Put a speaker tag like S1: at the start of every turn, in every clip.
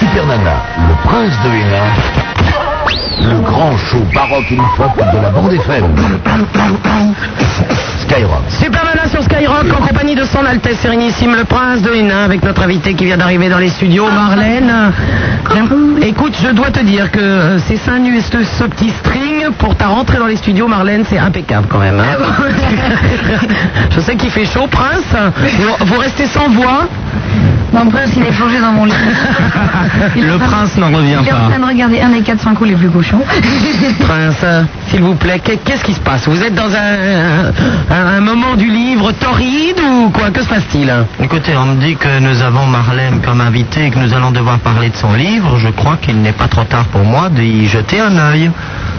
S1: Super Nana, le prince de Hénin, le grand show baroque in pop de la bande FM. Skyrock.
S2: Super Nana sur Skyrock en compagnie de son Altesse Sérénissime le Prince de Hénin avec notre invité qui vient d'arriver dans les studios, Marlène. Écoute, je dois te dire que euh, ces seins nus et ce, ce petit string pour ta rentrée dans les studios, Marlène, c'est impeccable quand même.
S3: Ah
S2: hein. je sais qu'il fait chaud, Prince. Vous, vous restez sans voix.
S3: Mon prince, il est plongé dans mon lit. Il est en
S4: Le
S3: train de-
S4: prince n'en revient
S3: Il est en
S4: pas.
S3: train de regarder un des 400 coups les plus cochons.
S2: Prince, euh, s'il vous plaît, qu'est- qu'est-ce qui se passe Vous êtes dans un, un- un moment du livre torride ou quoi Que se passe-t-il
S4: Écoutez, on me dit que nous avons Marlène comme invité et que nous allons devoir parler de son livre. Je crois qu'il n'est pas trop tard pour moi d'y jeter un œil.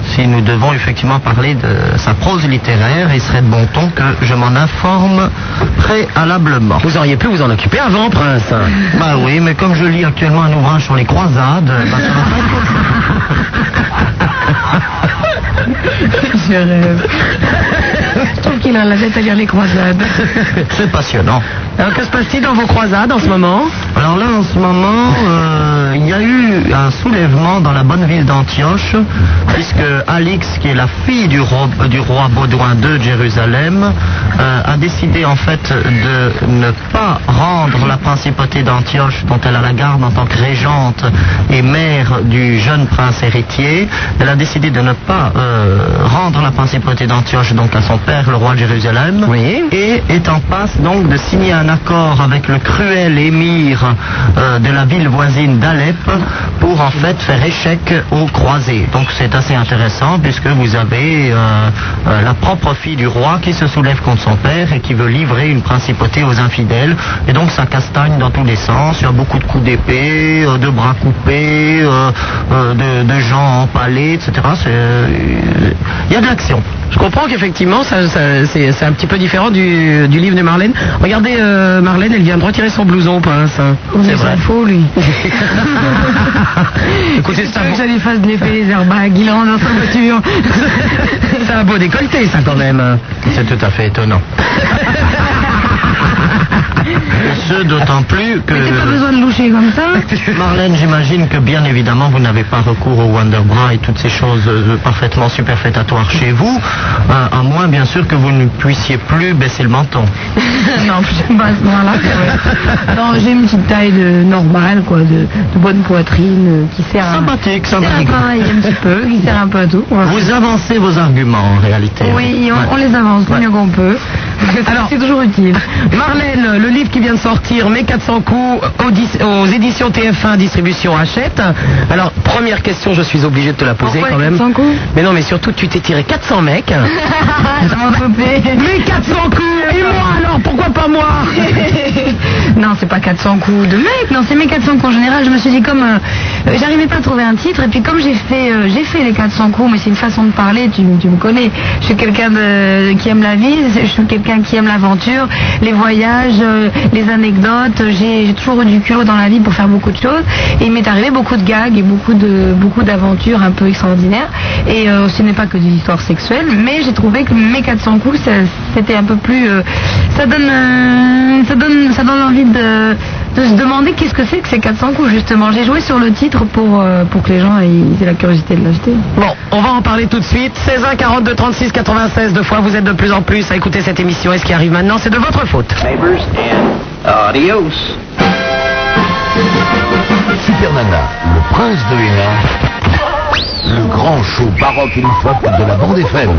S4: Si nous devons effectivement parler de sa prose littéraire, il serait de bon ton que je m'en informe préalablement.
S2: Vous auriez pu vous en occuper avant, Prince.
S4: Bah oui, mais comme je lis actuellement un ouvrage sur les croisades, bah, ça va pas être possible.
S3: Je rêve. Je trouve qu'il a la tête à lire les croisades.
S4: c'est passionnant.
S2: Alors, que se passe-t-il dans vos croisades en ce moment
S4: Alors là, en ce moment, euh, il y a eu un soulèvement dans la bonne ville d'Antioche, puisque Alix, qui est la fille du roi, du roi Baudouin II de Jérusalem, euh, a décidé en fait de ne pas rendre la principauté d'Antioche, dont elle a la garde en tant que régente et mère du jeune prince héritier, elle a décidé de ne pas euh, rendre la principauté d'Antioche donc à son père, le roi de Jérusalem
S2: Oui.
S4: et est en passe donc de signer un accord avec le cruel émir euh, de la ville voisine d'Alep pour en fait faire échec aux croisés. Donc c'est assez intéressant puisque vous avez euh, euh, la propre fille du roi qui se soulève contre son père et qui veut livrer une principauté aux infidèles. Et donc ça castagne dans tous les sens. Il y a beaucoup de coups d'épée, euh, de bras coupés, euh, euh, de, de gens empalés, etc. C'est, euh, Il y a de l'action.
S2: Je comprends qu'effectivement, ça, ça- c'est c'est un petit peu différent du, du livre de Marlène. Regardez, euh, Marlène, elle vient de retirer son blouson, Prince.
S3: Il s'en fout, lui.
S2: Écoutez,
S3: Tu
S2: c'est un,
S3: veux que
S2: beau-
S3: ça lui fasse l'effet des airbags Il en a dans sa voiture.
S2: c'est un beau décolleté, ça, quand même.
S4: C'est tout à fait étonnant. Et ce, d'autant plus
S3: Mais t'as pas
S4: que...
S3: besoin de loucher comme ça.
S4: Marlène, j'imagine que bien évidemment, vous n'avez pas recours au Wonderbra et toutes ces choses euh, parfaitement superfétatoires chez vous, euh, à moins bien sûr que vous ne puissiez plus baisser le menton.
S3: non, je sais pas à ce moment-là. quand même. Non, j'ai une petite taille de normale, quoi, de, de bonne poitrine, euh, qui sert à...
S4: Sympathique,
S3: qui sert à
S4: sympathique.
S3: travailler un petit peu, qui sert un peu à tout. voilà.
S4: Vous avancez vos arguments en réalité.
S3: Oui, et on,
S4: Ouais.
S3: on les avance le mieux qu'on peut.
S2: Alors-
S3: Alors, c'est toujours utile.
S2: Marlène, le livre qui vient de sortir, Mes 400 coups, aux, dis- aux éditions TF1, distribution achète. Alors, première question, je suis obligé de te la poser
S3: Pourquoi
S2: quand
S3: les
S2: même.
S3: 400 coups
S2: Mais non, mais surtout, tu t'es tiré 400 mecs.
S3: Ça m'a popé.
S2: Mes 400 coups Et moi alors, pourquoi pas moi
S3: non, c'est pas 400 coups de mec, non, c'est mes 400 coups en général. Je me suis dit, comme euh, euh, j'arrivais pas à trouver un titre, et puis comme j'ai fait, euh, j'ai fait les 400 coups, mais c'est une façon de parler, tu, tu me connais. Je suis quelqu'un de- qui aime la vie, je suis quelqu'un qui aime l'aventure, les voyages, euh, les anecdotes. J'ai j'ai toujours eu du culot dans la vie pour faire beaucoup de choses, et il m'est arrivé beaucoup de gags et beaucoup de beaucoup d'aventures un peu extraordinaires. Et euh, ce n'est pas que des histoires sexuelles, mais j'ai trouvé que mes 400 coups, ça- c'était un peu plus. euh, ça donne, euh, ça donne, ça donne envie de, de se demander qu'est-ce que c'est que ces 400 coups justement. J'ai joué sur le titre pour euh, pour que les gens aient, ils aient la curiosité de l'acheter.
S2: Bon, on va en parler tout de suite. 16 1 42 36 96 deux fois, vous êtes de plus en plus à écouter cette émission. Et ce qui arrive maintenant, c'est de votre faute.
S5: neighbors, and uh, adios.
S1: Super Nana, le prince de Hénin, le grand show baroque in pop de la bande FM.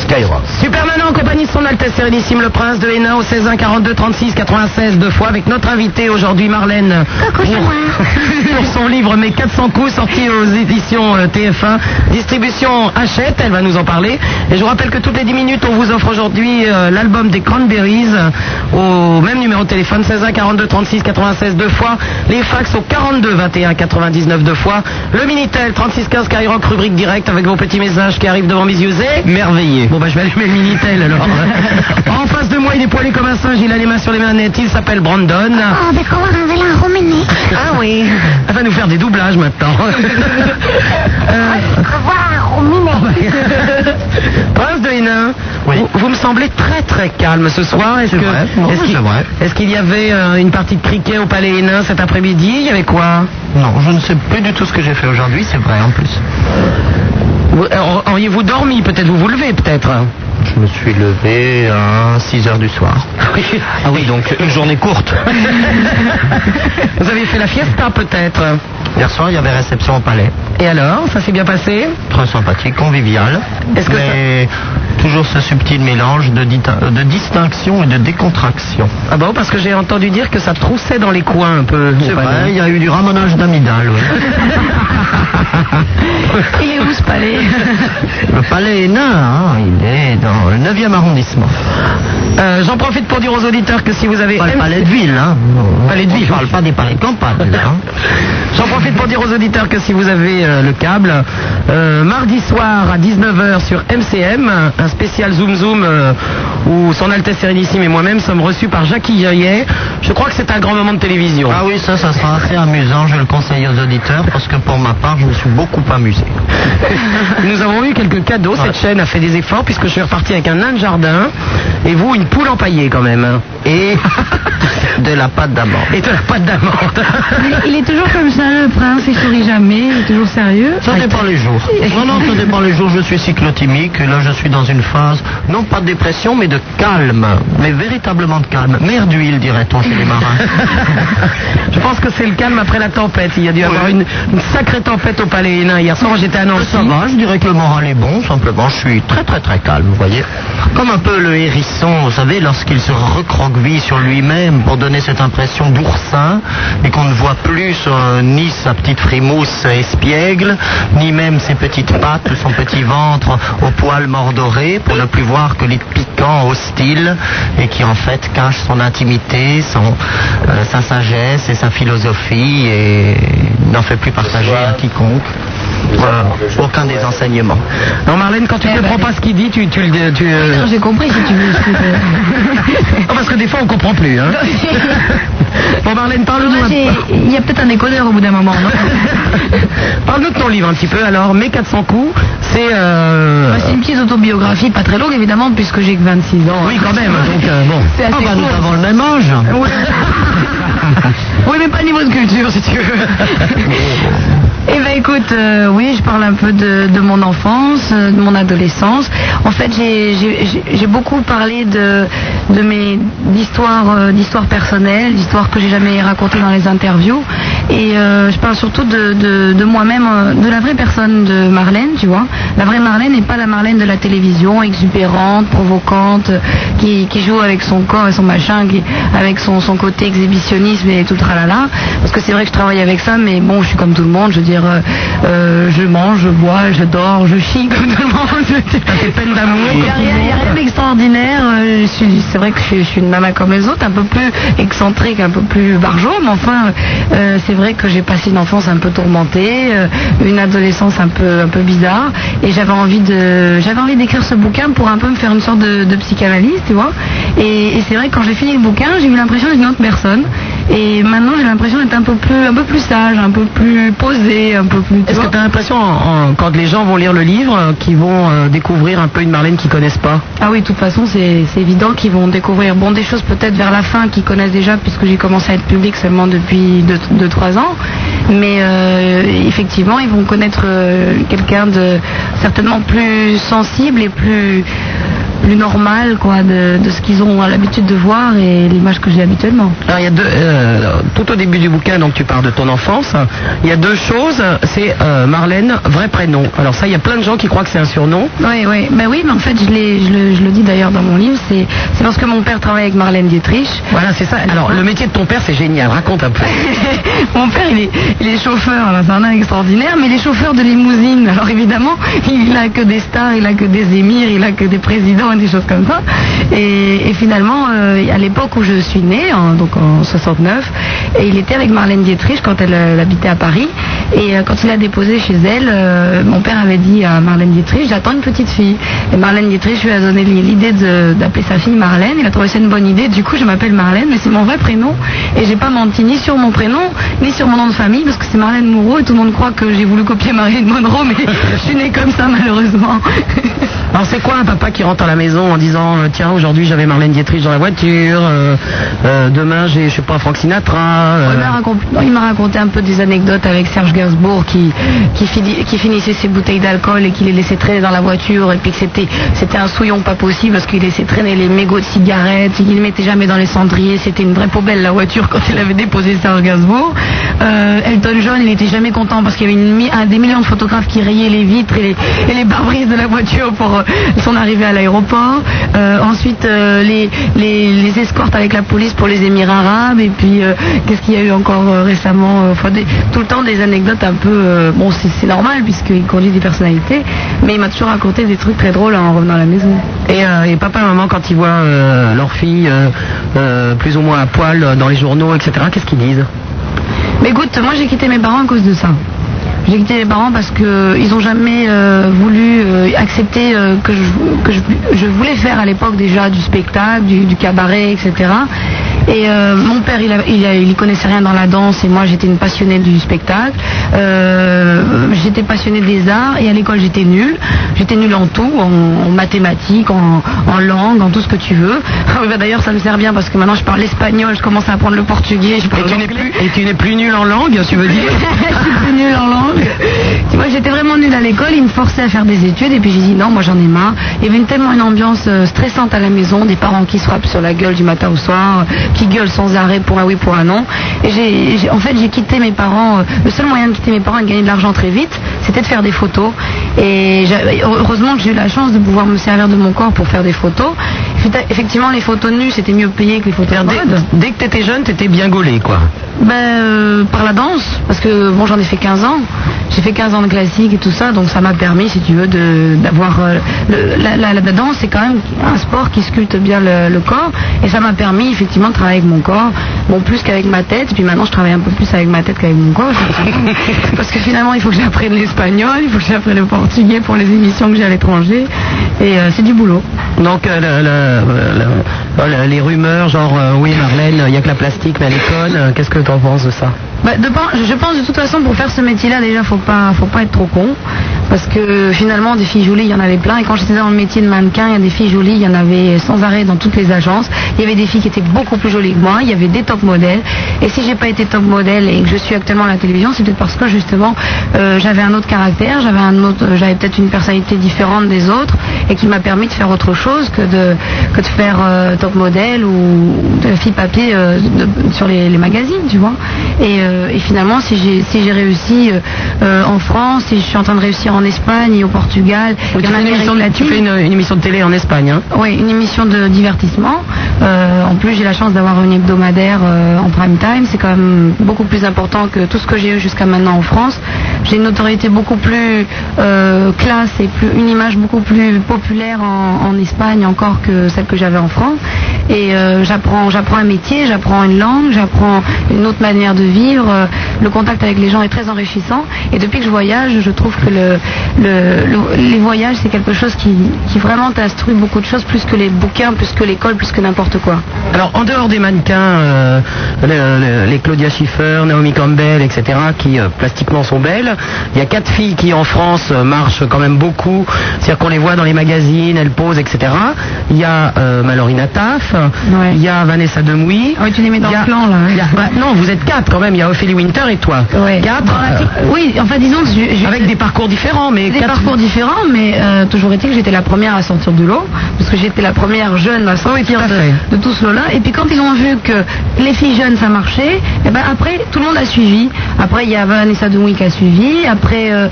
S1: Skyrock.
S2: Superman en compagnie de son Altesse Sérénissime le Prince de Hénin au 16 1 42 36 96 deux fois avec notre invitée aujourd'hui Marlène pour, pour son livre Mes 400 coups sorti aux éditions euh, TF1 distribution Hachette elle va nous en parler et je vous rappelle que toutes les 10 minutes on vous offre aujourd'hui euh, l'album des Cranberries euh, au même numéro de téléphone 16 1 42 36 96 deux fois les fax au 42 21 99 deux fois le Minitel 36 15 Skyrock rubrique direct avec vos petits messages qui arrivent devant mes yeux et
S4: Merveilleux.
S2: Bon bah je vais allumer le Minitel alors. en face de moi il est poilé comme un singe, il a les mains sur les manettes, il s'appelle Brandon.
S4: Ah.
S6: Oh, de cómo de la Roumanie.
S2: Ah oui. Elle va nous faire des doublages maintenant. Euh,
S6: Revoir la Roumanie.
S2: Prince de Bénin.
S4: Oui.
S2: Vous, vous me semblez très très calme ce soir. Est-ce
S4: C'est
S2: que-
S4: vrai. Non,
S2: est-ce
S4: mais
S2: qu'il-
S4: c'est vrai.
S2: est-ce qu'il y avait euh, une partie de cricket au Palais Hénin cet après-midi Il y avait quoi
S4: Non, je ne sais plus du tout ce que j'ai fait aujourd'hui, c'est vrai en plus.
S2: Vous- euh, Auriez-vous dormi Peut-être vous vous levez peut-être
S4: Je me suis levé à 6 heures du soir. Ah oui, donc une journée courte.
S2: Vous avez fait la fiesta peut-être
S4: Hier soir, il y avait réception au palais.
S2: Et alors Ça s'est bien passé
S4: Très sympathique, convivial.
S2: Est-ce que
S4: mais toujours ce subtil mélange de, dita- de distinction et de décontraction.
S2: Ah bon Parce que j'ai entendu dire que ça troussait dans les coins un peu. au
S4: C'est
S2: Palais.
S4: vrai, il y a eu du ramonage d'amidale. oui.
S3: Il est où ce palais
S4: Le palais est nain, hein, il est dans le 9e arrondissement.
S2: Euh, J'en profite pour dire aux auditeurs que si vous avez
S4: Pas le
S2: aimé-
S4: palais de ville, hein.
S2: Palais de ville,
S4: On parle pas des palais de campagne, là, hein.
S2: J'en profite pour dire aux auditeurs que si vous avez euh, le câble, euh, mardi soir à 19h sur MCM, un spécial Zoom Zoom euh, où Son Altesse Sérénissime et moi-même sommes reçus par Jackie Jaillet. Je crois que c'est un grand moment de télévision.
S4: Ah oui, ça, ça sera assez amusant, je le conseille aux auditeurs, parce que pour ma part, je me suis beaucoup amusé.
S2: Nous avons eu quelques cadeaux.
S4: Ouais.
S2: Cette chaîne a fait des efforts puisque je suis reparti avec un nain de jardin et vous une poule empaillée quand même.
S4: Et de la pâte d'abord.
S2: Et de la pâte d'amande.
S3: Mais Il est toujours comme ça, le prince, il sourit jamais, il est toujours sérieux.
S4: Ça dépend les jours. Non, non, ça dépend les jours. Je suis cyclotimique. et Là, je suis dans une phase, non pas de dépression, mais de calme. Mais véritablement de calme. Mer d'huile, dirait-on chez les marins.
S2: Je pense que c'est le calme après la tempête. Il y a dû avoir une, une sacrée tempête au Palais Hénin. Hier soir, j'étais à Nancy.
S4: Euh, Ça va, je dirais que le moral est bon, simplement je suis très très très calme, vous voyez. Comme un peu le hérisson, vous savez, lorsqu'il se recroqueville sur lui-même pour donner cette impression d'oursin, et qu'on ne voit plus euh, ni sa petite frimousse espiègle, ni même ses petites pattes, son petit ventre au poil mordoré, pour ne plus voir que les piquants hostiles, et qui en fait cachent son intimité, son, euh, sa sagesse et sa philosophie, et n'en fait plus partager à quiconque. Voilà, aucun des enseignements.
S2: Non, Marlène, quand tu
S4: Eh
S2: ne
S4: ben,
S2: comprends pas ce qu'il dit, tu, tu le. Tu, euh,
S3: Non, J'ai compris si tu veux. je peux-
S2: Ah, parce que des fois, on comprend plus. Hein. bon, Marlène, parle-nous
S3: Moi,
S2: un...
S3: j'ai- Il y a peut-être un décodeur au bout d'un moment. non
S2: parle-nous de ton livre un petit peu. Alors, Mes 400 coups, c'est. euh,
S3: Bah, C'est une petite autobiographie, pas très longue évidemment, puisque j'ai que 26 ans. hein.
S2: Oui, quand même. Donc, euh, bon.
S3: C'est assez
S4: Ah bah nous
S3: court.
S4: avons le même âge.
S3: Oui. Oui, mais pas niveau de culture, si tu veux. Eh ben écoute, euh, oui, je parle un peu de, de mon enfance, euh, de mon adolescence. En fait, j'ai- j'ai j'ai- j'ai beaucoup parlé de, de mes d'histoires euh, d'histoires personnelles, d'histoires que j'ai jamais racontées dans les interviews. Et euh, je parle surtout de, de- de moi-même, euh, de la vraie personne de Marlène, tu vois. hein. La vraie Marlène n'est pas la Marlène de la télévision, exubérante, provocante, euh, qui, qui joue avec son corps et son machin, qui, avec son, son côté exhibitionnisme et tout le tralala. Parce que c'est vrai que je travaille avec ça, mais bon, je suis comme tout le monde, je veux dire, euh, euh, je mange, je bois, je dors, je chie comme tout le monde.
S2: tes peines d'amour,
S3: Il n'y
S2: comme
S3: a
S2: tout le
S3: rien, il y a rien d'extraordinaire. euh, je suis- C'est vrai que je, suis- je suis une maman comme les autres, un peu plus excentrique, un peu plus barjo, mais enfin, euh, c'est vrai que j'ai passé une enfance un peu tourmentée, euh, une adolescence un peu un peu bizarre, et j'avais envie de j'avais envie d'écrire ce bouquin pour un peu me faire une sorte de, de psychanalyse, tu vois. Et, et c'est vrai que quand j'ai fini le bouquin, j'ai eu l'impression d'une autre personne. Et maintenant, j'ai l'impression d'être un peu plus un peu plus sage, un peu plus posée, un peu plus. tu
S2: Est-ce
S3: vois.
S2: que tu as l'impression, en- en- quand les gens vont lire le livre, euh, qu'ils vont euh, découvrir un peu une Marlène qu'ils connaissent pas
S3: Ah oui, de toute façon, c'est c'est évident qu'ils vont découvrir bon des choses peut-être vers la fin qu'ils connaissent déjà puisque j'ai commencé à être public seulement depuis 2-3 ans. Mais euh, effectivement, ils vont connaître euh, quelqu'un de certainement plus sensible et plus plus normal quoi de, de ce qu'ils ont l'habitude de voir et l'image que j'ai habituellement.
S2: Alors, il y a deux, euh, tout au début du bouquin, donc tu parles de ton enfance. Il y a deux choses. C'est euh, Marlène, vrai prénom. Alors ça, il y a plein de gens qui croient que c'est un surnom.
S3: Oui, oui. Ben oui, mais en fait, je, l'ai- je le, je le dis d'ailleurs dans mon livre, c'est c'est parce que mon père travaille avec Marlène Dietrich
S2: Voilà, c'est ça. Alors, le métier de ton père, c'est génial. Raconte un peu.
S3: Mon père, il est, il est chauffeur, alors c'est un nain extraordinaire, mais il est chauffeur de limousine. Alors évidemment, il a que des stars, il a que des émirs, il a que des présidents et des choses comme ça. Et, et finalement, euh, à l'époque où je suis née, en- donc en 69, et il était avec Marlène Dietrich quand elle, euh, elle habitait à Paris. Et euh, quand il l'a déposée chez elle, euh, mon père avait dit à Marlène Dietrich, j'attends une petite fille. Et Marlène Dietrich lui a donné l'idée de- d'appeler sa fille Marlène. Il a trouvé ça une bonne idée. Du coup, je m'appelle Marlène, mais c'est mon vrai prénom. Et j'ai pas menti ni sur mon prénom, ni sur mon nom de famille, parce que c'est Marlène Moreau et tout le monde croit que j'ai voulu copier Marlène Monroe, mais je suis née comme ça, malheureusement.
S2: Alors c'est quoi un papa qui rentre à la maison en disant euh, tiens aujourd'hui j'avais Marlène Dietrich dans la voiture, euh, euh, demain j'ai je sais pas Frank Sinatra. euh,
S3: Il m'a racont- Il m'a raconté un peu des anecdotes avec Serge Gainsbourg qui, qui, fini- qui finissait ses bouteilles d'alcool et qui les laissait traîner dans la voiture et puis que c'était, c'était un souillon pas possible parce qu'il laissait traîner les mégots de cigarettes, il ne mettait jamais dans les cendriers, c'était une vraie poubelle la voiture quand il avait déposé Serge Gainsbourg. Euh, Elton John, il n'était jamais content parce qu'il y avait une mi- un des millions de photographes qui rayaient les vitres et les, et les pare-brises de la voiture pour euh, son arrivée à l'aéroport. Euh, ensuite, euh, les, les, les escortes avec la police pour les Émirats arabes. Et puis, euh, qu'est-ce qu'il y a eu encore euh, récemment euh, enfin, des- Tout le temps des anecdotes un peu... euh, bon, c'est c'est normal puisqu'il conduit des personnalités, mais il m'a toujours raconté des trucs très drôles en revenant à la maison.
S2: Et, euh, et papa et maman, quand ils voient euh, leur fille euh, euh, plus ou moins à poil euh, dans les journaux, etc., qu'est-ce qu'ils disent
S3: Mais écoute, moi j'ai quitté mes parents à cause de ça. J'ai quitté mes parents parce que ils ont jamais euh, voulu euh, accepter euh, que, je, que je- je voulais faire à l'époque déjà du spectacle, du, du cabaret, etc. Et euh, mon père, il, a- il, a- il y connaissait rien dans la danse et moi j'étais une passionnée du spectacle. Euh, j'étais passionnée des arts et à l'école j'étais nulle. J'étais nulle en tout, en, en mathématiques, en, en langue, en tout ce que tu veux. Bah, D'ailleurs ça me sert bien parce que maintenant je parle l'espagnol, je commence à apprendre le portugais, je parle
S2: Et tu n'es
S3: l'anglais.
S2: plus, et tu n'es plus nul en langue, tu veux dire
S3: J'étais nulle en langue. Tu vois, j'étais vraiment nulle à l'école. Ils me forçaient à faire des études. Et puis j'ai dit non, moi j'en ai marre. Il y avait une- tellement une ambiance euh, stressante à la maison, des parents qui se frappent sur la gueule du matin au soir, euh, qui gueulent sans arrêt pour un oui, pour un non. Et j'ai, j'ai- en fait, j'ai quitté mes parents. euh, Le seul moyen de quitter mes parents et de gagner de l'argent très vite, c'était de faire des photos. Et j'avais- heureusement que j'ai eu la chance de pouvoir me servir de mon corps pour faire des photos. Effectivement, les photos nues, c'était mieux payé que les photos
S2: dès,
S3: nudes.
S2: dès que t'étais jeune, t'étais bien gaulé, quoi.
S3: Ben, euh, par la danse, parce que bon, j'en ai fait 15 ans. J'ai fait 15 ans de classique et tout ça, donc ça m'a permis, si tu veux, de- d'avoir. euh, le- la, la- la danse, c'est quand même un sport qui sculpte bien le, le corps, et ça m'a permis, effectivement, de travailler avec mon corps, bon, plus qu'avec ma tête, puis maintenant je travaille un peu plus avec ma tête qu'avec mon corps, effectivement. parce que finalement, il faut que j'apprenne l'espagnol, il faut que j'apprenne le portugais pour les émissions que j'ai à l'étranger, et euh, c'est du boulot.
S2: Donc euh, la- la- la- la- la- les rumeurs, genre euh, oui Marlène, il n'y a que la plastique, mais elle est conne, euh, qu'est-ce que t'en penses de ça
S3: Bah, de par- je pense de toute façon pour faire ce métier-là déjà faut pas faut pas être trop con parce que finalement des filles jolies il y en avait plein et quand j'étais dans le métier de mannequin il y a des filles jolies il y en avait sans arrêt dans toutes les agences il y avait des filles qui étaient beaucoup plus jolies que moi il y avait des top modèles et si j'ai pas été top modèle et que je suis actuellement à la télévision c'est peut-être parce que justement euh, j'avais un autre caractère j'avais un autre euh, j'avais peut-être une personnalité différente des autres et qui m'a permis de faire autre chose que de que de faire euh, top modèle ou de fille papier euh, de- sur les, les magazines, tu vois. Et, euh, et finalement, si j'ai si j'ai réussi euh, euh, en France, si je suis en train de réussir en Espagne et au Portugal,
S2: Oui,
S3: et
S2: tu
S3: en
S2: fais, une
S3: Amérique
S2: émission, de- tu
S3: latine,
S2: fais une, une émission de télé en Espagne, hein
S3: oui, une émission de divertissement. Euh, en plus, j'ai la chance d'avoir une hebdomadaire euh, en prime time. C'est quand même beaucoup plus important que tout ce que j'ai eu jusqu'à maintenant en France. J'ai une notoriété beaucoup plus euh, classe et plus, une image beaucoup plus populaire en, en Espagne encore que celle que j'avais en France. Et euh, j'apprends, j'apprends un métier, j'apprends une langue, j'apprends une autre manière de vivre. Euh, Le contact avec les gens est très enrichissant. Et depuis que je voyage, je trouve que le, le- le- les voyages, c'est quelque chose qui, qui vraiment t'instruit beaucoup de choses, plus que les bouquins, plus que l'école, plus que n'importe quoi.
S2: Alors en dehors des mannequins, euh, le- le- les Claudia Schiffer, Naomi Campbell, etc., qui euh, plastiquement sont belles, il y a quatre filles qui en France euh, marchent quand même beaucoup, c'est-à-dire qu'on les voit dans les magazines, elles posent, etc. Il y a euh, Malorina Taff,
S3: Ouais.
S2: il y a Vanessa Demouy.
S3: Ah oui, tu les mets dans
S2: il y a-
S3: le plan, là, hein.
S2: il y a- bah, non, vous êtes quatre quand même, il y a Ophélie Winter et toi. Quatre. euh,
S3: oui, enfin disons que je- je-
S2: avec des parcours différents, mais
S3: des
S2: quatre-
S3: parcours différents, mais euh, toujours est-il que j'étais la première à sortir du lot, parce que j'étais la première jeune à sortir
S2: Ah à fait.
S3: de, de tout cela. Et puis quand ils ont vu que les filles jeunes ça marchait, et ben après tout le monde a suivi. Après il y a Vanessa Dumouy qui a suivi, après euh,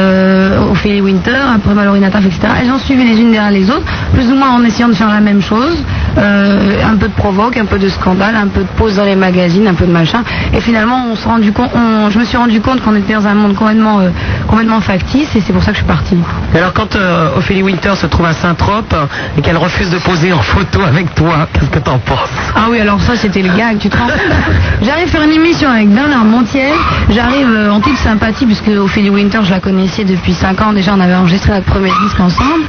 S3: euh, Ophélie Winter, après Mallory Nataf, etc. Elles ont suivi les unes derrière les autres, plus ou moins en essayant de faire la même chose. Euh, un peu de provoque, un peu de scandale, un peu de pause dans les magazines, un peu de machin. Et finalement, on s'est rendu compte, on- je me suis rendu compte qu'on était dans un monde complètement, euh, complètement factice et c'est pour ça que je suis partie.
S2: Alors quand euh, Ophélie Winter se trouve à Saint-Trope euh, et qu'elle refuse de poser en photo avec toi, qu'est-ce que t'en penses
S3: Ah oui, alors ça c'était le gag, tu te rends compte J'arrive faire une émission avec Bernard Montiel, j'arrive euh, en toute sympathie puisque Ophélie Winter je la connaissais depuis 5 ans, déjà on avait enregistré notre premier disque ensemble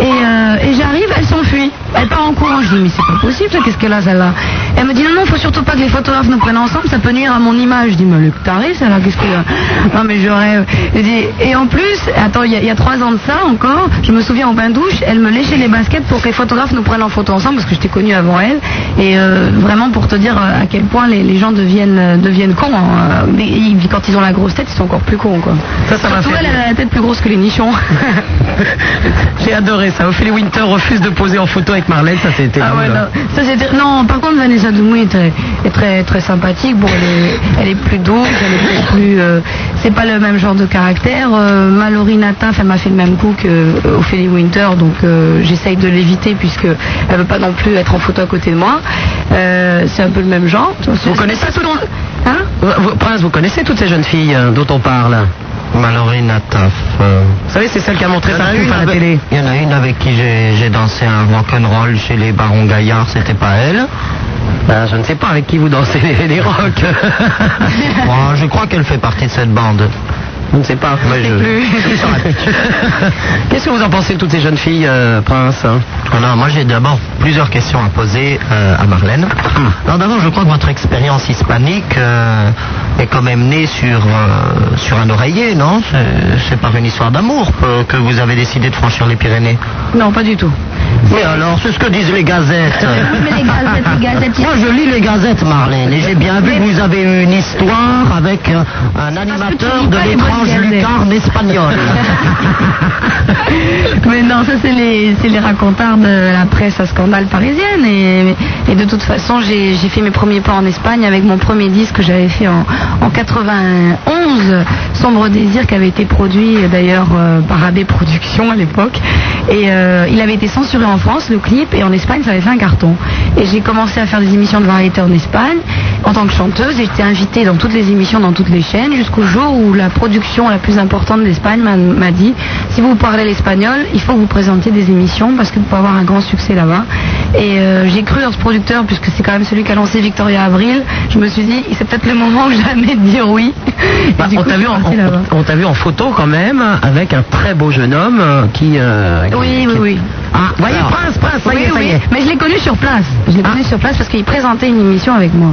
S3: Et, euh, et j'arrive, elle s'enfuit. Elle part en courant. Je dis, mais c'est pas possible, ça, qu'est-ce qu'elle a, celle-là Elle me dit, non, non, faut surtout pas que les photographes nous prennent ensemble, ça peut nuire à mon image. Je dis, mais le taré, celle-là, qu'est-ce qu'elle a Non, mais je rêve. Je dis, et en plus, attends, il y, a- il y a trois ans de ça encore, je me souviens en bain douche, elle me léchait les baskets pour que les photographes nous prennent en photo ensemble, parce que je t'ai connue avant elle. Et euh, vraiment, pour te dire euh, à quel point les, les gens deviennent, euh, deviennent cons. hein. Mais ils- Quand ils ont la grosse tête, ils sont encore plus cons, quoi.
S2: Ça, ça m'a
S3: Surtout,
S2: fait
S3: elle
S2: rire.
S3: a la tête plus grosse que les nichons.
S2: J'ai adoré ça. Ophélie Winter refuse de poser en photo avec Marlène, ça c'était
S3: Ah
S2: drôle.
S3: ouais, non. Ça, c'était- non, par contre, Vanessa Dumouy est très, est très, très sympathique. Bon, elle est, elle est plus douce, elle est plus. plus, euh, c'est pas le même genre de caractère. Euh, Mallory Natin, enfin, elle m'a fait le même coup que euh, Ophélie Winter, donc euh, j'essaye de l'éviter puisque elle veut pas non plus être en photo à côté de moi. Euh, c'est un peu le même genre. Vous
S2: connaissez
S3: tout le monde Hein
S2: Vous- vous- Prince, vous connaissez toutes ces jeunes filles euh, dont on parle
S4: Mallory Nataf. euh,
S2: Vous savez, c'est celle qui a montré
S4: il y en
S2: sa
S4: a
S2: pouffe
S4: une
S2: à la
S4: avec-
S2: télé.
S4: Il y en a une avec qui j'ai j'ai dansé un rock'n'roll chez les Barons Gaillards, c'était pas elle.
S2: Ben, je ne sais pas avec qui vous dansez les, les rocks.
S4: Moi, je crois qu'elle fait partie de cette bande.
S2: je ne sais pas.
S4: Mais je-
S2: Ils sont là. Qu'est-ce que vous en pensez de toutes ces jeunes filles, euh, Prince hein
S4: Voilà, Ah moi j'ai d'abord plusieurs questions à poser euh, à Marlène.
S2: Hmm.
S4: Alors d'abord, je crois que votre expérience hispanique euh, est quand même née sur, euh, sur un oreiller, non C'est- C'est par une histoire d'amour euh, que vous avez décidé de franchir les Pyrénées.
S3: Non, pas du tout.
S4: Mais alors, c'est ce que disent les gazettes.
S3: Mais les gazettes, les gazettes,
S4: Moi, je lis les gazettes, Marlène, et j'ai bien vu que vous avez eu une histoire avec euh, un animateur
S3: lis
S4: de
S3: pas les
S4: l'étrange
S3: bonnes gazettes.
S4: lucarne espagnole.
S3: Mais non, ça c'est les, c'est les racontards de la presse à scandale parisienne. Et, et de toute façon, j'ai j'ai fait mes premiers pas en Espagne avec mon premier disque que j'avais fait en, en 91, Sombre Désir, qui avait été produit euh, d'ailleurs euh, par AB Productions à l'époque. Et euh, il avait été censuré en France, le clip, et en Espagne, ça avait fait un carton. Et j'ai commencé à faire des émissions de variété en Espagne. En tant que chanteuse, j'étais invitée dans toutes les émissions, dans toutes les chaînes, jusqu'au jour où la production la plus importante d'Espagne m'a- m'a dit si vous parlez l'espagnol, il faut que vous présentiez des émissions parce que vous pouvez avoir un grand succès là-bas. Et euh, j'ai cru en ce producteur, puisque c'est quand même celui qui a lancé Victoria Abril. Je me suis dit c'est peut-être le moment jamais de dire oui. Et
S2: Bah,
S3: du
S2: on
S3: coup,
S2: t'a
S3: je
S2: vu,
S3: suis
S2: en-
S3: partie là-bas.
S2: on, on t'a vu en photo quand même avec un très beau jeune homme euh, qui. euh, qui-
S3: Oui, oui,
S2: qui-
S3: oui.
S2: Ah, voyez,
S4: Alors.
S2: Prince, Prince, ça y
S3: Oui,
S2: est, Ah. ça y
S3: oui.
S2: est.
S3: Mais je l'ai connu sur place. Je l'ai connu sur place parce qu'il présentait une émission avec moi.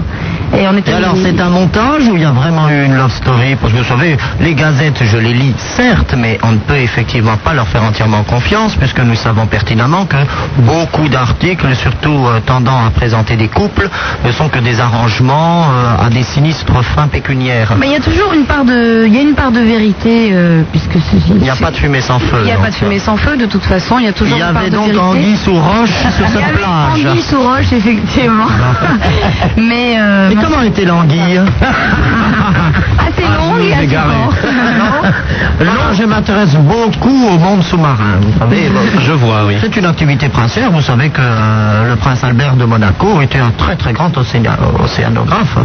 S3: Et on était.
S4: Et alors, c'est un montage ou il y a vraiment eu une love story Parce que vous savez, les gazettes, je les lis, certes, mais on ne peut effectivement pas leur faire entièrement confiance, puisque nous savons pertinemment que beaucoup d'articles, surtout euh, tendant à présenter des couples, ne sont que des arrangements euh, à des sinistres fins pécuniaires.
S3: Mais il y a toujours une part de, il y a une part de vérité euh, puisque c'est-
S4: Il n'y a pas de fumée sans feu.
S3: il n'y a
S4: donc.
S3: pas de fumée sans feu. De toute façon, il y a toujours
S4: Il y
S3: une part
S4: avait
S3: de
S4: donc
S3: vérité.
S4: Anguille sous roche sur
S3: Il y
S4: cette
S3: avait
S4: plage.
S3: Anguille sous roche, effectivement. mais euh,
S4: Mais comment était l'anguille
S3: assez longue et assez forte.
S4: Non, je m'intéresse beaucoup au monde sous-marin. Vous savez, bon,
S7: Je vois, oui.
S4: c'est une activité princière. Vous savez que euh, le prince Albert de Monaco était un très très grand océan- océanographe.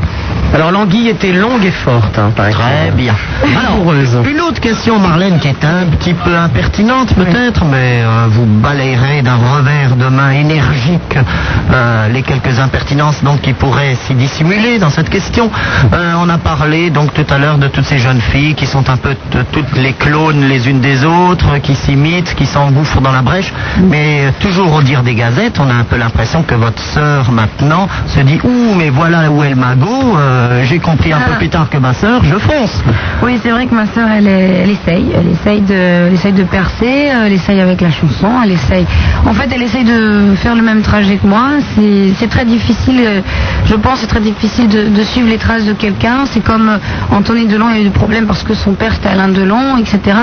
S2: Alors l'anguille était longue et forte, hein, par
S4: Très
S2: exemple.
S4: bien.
S2: Rigoureuse.
S4: une autre question, Marlène, qui est un petit peu impertinente peut-être, mais euh, vous balayerez d'un revers de main énergique euh, les quelques impertinences donc qui pourraient s'y dissimuler dans cette question. Euh, on a parlé donc tout à l'heure de toutes ces jeunes filles qui sont un peu t- toutes les clones les unes des autres, qui s'imitent, qui s'engouffrent dans la brèche, mais euh, toujours au dire des gazettes, on a un peu l'impression que votre sœur maintenant se dit ouh mais voilà où est le magot, euh, j'ai compris un peu plus tard que ma sœur, je fonce.
S3: Oui, c'est vrai que ma sœur, elle, est- elle essaye. Elle essaye de, elle essaye de percer, euh, elle essaye avec la chanson, elle essaye. En fait, elle essaye de faire le même trajet que moi. C'est c'est très difficile, euh, je pense, c'est très difficile de, de suivre les traces de quelqu'un. C'est comme euh, Anthony Delon a eu des problèmes parce que son père c'était Alain Delon, etc.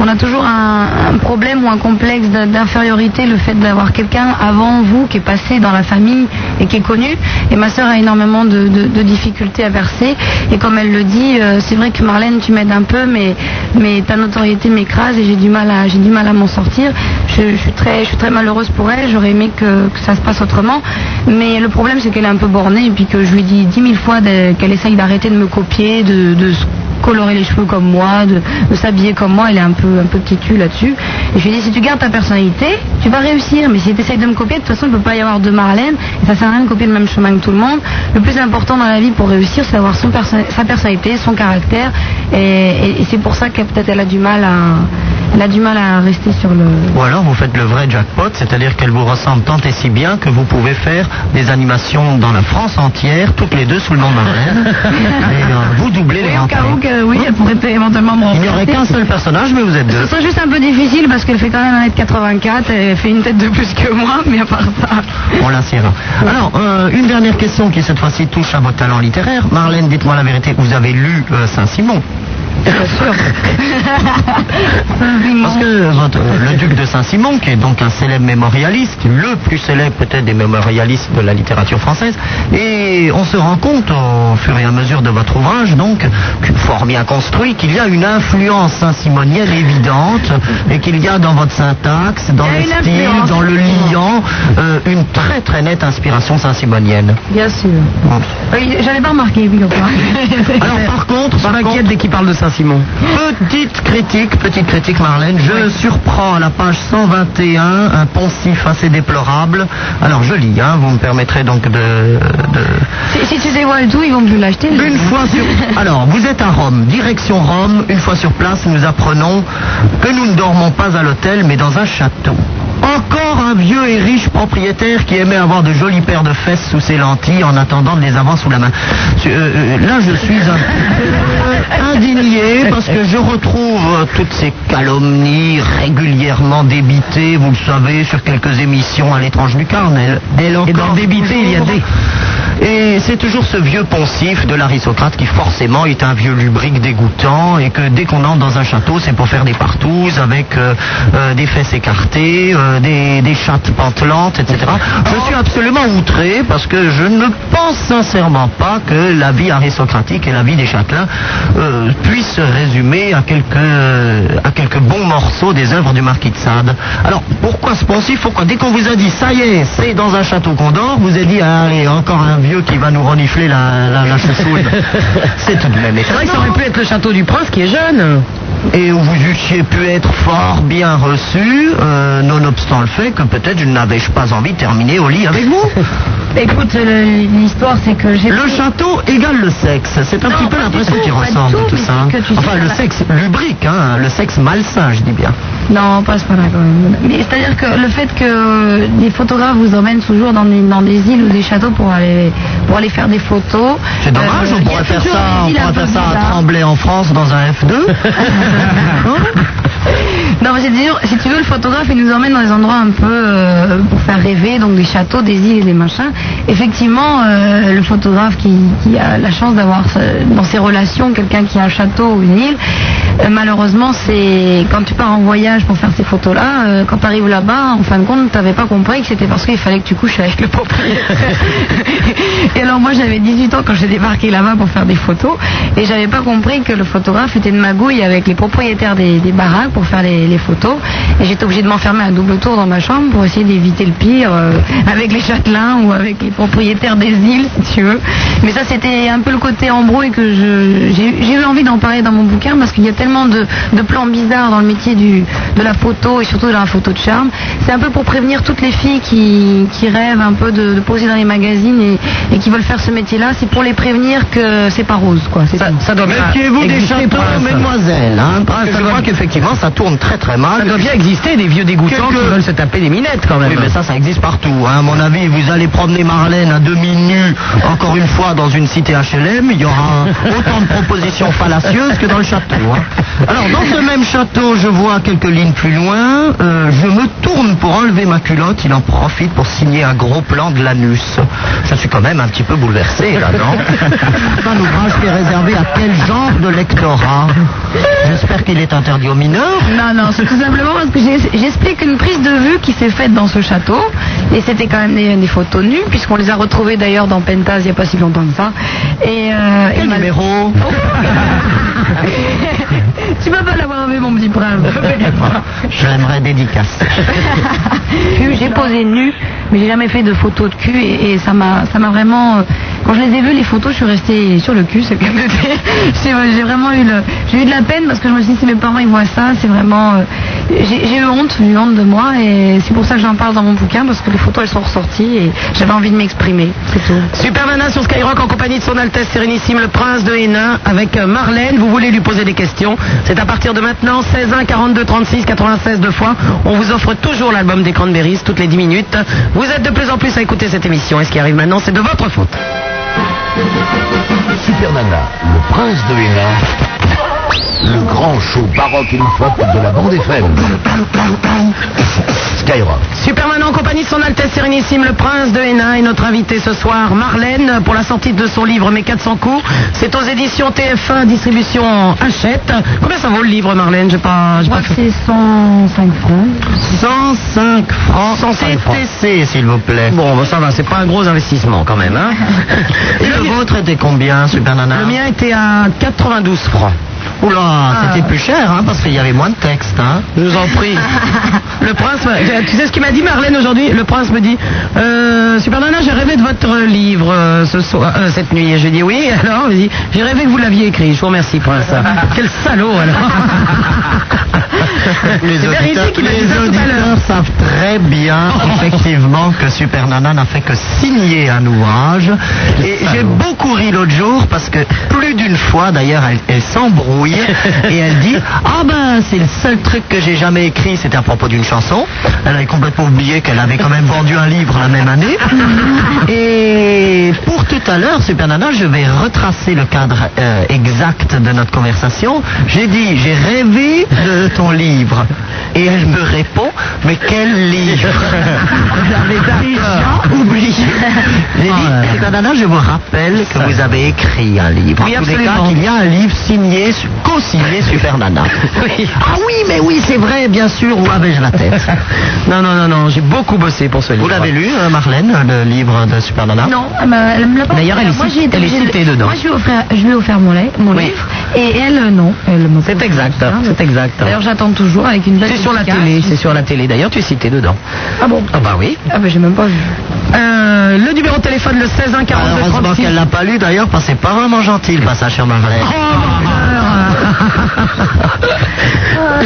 S3: On a toujours un, un problème ou un complexe d'in- d'infériorité, le fait d'avoir quelqu'un avant vous qui est passé dans la famille et qui est connu. Et ma sœur a énormément de, de- de difficultés à verser. Et comme elle le dit, euh, c'est vrai que Marlène, tu m'aides un peu, mais, mais ta notoriété m'écrase et j'ai du mal à, j'ai du mal à m'en sortir. Je, je suis très, je suis très malheureuse pour elle. J'aurais aimé que, que ça se passe autrement. Mais le problème, c'est qu'elle est un peu bornée et puis que je lui dis dix mille fois de- qu'elle essaye d'arrêter de me copier, de, de se colorer les cheveux comme moi, de, de s'habiller comme moi, elle est un peu, un peu petit cul là-dessus. Et je lui ai dit, si tu gardes ta personnalité, tu vas réussir. Mais si tu essayes de me copier, de toute façon, il ne peut pas y avoir deux Marlène. Et ça sert à rien de copier le même chemin que tout le monde. Le plus important dans la vie pour réussir, c'est d'avoir son perso- sa personnalité, son caractère. Et, et- et c'est pour ça qu'elle peut-être elle a du mal à, Elle a du mal à rester sur le.
S4: Ou alors vous faites le vrai jackpot, c'est-à-dire qu'elle vous ressemble tant et si bien que vous pouvez faire des animations dans la France entière, toutes les deux sous le nom de Marlène. Et euh, vous doublez les
S3: Oui, au cas où
S4: rentrées.
S3: que, oui, elle pourrait éventuellement me
S4: Il n'y aurait
S3: remplacer.
S4: qu'un seul personnage, mais vous êtes
S3: Ce
S4: deux.
S3: serait juste un peu difficile parce qu'elle fait quand même 1m84 et elle fait une tête de plus que moi, mais à part ça.
S4: On l'insérera. Alors, euh, une dernière question qui cette fois-ci touche à vos talents littéraires. Marlène, dites-moi la vérité, vous avez lu euh, Saint-Simon
S3: Bien sûr.
S4: Parce que votre- euh, le duc de Saint-Simon, qui est donc un célèbre mémorialiste, le plus célèbre peut-être des mémorialistes de la littérature française, et on se rend compte au fur et à mesure de votre ouvrage, donc, que- fort bien construit, qu'il y a une influence saint-simonienne évidente, et qu'il y a dans votre syntaxe, dans
S3: Il y a
S4: le
S3: une
S4: style,
S3: influence,
S4: dans le
S3: effectivement.
S4: liant, euh, une très très nette inspiration saint-simonienne.
S3: Bien sûr. Oui, J'avais pas remarqué, oui, donc, hein.
S4: Alors par contre,
S2: Je
S4: par contre,
S2: m'inquiète dès qu'il parle de Saint-Simon.
S4: Petite critique, petite critique Marlène, je surprends à la page 121 un poncif assez déplorable. Alors je lis, hein, vous me permettrez donc de... de-
S3: si, si tu dévoiles tout, ils vont plus l'acheter.
S4: Une fois sur... Alors vous êtes à Rome, direction Rome, une fois sur place nous apprenons que nous ne dormons pas à l'hôtel mais dans un château. Encore un vieux et riche propriétaire qui aimait avoir de jolies paires de fesses sous ses lentilles en attendant de les avoir sous la main. Su- euh, euh, là, je suis un peu indigné parce que je retrouve euh, toutes ces calomnies régulièrement débitées, vous le savez, sur quelques émissions à l'étrange du Carne. Elle, elle encore,
S2: dans débité, il y a des.
S4: et c'est toujours ce vieux poncif de l'aristocrate qui forcément est un vieux lubrique dégoûtant et que dès qu'on entre dans un château, c'est pour faire des partous avec euh, euh, des fesses écartées, euh, des, des chattes pantelantes, etc. Je suis absolument outré parce que je ne pense sincèrement pas que la vie aristocratique et la vie des châtelains euh, puissent se résumer à quelques, à quelques bons morceaux des œuvres du marquis de Sade. Alors, pourquoi ce poncif Pourquoi dès qu'on vous a dit, ça y est, c'est dans un château qu'on dort, vous avez dit, ah, allez, encore un vieux qui va nous renifler la, la, la chouchoute. c'est tout de même
S2: C'est vrai que ça aurait
S4: étonnant.
S2: pu être le château du prince qui est jeune.
S4: Et vous eussiez pu être fort bien reçu, euh, nonobstant le fait que peut-être je n'avais pas envie de terminer au lit avec vous.
S3: Écoute, le- l'histoire, c'est que j'ai.
S4: Le château égale le sexe. C'est un
S3: Non,
S4: petit peu
S3: pas du
S4: l'impression
S3: tout,
S4: qui
S3: pas du
S4: ressemble
S3: tout,
S4: tout
S3: mais
S4: ça. hein.
S3: c'est que tu
S4: Enfin,
S3: sais,
S4: le
S3: ça-
S4: sexe lubrique, hein, le sexe malsain, je dis bien.
S3: Non, pas à ce point-là quand même. Mais c'est-à-dire que le fait que des photographes vous emmènent toujours dans des, dans des îles ou des châteaux pour aller, pour aller faire des photos.
S4: C'est dommage,
S3: euh,
S4: on
S3: il y a
S4: pourrait faire
S3: toujours
S4: ça,
S3: des
S4: on
S3: îles un
S4: pourrait
S3: peu
S4: faire ça à
S3: bizarres.
S4: Tremblay en France dans un F2.
S3: Non, mais c'est toujours, si tu veux, le photographe, il nous emmène dans des endroits un peu euh, pour faire rêver, donc des châteaux, des îles et des machins. Effectivement, euh, le photographe qui, qui a la chance d'avoir euh, dans ses relations quelqu'un qui a un château ou une île, euh, malheureusement, c'est quand tu pars en voyage pour faire ces photos-là, euh, quand tu arrives là-bas, en fin de compte, tu n'avais pas compris que c'était parce qu'il fallait que tu couches avec le propriétaire. et alors moi, j'avais 18 ans quand j'ai débarqué là-bas pour faire des photos, et j'avais pas compris que le photographe était de magouille avec les propriétaires des, des baraques pour faire les, les photos. Et j'étais obligée de m'enfermer à double tour dans ma chambre pour essayer d'éviter le pire euh, avec les châtelains ou avec les propriétaires des îles, si tu veux. Mais ça, c'était un peu le côté embrouille que je- j'ai j'ai eu envie d'en parler dans mon bouquin parce qu'il y a tellement de, de plans bizarres dans le métier du, de la photo et surtout de la photo de charme. C'est un peu pour prévenir toutes les filles qui, qui rêvent un peu de, de poser dans les magazines et, et qui veulent faire ce métier-là. C'est pour les prévenir que c'est pas rose, quoi. C'est
S2: Ça,
S3: tout.
S2: ça doit bien
S4: Méfiez-vous des
S2: exister,
S4: châteaux,
S2: prince.
S4: mesdemoiselles. Hein, parce que
S2: je
S4: je
S2: vois-
S4: vois qu'effectivement, ça tourne très très mal.
S3: Ah,
S2: Ça doit bien exister des vieux dégoûtants
S4: Quelques-
S2: qui veulent se taper des minettes quand même.
S4: Oui, mais ça, ça existe partout. Hein. À mon avis, vous allez promener Marlène à demi nue, encore une fois, dans une cité HLM, il y aura autant de propositions fallacieuses que dans le château. hein. Alors, dans ce même château, je vois quelques lignes plus loin. euh, je me tourne pour enlever ma culotte. Il en profite pour signer un gros plan de l'anus. Je suis quand même un petit peu bouleversé, là, non C'est un ouvrage qui est réservé à quel genre de lectorat J'espère qu'il est interdit aux mineurs.
S3: Non, non, c'est tout simplement parce que j'ai- j'explique une prise de vue qui s'est faite dans ce château. Et c'était quand même des, des photos nues, puisqu'on les a retrouvées d'ailleurs dans Pentaz il n'y a pas si longtemps que ça. Et, euh, et
S4: Quel
S3: mal-
S4: numéro
S3: Tu vas pas l'avoir enlevé, mon petit prince.
S4: Je l'aimerais dédicacer.
S3: Puis j'ai posé nu, mais j'ai jamais fait de photos de cul et, et ça m'a ça m'a vraiment euh, Quand je les ai vus, les photos, je suis restée sur le cul, c'est le cas de le dire. J'ai euh, j'ai vraiment eu, le- j'ai eu de la peine parce que je me suis dit, si mes parents ils voient ça, c'est vraiment. euh, j'ai j'ai eu honte, j'ai eu honte de moi et c'est pour ça que j'en parle dans mon bouquin parce que les photos elles sont ressorties et j'avais envie de m'exprimer, c'est tout.
S2: Super Nana sur Skyrock en compagnie de son Altesse Sérénissime le Prince de Hénin avec euh, Marlène. Vous voulez lui poser des questions C'est à partir de maintenant 16 1 42 36 96 deux fois. On vous offre toujours l'album des Cranberries toutes les 10 minutes. Vous êtes de plus en plus à écouter cette émission et ce qui arrive maintenant c'est de votre faute.
S1: Super Nana, le prince de Hénin, le grand show baroque une fois de la bande FM. Skyrock.
S2: Superman en compagnie de son Altesse Sérénissime le Prince de Hénin et notre invité ce soir Marlène pour la sortie de son livre Mes 400 coups. C'est aux éditions TF1 distribution Hachette. Combien ça vaut le livre Marlène J'ai pas, j'ai
S3: Je
S2: pas
S3: crois que
S2: fait-
S3: c'est 105 francs.
S4: 105 francs
S2: 105 francs.
S4: TTC, s'il vous plaît.
S2: Bon, bah, ça va, c'est pas un gros investissement quand même. Hein
S4: Et le vôtre était combien, Super Nana
S2: Le mien était à 92 francs. Ah.
S4: Oula, c'était plus cher, hein, parce qu'il y avait moins de texte, hein.
S2: Je vous en prie. Le prince, m'a- tu sais ce qu'il m'a dit Marlène aujourd'hui Le prince me dit, euh, Super Nana, j'ai rêvé de votre livre euh, ce soir, euh, cette nuit. Et je dis oui, alors Il me dit, j'ai rêvé que vous l'aviez écrit. Je vous remercie, prince. Quel salaud alors C'est vérité qu'il m'a dit
S4: les
S2: ça tout à l'heure.
S4: auditeurs savent très bien, effectivement, que Super Nana n'a fait que signer un ouvrage. Et j'ai beaucoup ri l'autre jour parce que plus d'une fois, d'ailleurs, elle, elle s'embrouille et elle dit Ah ben, c'est le seul truc que j'ai jamais écrit, c'était à propos d'une chanson. Elle avait complètement oublié qu'elle avait quand même vendu un livre la même année. Et pour tout à l'heure, Super Nana, je vais retracer le cadre euh, exact de notre conversation. J'ai dit, j'ai rêvé de ton livre. Et elle me répond, mais quel livre J'ai oublié. J'ai dit, Super Nana, je vous rappelle que vous avez écrit un livre.
S2: Oui,
S4: En tous les
S2: absolument.
S4: cas, qu'il y a un livre signé, su- co-signé Super Nana.
S2: Oui.
S4: Ah oui, mais oui, c'est vrai, bien sûr, où avais-je la tête
S2: Non, non, non, non, j'ai beaucoup bossé pour ce livre.
S4: Vous l'avez lu, euh, Marlène, le livre de Super Nana
S3: Ah. Non, elle me, elle me l'a pas
S4: D'ailleurs,
S3: offert.
S4: elle est
S3: Moi,
S4: cit-
S3: j'ai été
S4: elle est
S3: obligée de-
S4: citée dedans.
S3: Moi, je lui ai offert, je lui ai offert mon, lait- mon
S4: Oui.
S3: livre et elle, euh, non. Elle m'a pas
S4: C'est
S3: offert
S4: exact,
S5: hein,
S3: ça.
S4: c'est exact.
S3: D'ailleurs, j'attends toujours avec une belle
S2: C'est sur la
S3: dédicace.
S2: télé, c'est sur la télé. D'ailleurs, tu es cité dedans.
S3: Ah bon
S2: Ah bah oui.
S3: Ah, bah, j'ai même pas vu. Ah,
S2: Euh, le numéro de téléphone, le 16 1
S4: Alors,
S2: 42
S4: heureusement
S2: 36.
S4: qu'elle l'a pas lu d'ailleurs, parce que c'est pas vraiment gentil le passage sur Marlène.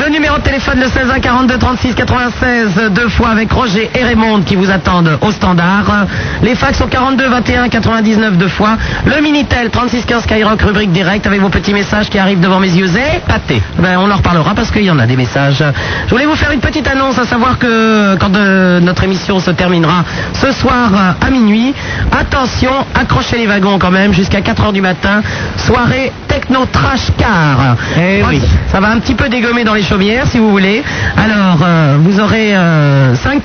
S2: Le numéro de téléphone le 16 1 42 36 96 deux fois avec Roger et Raymond qui vous attendent au standard. Les fax sont 42 21 99 deux fois. Le minitel 36 15 Skyrock rubrique direct avec vos petits messages qui arrivent devant mes yeux et pâté. Ben on en reparlera parce qu'il y en a des messages. Je voulais vous faire une petite annonce à savoir que quand euh, notre émission se terminera ce soir euh, à minuit, attention, accrochez les wagons quand même jusqu'à 4 heures du matin. Soirée techno trash car.
S4: Eh oui.
S2: Ça va un petit peu dégommer dans les chaumières, si vous voulez. Alors, euh, vous aurez euh, 5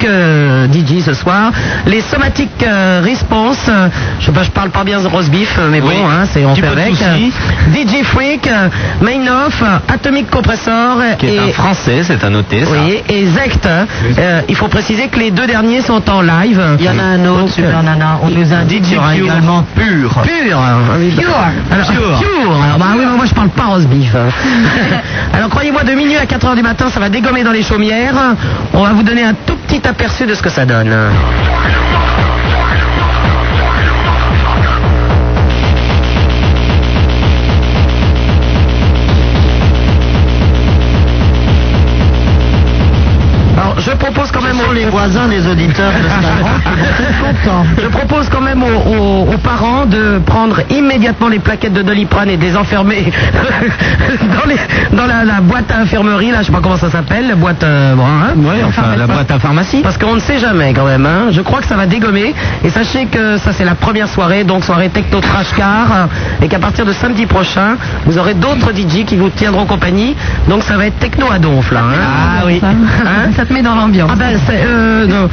S2: DJ ce soir. Les Somatic euh, Response, euh, je sais pas, je parle pas bien de roast beef, euh, mais
S5: Oui.
S2: bon, hein, c'est on
S5: Petit
S2: fait
S5: peu de
S2: avec.
S5: soucis.
S2: Euh, DJ Freak, euh, Mainoff, euh, Atomic Compressor
S5: Qui est
S2: et...
S5: un français, c'est à noter. Ça.
S2: Oui, et Zect. hein. Euh, il faut préciser que les deux derniers sont en live.
S4: Il y en a un autre,
S2: Donc, euh,
S4: Super Nana. On nous indique qu'il y aura
S5: Pure.
S4: également Pure.
S2: Pur. Alors, pure. Alors, bah oui, mais moi je parle pas rose beef. hein. Alors croyez-moi, de minuit à 4 heures du matin, ça va dégommer dans les chaumières. On va vous donner un tout petit aperçu de ce que ça donne. Alors, je propose quand même
S4: Pour
S2: aux-
S4: les voisins, les auditeurs de Skyrock,
S2: je propose quand même aux, aux- aux parents de prendre immédiatement les plaquettes de Doliprane et de les enfermer dans, les- dans la, la boîte à infirmerie, là, je sais pas comment ça s'appelle, la boîte euh, bon, hein,
S5: Ouais, enfin, la boîte à pharmacie.
S2: parce qu'on ne sait jamais quand même. Hein. Je crois que ça va dégommer. Et sachez que ça c'est la première soirée, donc soirée techno trash car, euh, et qu'à partir de samedi prochain, vous aurez d'autres DJ qui vous tiendront compagnie. Donc ça va être techno à donf là. hein.
S4: Ah oui.
S3: Ça,
S2: Hein
S3: ça te met dans l'ambiance.
S2: Ah ben, c'est, euh, non.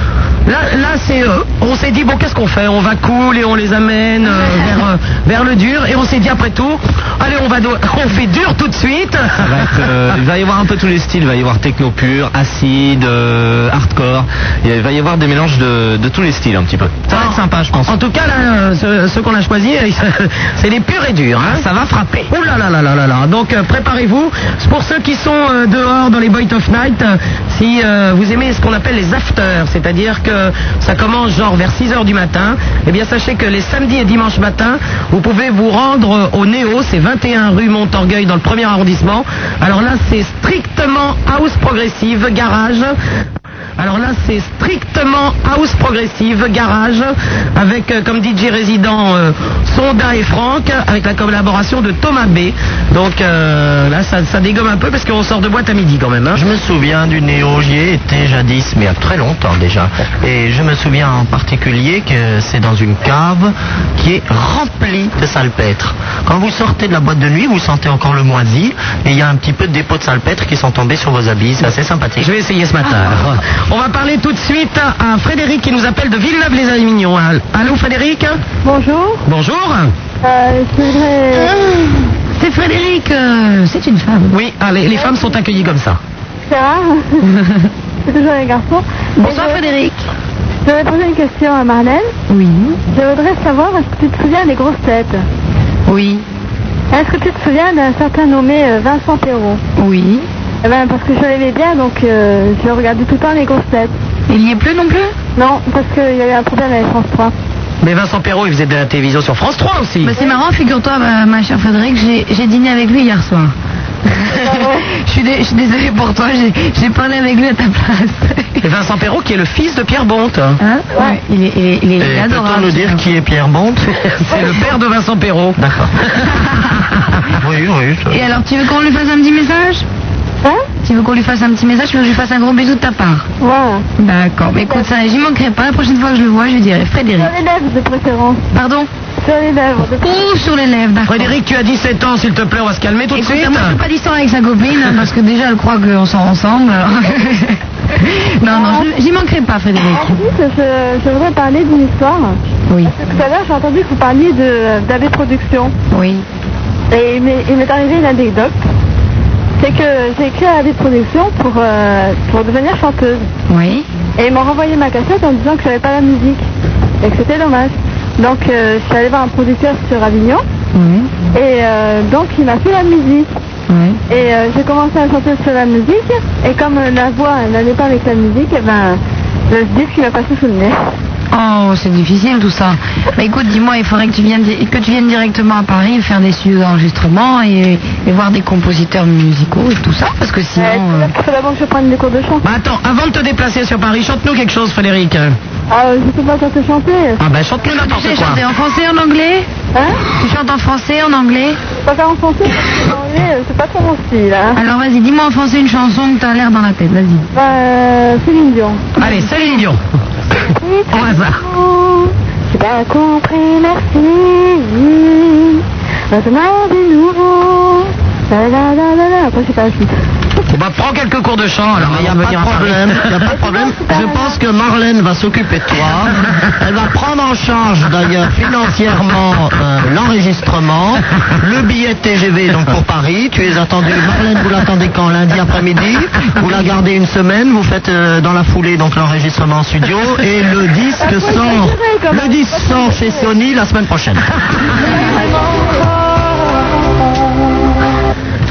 S2: là, là c'est, euh, on s'est dit bon, qu'est-ce qu'on fait On va cool et on les amène euh, vers, euh, vers le dur. Et on s'est dit après tout, Allez, on va do- on fait dur tout de suite.
S5: Ça va être, euh, il va y avoir un peu tous les styles. Il va y avoir techno pur, acide, euh, hardcore. Il va y avoir des mélanges de, de tous les styles un petit peu. Ça va être sympa, je pense.
S2: En tout cas, là, euh, ceux, ceux qu'on a choisis, euh, c'est les purs et durs. hein.
S5: Ça va frapper.
S2: Oh là là là là là là. Donc euh, préparez-vous. C'est Pour ceux qui sont euh, dehors dans les Boys of Night, euh, si euh, vous aimez ce qu'on appelle les afters, c'est-à-dire que ça commence genre vers 6 heures du matin, eh bien sachez que les samedis et dimanches matin, vous pouvez vous rendre euh, au Néo, c'est 21 rue Montorgueil dans le premier arrondissement. Alors là, c'est strictement house progressive, garage. Alors là, c'est strictement house progressive, garage, avec euh, comme DJ résident euh, Sonda et Franck, avec la collaboration de Thomas B. Donc euh, là, ça, ça dégomme un peu parce qu'on sort de boîte à midi quand même. hein.
S4: Je me souviens du Néo, j'y ai été jadis, mais il y a très longtemps déjà. Et je me souviens en particulier que c'est dans une cave qui est remplie de salpêtre. Quand vous sortez de la boîte de nuit, vous sentez encore le moisi, et il y a un petit peu de dépôt de salpêtre qui sont tombés sur vos habits, c'est assez sympathique.
S2: Je vais essayer ce matin. alors. On va parler tout de suite à Frédéric qui nous appelle de Villeneuve-les-Avignon. Allô Frédéric
S3: Bonjour.
S2: Bonjour.
S7: euh,
S3: C'est Frédéric, euh, c'est une femme.
S2: Oui, ah, les, les femmes sont accueillies comme ça.
S7: Sarah, c'est toujours les garçons.
S3: Bonsoir Frédéric.
S7: Je vais poser une question à Marlène.
S3: Oui.
S7: Je voudrais savoir, est-ce que tu te souviens des grosses têtes
S3: Oui.
S7: Est-ce que tu te souviens d'un certain nommé euh, Vincent Perrault
S3: Oui.
S7: Eh ben, parce que je l'aimais bien, donc euh, je regardais tout le temps les grosses têtes.
S3: Il n'y est plus non plus
S7: Non, parce qu'il y avait un problème avec France 3.
S2: Mais Vincent Perrault, il faisait de la télévision sur France 3 aussi.
S3: Bah, c'est marrant, figure-toi, ma, ma chère Frédéric, j'ai j'ai dîné avec lui hier soir.
S7: Ah
S3: je, suis dé- je suis désolée pour toi, j'ai j'ai parlé avec lui à ta place.
S2: Et Vincent Perrault qui est le fils de Pierre Bonte.
S3: Hein Ouais, Eh, Il est, il est- il est
S4: Et peut-on
S3: adorable.
S4: nous dire qui est Pierre Bonte
S2: C'est le père de Vincent Perrault.
S4: D'accord. oui, oui. ça-
S3: Et alors, tu veux qu'on lui fasse un petit message
S7: Hein
S3: Tu veux qu'on lui fasse un petit message Tu veux que je lui fasse un gros bisou de ta part
S7: Voilà.
S3: D'accord, mais écoute, ça, j'y manquerai pas. La prochaine fois que je le vois, je lui dirai Frédéric.
S7: Sur les lèvres de préférence.
S3: Pardon
S7: Sur les lèvres de préférence.
S3: Oh, sur les lèvres, d'accord.
S2: Frédéric, tu as 17 ans, s'il te plaît, on va se calmer tout de
S3: Écoute,
S2: suite.
S4: hein,
S3: moi je fais pas d'histoire avec sa copine hein, parce que déjà elle croit qu'on sort ensemble. non,
S2: Oh.
S3: non, je- j'y manquerai pas Frédéric.
S7: Ensuite, Ah, je, je voudrais parler d'une histoire.
S3: Oui,
S7: Tout à l'heure, j'ai entendu que vous parliez de- d'Abbé Productions.
S3: oui.
S7: Et il m'est il m'est arrivé une anecdote. C'est que j'ai écrit à des productions pour, euh, pour devenir chanteuse.
S3: Oui.
S7: Et ils m'ont renvoyé ma cassette en me disant que j'avais pas la musique. Et que c'était dommage. Donc euh, je suis allée voir un producteur sur Avignon.
S3: Oui.
S7: Et euh, donc il m'a fait la musique.
S3: Oui.
S7: Et euh, j'ai commencé à chanter sur la musique. Et comme euh, la voix elle n'allait pas avec la musique, et ben, le disque il m'a passé sous le nez.
S3: Oh, c'est difficile tout ça. Bah écoute, dis-moi, il faudrait que tu viennes di- que tu viennes directement à Paris faire des studios d'enregistrement et, et voir des compositeurs musicaux et tout ça parce que sinon.
S7: Euh,
S3: euh,
S7: c'est pour d'abord que je prenne des cours de chant.
S2: Bah attends, avant de te déplacer sur Paris, chante-nous quelque chose, Frédéric.
S7: Ah, je sais pas chanter, chanter.
S2: Ah bah chante-nous
S3: Tu
S2: n'importe
S3: sais
S2: quoi.
S3: chanter en français, en anglais
S7: Hein
S3: Tu chantes en français, en anglais
S7: Je peux pas faire en français parce que euh, c'est pas trop mon style. hein.
S3: Alors vas-y, dis-moi en français une chanson que t'as l'air dans la tête, vas-y.
S7: Euh, Céline Dion.
S2: Allez, Céline Dion. Au hasard.
S7: J'ai pas compris, merci. Maintenant de nouveau. La la la la la. Après, je sais pas, je
S2: Bah prends quelques cours de chant alors. hein,
S4: Il n'y a
S2: avant de
S4: pas de
S2: venir à Paris.
S4: problème, il a pas de problème. Je pense que Marlène va s'occuper de toi. Elle va prendre en charge d'ailleurs financièrement euh, l'enregistrement, le billet de TGV donc pour Paris. Tu es attendu. Marlène, vous l'attendez quand Lundi après-midi. Vous la gardez une semaine. Vous faites euh, dans la foulée donc l'enregistrement en studio Oh, et le disque sort. Le disque sort chez Sony la semaine prochaine.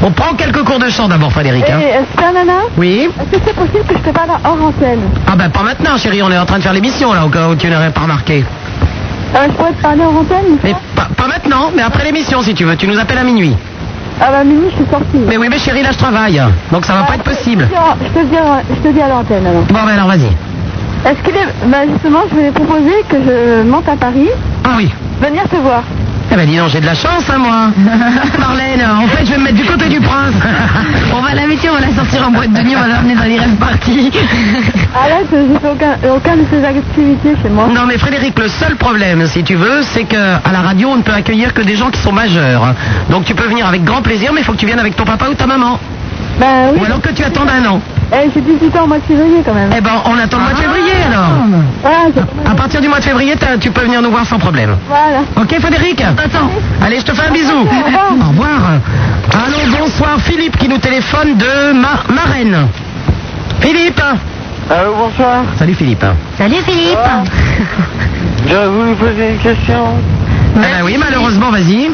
S2: On prend quelques cours de chant d'abord, Frédéric.
S4: Eh.
S2: hein.
S7: Et euh, Super Nana,
S2: Oui.
S7: est-ce que c'est possible que je te parle hors antenne
S2: Ah bah pas maintenant, chérie, on est en train de faire l'émission là, au cas où tu n'aurais pas remarqué.
S7: Ah, Je pourrais te parler hors antenne une
S2: Mais
S7: fois
S2: pas, pas maintenant, mais après l'émission si tu veux. Tu nous appelles à minuit.
S7: Ah bah, Mimi, je suis sortie.
S2: Mais oui, mais chérie, là je travaille, donc ça va pas être possible.
S7: Je te dis, je te dis à l'antenne alors.
S2: Bon bah alors vas-y.
S7: Est-ce que les- bah, justement, je voulais proposer que je monte à Paris,
S2: Ah oui.
S7: venir te voir.
S2: Eh ben dis donc, j'ai de la chance, hein, moi. Marlène, en fait, je vais me mettre du côté du prince.
S3: On va la mettre, on va la sortir en boîte de nuit, on va l'emmener dans les rêves parties.
S7: Ah là, je je fais aucun, aucun de ces activités chez moi.
S2: Non, mais Frédéric, le seul problème, si tu veux, c'est que à la radio, on ne peut accueillir que des gens qui sont majeurs. Donc tu peux venir avec grand plaisir, mais il faut que tu viennes avec ton papa ou ta maman.
S7: Bah oui,
S2: Ou alors que tu attendes un an.
S7: Eh, j'ai 18 ans au mois de février quand même.
S2: Eh ben, on attend le
S3: Ah.
S2: mois de février, alors.
S7: Voilà, j'ai-
S2: À partir du mois de février, t'as- tu peux venir nous voir sans problème.
S7: voilà.
S2: Ok, Frédéric
S3: Attends,
S2: Allez, je te fais un bisou.
S7: revoir.
S2: Au revoir. Allô, bonsoir Philippe qui nous téléphone de Mar Marraine. Philippe
S8: Allô, bonsoir.
S2: Salut Philippe. Eh ben
S3: Salut Philippe
S8: J'aurais voulu poser une question.
S2: Eh ben oui, malheureusement, vas-y.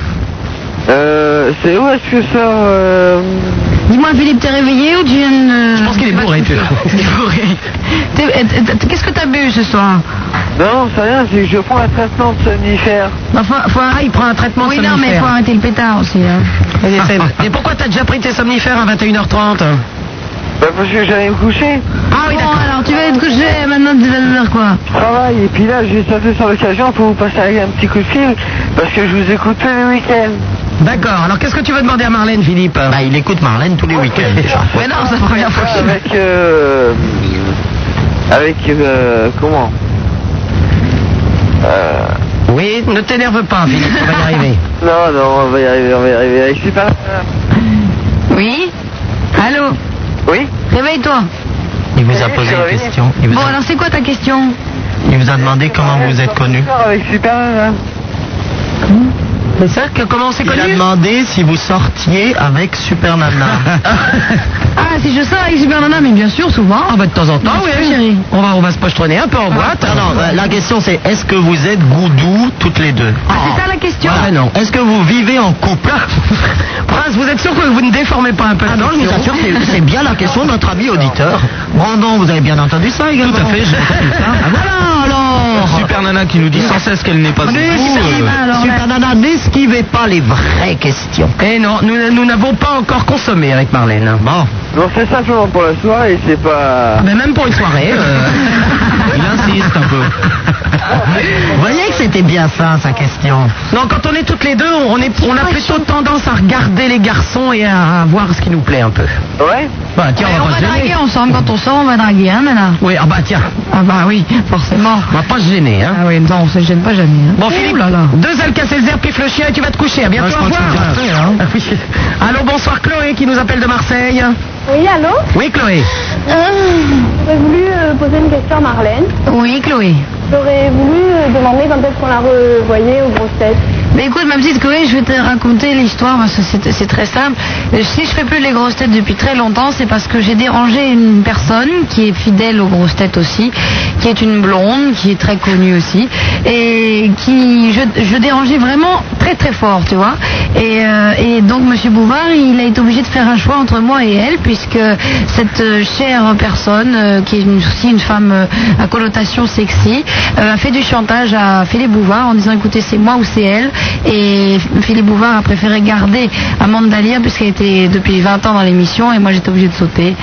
S8: Euh, c'est où est-ce que ça... euh,
S3: Dis-moi Philippe, t'es réveillé ou tu viens de...
S2: Je pense qu'il est bourré, tu vois.
S3: Il est bourré. T'es- euh, t'es- t'es- Qu'est-ce que t'as bu ce soir
S8: ben Non, non, c'est rien, c'est que je prends un traitement de somnifère.
S3: Bah,
S2: Enfin, faut arrêter, il prend un traitement
S3: Oui, non,
S2: somnifère.
S3: mais faut arrêter le pétard aussi. hein.
S2: Il essaie de- Et pourquoi t'as déjà pris tes somnifères à 21h30
S8: Bah, parce que j'allais me coucher.
S2: Ah oui,
S3: bon,
S2: d'accord.
S3: alors tu vas être couché euh, maintenant, tu vas devenir quoi
S8: Je travaille, et puis là, j'ai sauté sur l'occasion pour vous passer un petit coup de fil, parce que je vous écoute tous les week-ends.
S2: D'accord. Alors qu'est-ce que tu veux demander à Marlène, Philippe
S4: Bah, il écoute Marlène tous les week-ends déjà.
S2: Mais non, c'est la première fois
S8: Ah,
S2: qu'il
S8: avec euh, avec euh, comment euh,
S2: Oui, ne t'énerve pas, Philippe, on va y arriver.
S8: non non on va y arriver on va y arriver avec super
S3: Oui Allô
S8: oui
S3: Réveille-toi.
S4: Il vous a posé une question. Il vous
S3: Bon,
S4: a,
S3: alors c'est quoi ta question
S4: il vous a demandé comment vous vous êtes connu.
S8: avec super Nana.
S2: C'est ça que comment on s'est
S4: Il a
S2: connus
S4: demandé si vous sortiez avec Super Nana.
S3: Ah, si je sors avec Super Nana, mais bien sûr, souvent.
S2: Ah bah de temps en temps,
S3: Bien
S2: oui.
S3: sûr, chérie.
S2: On va, on va se pochetronner un peu en boîte.
S4: Non, non, euh, la question c'est est-ce que vous êtes goudou toutes les deux
S3: Ah, c'est ça la question
S4: Voilà.
S2: Ah, non.
S4: Est-ce que vous vivez en couple
S2: Prince, vous êtes sûr que vous ne déformez pas un peu
S4: Ah
S2: la
S4: non, je vous
S2: question
S4: assure, c'est- c'est bien la question de notre ami auditeur. Brandon, vous avez bien entendu ça également
S5: Tout à fait, j'ai entendu ça.
S4: Ah, voilà alors
S5: Super Nana qui nous dit sans cesse qu'elle n'est pas
S4: N'esquivez-
S5: goudou, euh,
S4: Super Nana, n'esquivez pas les vraies questions.
S2: Eh non, nous nous n'avons pas encore consommé avec Marlène. Ah,
S4: Bon,
S8: non c'est simplement pour la soirée c'est pas
S2: Mais même pour une soirée. euh,
S5: Il insiste un peu.
S4: vous voyez que c'était bien ça, sa question.
S2: Non, quand on est toutes les deux, on, est, on a plutôt tendance à regarder les garçons et à, à voir ce qui nous plaît un peu.
S8: ouais
S2: Bah tiens,
S3: Mais
S2: on
S3: on
S2: va
S3: va
S2: pas se
S3: draguer
S2: gêner.
S3: ensemble, quand on sort, on va draguer, hein, Nana
S2: Oui, ah bah tiens,
S3: Ah bah oui, forcément.
S2: on va pas se gêner, hein.
S3: Ah oui, non, on se gêne pas jamais. hein.
S2: Bon
S3: Oh
S2: Philippe,
S3: là là.
S2: deux Alka-Seltzer, pif le chien et tu vas te coucher. À bientôt,
S4: je crois
S2: au
S4: que
S2: revoir.
S4: c'est bien fait, hein.
S2: Ah oui. Allô, bonsoir Chloé qui nous appelle de Marseille.
S7: Oui, allô
S2: Oui Chloé.
S7: J'aurais voulu euh, poser une question à Marlène.
S3: Oui, Chloé.
S7: J'aurais voulu euh, demander quand est-ce qu'on la revoyait aux grosses têtes.
S3: Mais écoute, ma petite Chloé, je vais te raconter l'histoire parce que c'est c'est très simple. Euh, Si je fais plus les grosses têtes depuis très longtemps, c'est parce que j'ai dérangé une personne qui est fidèle aux grosses têtes aussi, qui est une blonde, qui est très connue aussi, et qui je, je dérangeais vraiment très très fort, tu vois. Et, euh, et donc Monsieur Bouvard, il a été obligé de faire un choix entre moi et elle, puisque cette euh, chère personne, euh, qui est une- aussi une femme euh, à connotation sexy, euh, a fait du chantage à Philippe Bouvard en disant écoutez c'est moi ou c'est elle et Philippe Bouvard a préféré garder Amanda Lia puisqu'elle était depuis 20 ans dans l'émission et moi j'étais obligée de sauter.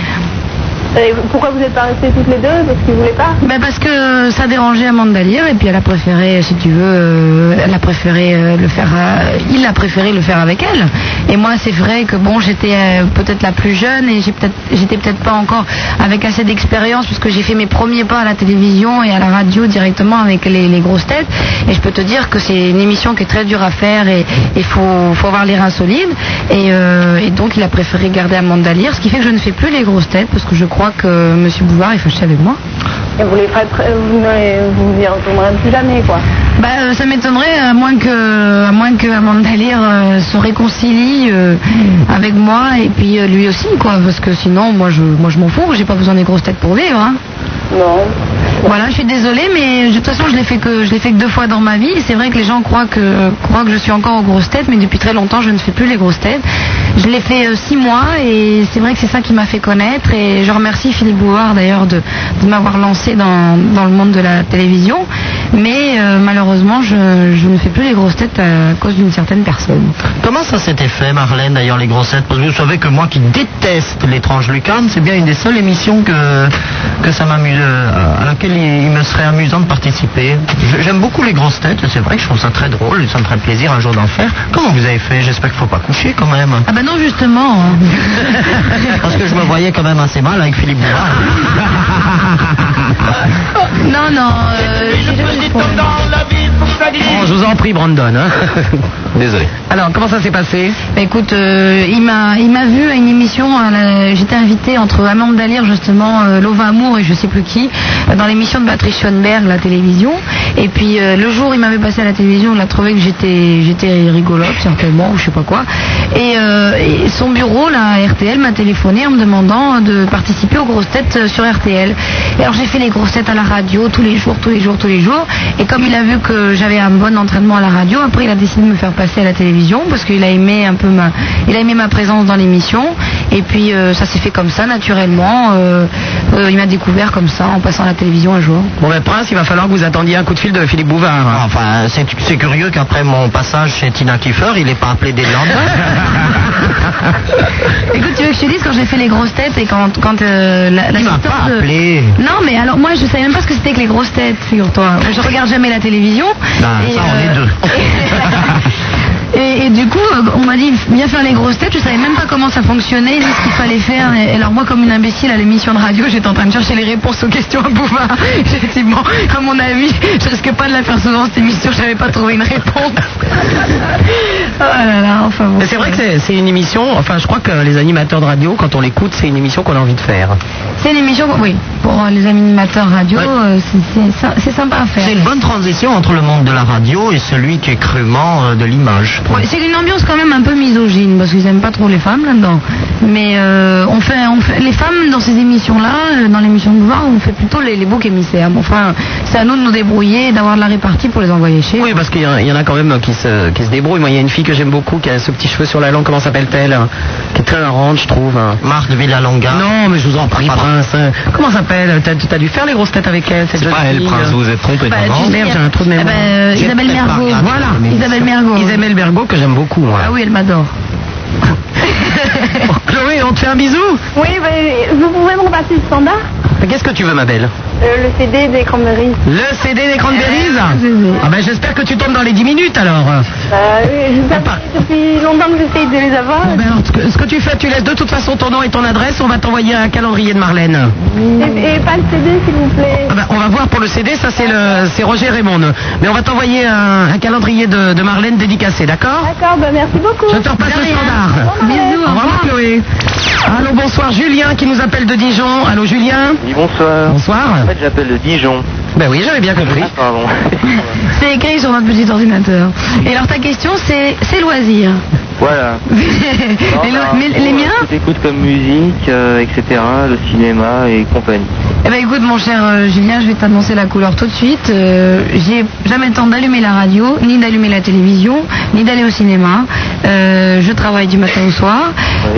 S7: Et pourquoi vous n'êtes pas restées toutes les deux Parce qu'ils voulaient pas
S3: Ben parce que ça dérangeait Amanda Lear et puis elle a préféré, si tu veux, euh, elle a préféré euh, le faire, à- il a préféré le faire avec elle. Et moi c'est vrai que bon j'étais euh, peut-être la plus jeune et j'ai peut-être, j'étais peut-être pas encore avec assez d'expérience puisque j'ai fait mes premiers pas à la télévision et à la radio directement avec les, les grosses têtes. Et je peux te dire que c'est une émission qui est très dure à faire et il faut, faut avoir les reins solides. Et, euh, et donc il a préféré garder Amanda Lear, ce qui fait que je ne fais plus les grosses têtes parce que je crois que euh, Monsieur Bouvard est fâché avec moi.
S7: Et vous les ferez, pr- vous ne vous n'y retournerez plus jamais quoi.
S3: Bah, euh, ça m'étonnerait, à moins que, à moins que Amanda Lear euh, se réconcilie euh, avec moi et puis euh, lui aussi, quoi. Parce que sinon, moi, je, moi, je m'en fous. J'ai pas besoin des grosses têtes pour vivre. hein.
S7: Non.
S3: Voilà, je suis désolée, mais de toute façon, je l'ai fait que, je l'ai fait que deux fois dans ma vie. Et C'est vrai que les gens croient que, croient que je suis encore aux grosses têtes, mais depuis très longtemps, je ne fais plus les grosses têtes. Je l'ai fait euh, six mois et c'est vrai que c'est ça qui m'a fait connaître. Et je remercie Philippe Bouvard d'ailleurs de, de m'avoir lancé dans, dans le monde de la télévision. Mais euh, malheureusement, je, je ne fais plus les grosses têtes à cause d'une certaine personne.
S4: Comment ça s'était fait, Marlène, d'ailleurs, les grossettes Parce que vous savez que moi qui déteste l'étrange lucarne, c'est bien une des seules émissions que, que ça m'amuse, euh, à laquelle il, il me serait amusant de participer. Je- J'aime beaucoup les grosses têtes, c'est vrai que je trouve ça très drôle, et ça me ferait plaisir un jour d'en faire. Comment vous avez fait J'espère qu'il ne faut pas coucher quand même.
S3: Ah ben non, justement. hein.
S4: Parce que je me voyais quand même assez mal avec Philippe Bouvard.
S3: non, non. euh, j'ai jamais eu de problème.
S2: Bon, Oh, je vous en prie Brandon. hein.
S5: Désolé.
S2: Alors comment ça s'est passé
S3: Bah, écoute, euh, il m'a il m'a vu à une émission. à la- J'étais invitée entre Amanda Dalir justement, euh, Lova Amour et je sais plus qui, euh, dans l'émission de Patrick Schoenberg, la télévision. Et puis euh, le jour, il m'avait passé à la télévision. Il a trouvé que j'étais j'étais rigolote certainement ou je sais pas quoi. Et, euh, et son bureau, là, RTL, m'a téléphoné en me demandant euh, de participer aux grosses têtes euh, sur RTL. Et alors j'ai fait les grosses têtes à la radio tous les jours, tous les jours, tous les jours. Et comme il a vu que j'avais un bon entraînement à la radio, après il a décidé de me faire passer à la télévision parce qu'il a aimé un peu ma, il a aimé ma présence dans l'émission. Et puis euh, ça s'est fait comme ça, naturellement. Euh, euh, il m'a découvert comme ça en passant à la télévision un jour.
S4: Bon, ben, Prince, il va falloir que vous attendiez un coup de fil de Philippe Bouvard. hein.
S9: Enfin, c'est c'est curieux qu'après mon passage chez Tina Kiefer, il n'ait pas appelé dès le lendemain.
S3: Écoute, tu veux que je te dise quand j'ai fait les grosses têtes et quand, quand euh, la,
S9: Il m'a
S3: l'assistante
S9: pas
S3: de-
S9: appelé.
S3: Non, mais alors moi je savais même pas ce que c'était que les grosses têtes, figure-toi. Je regarde jamais la télévision.
S9: Ben, ça, on est
S3: deux. Et, et du coup, euh, on m'a dit viens faire les grosses têtes. Je savais même pas comment ça fonctionnait, ni ce qu'il fallait faire. Et, et alors moi, comme une imbécile à l'émission de radio, j'étais en train de chercher les réponses aux questions à Bouvard. Effectivement, à mon avis, je risque pas de la faire souvent cette émission. J'avais pas trouvé une réponse. oh là là, enfin bon.
S4: Mais c'est vrai que c'est- c'est une émission, enfin je crois que les animateurs de radio, quand on l'écoute, c'est une émission qu'on a envie de faire.
S3: C'est une émission, oui, pour euh, les animateurs radio, euh, c'est- c'est sy- c'est sympa à faire.
S9: C'est une bonne transition entre le monde de la radio et celui qui est crûment euh, de l'image.
S3: Ouais, c'est une ambiance quand même un peu misogyne parce qu'ils aiment pas trop les femmes là-dedans. Mais euh, on, fait, on fait, les femmes dans ces émissions-là, euh, dans l'émission de Bouvard, on fait plutôt les, les boucs émissaires. Bon, enfin, c'est à nous de nous débrouiller et d'avoir de la répartie pour les envoyer chez. eux.
S4: Oui, parce qu'il y, en- il y en a quand même qui se, qui se débrouillent. Moi, il y a une fille que j'aime beaucoup qui a ce petit cheveu sur la langue, comment s'appelle-t-elle Qui est très marrante, je trouve.
S9: Marc de Villalonga.
S4: Non, mais je vous en prie,
S9: Pardon.
S4: Ah. Prince. hein. Comment s'appelle T'as t'as dû faire les grosses têtes avec elle, cette
S2: C'est
S4: jeune
S2: pas elle,
S4: fille.
S2: Prince, vous vous êtes trompé.
S3: Bah, tu
S4: Oh,
S3: sais,
S4: merde, j'ai un trou de
S3: eh
S4: mémoire.
S3: ben, euh,
S9: J'ai
S3: Isabelle
S9: peut-être pas
S3: Mergo.
S9: regardé
S4: Voilà.
S9: l'émission.
S3: Isabelle Mergo.
S4: bah, Isabelle Bergot, que j'aime beaucoup, moi.
S3: Ah oui, elle m'adore.
S4: Bon, Chloé, on te fait un bisou
S7: Oui, ben, vous pouvez me repasser le standard
S4: Mais Qu'est-ce que tu veux, ma belle
S7: Euh, Le CD des Cranberries.
S4: Le CD des Cranberries
S3: oui.
S4: Ah ben, j'espère que tu tombes dans les 10 minutes, alors.
S7: Euh, oui, je vous
S4: Sympa.
S7: appelle depuis longtemps que j'essaye de les avoir.
S4: Bon, ben, alors, ce que- ce que tu fais, tu laisses de toute façon ton nom et ton adresse. On va t'envoyer un calendrier de Marlène.
S7: Et, et pas le CD, s'il vous plaît.
S4: Ah ben, on va voir pour le CD, ça c'est le, c'est Roger Raymond. Mais on va t'envoyer un, un calendrier de, de Marlène dédicacé, d'accord
S7: D'accord, ben, merci beaucoup.
S4: Je te repasse le standard.
S3: Bisous.
S4: Au revoir Chloé. Allô, bonsoir Julien qui nous appelle de Dijon. Allô Julien.
S10: Oui, bonsoir.
S4: Bonsoir.
S10: En fait, j'appelle le Dijon.
S4: Ben oui, j'avais bien compris.
S10: Ah, pardon.
S3: C'est écrit sur notre petit ordinateur. Et alors ta question, c'est c'est loisirs.
S10: voilà.
S3: les,
S10: Non,
S3: lo-
S10: bah,
S3: mais les
S10: tout,
S3: miens
S10: tout écoute comme musique, euh, etc., le cinéma et compagnie.
S3: Eh ben écoute mon cher euh, Julien, je vais t'annoncer la couleur tout de suite. Euh, J'ai jamais le temps d'allumer la radio, ni d'allumer la télévision, ni d'aller au cinéma. Euh, je travaille du matin au soir.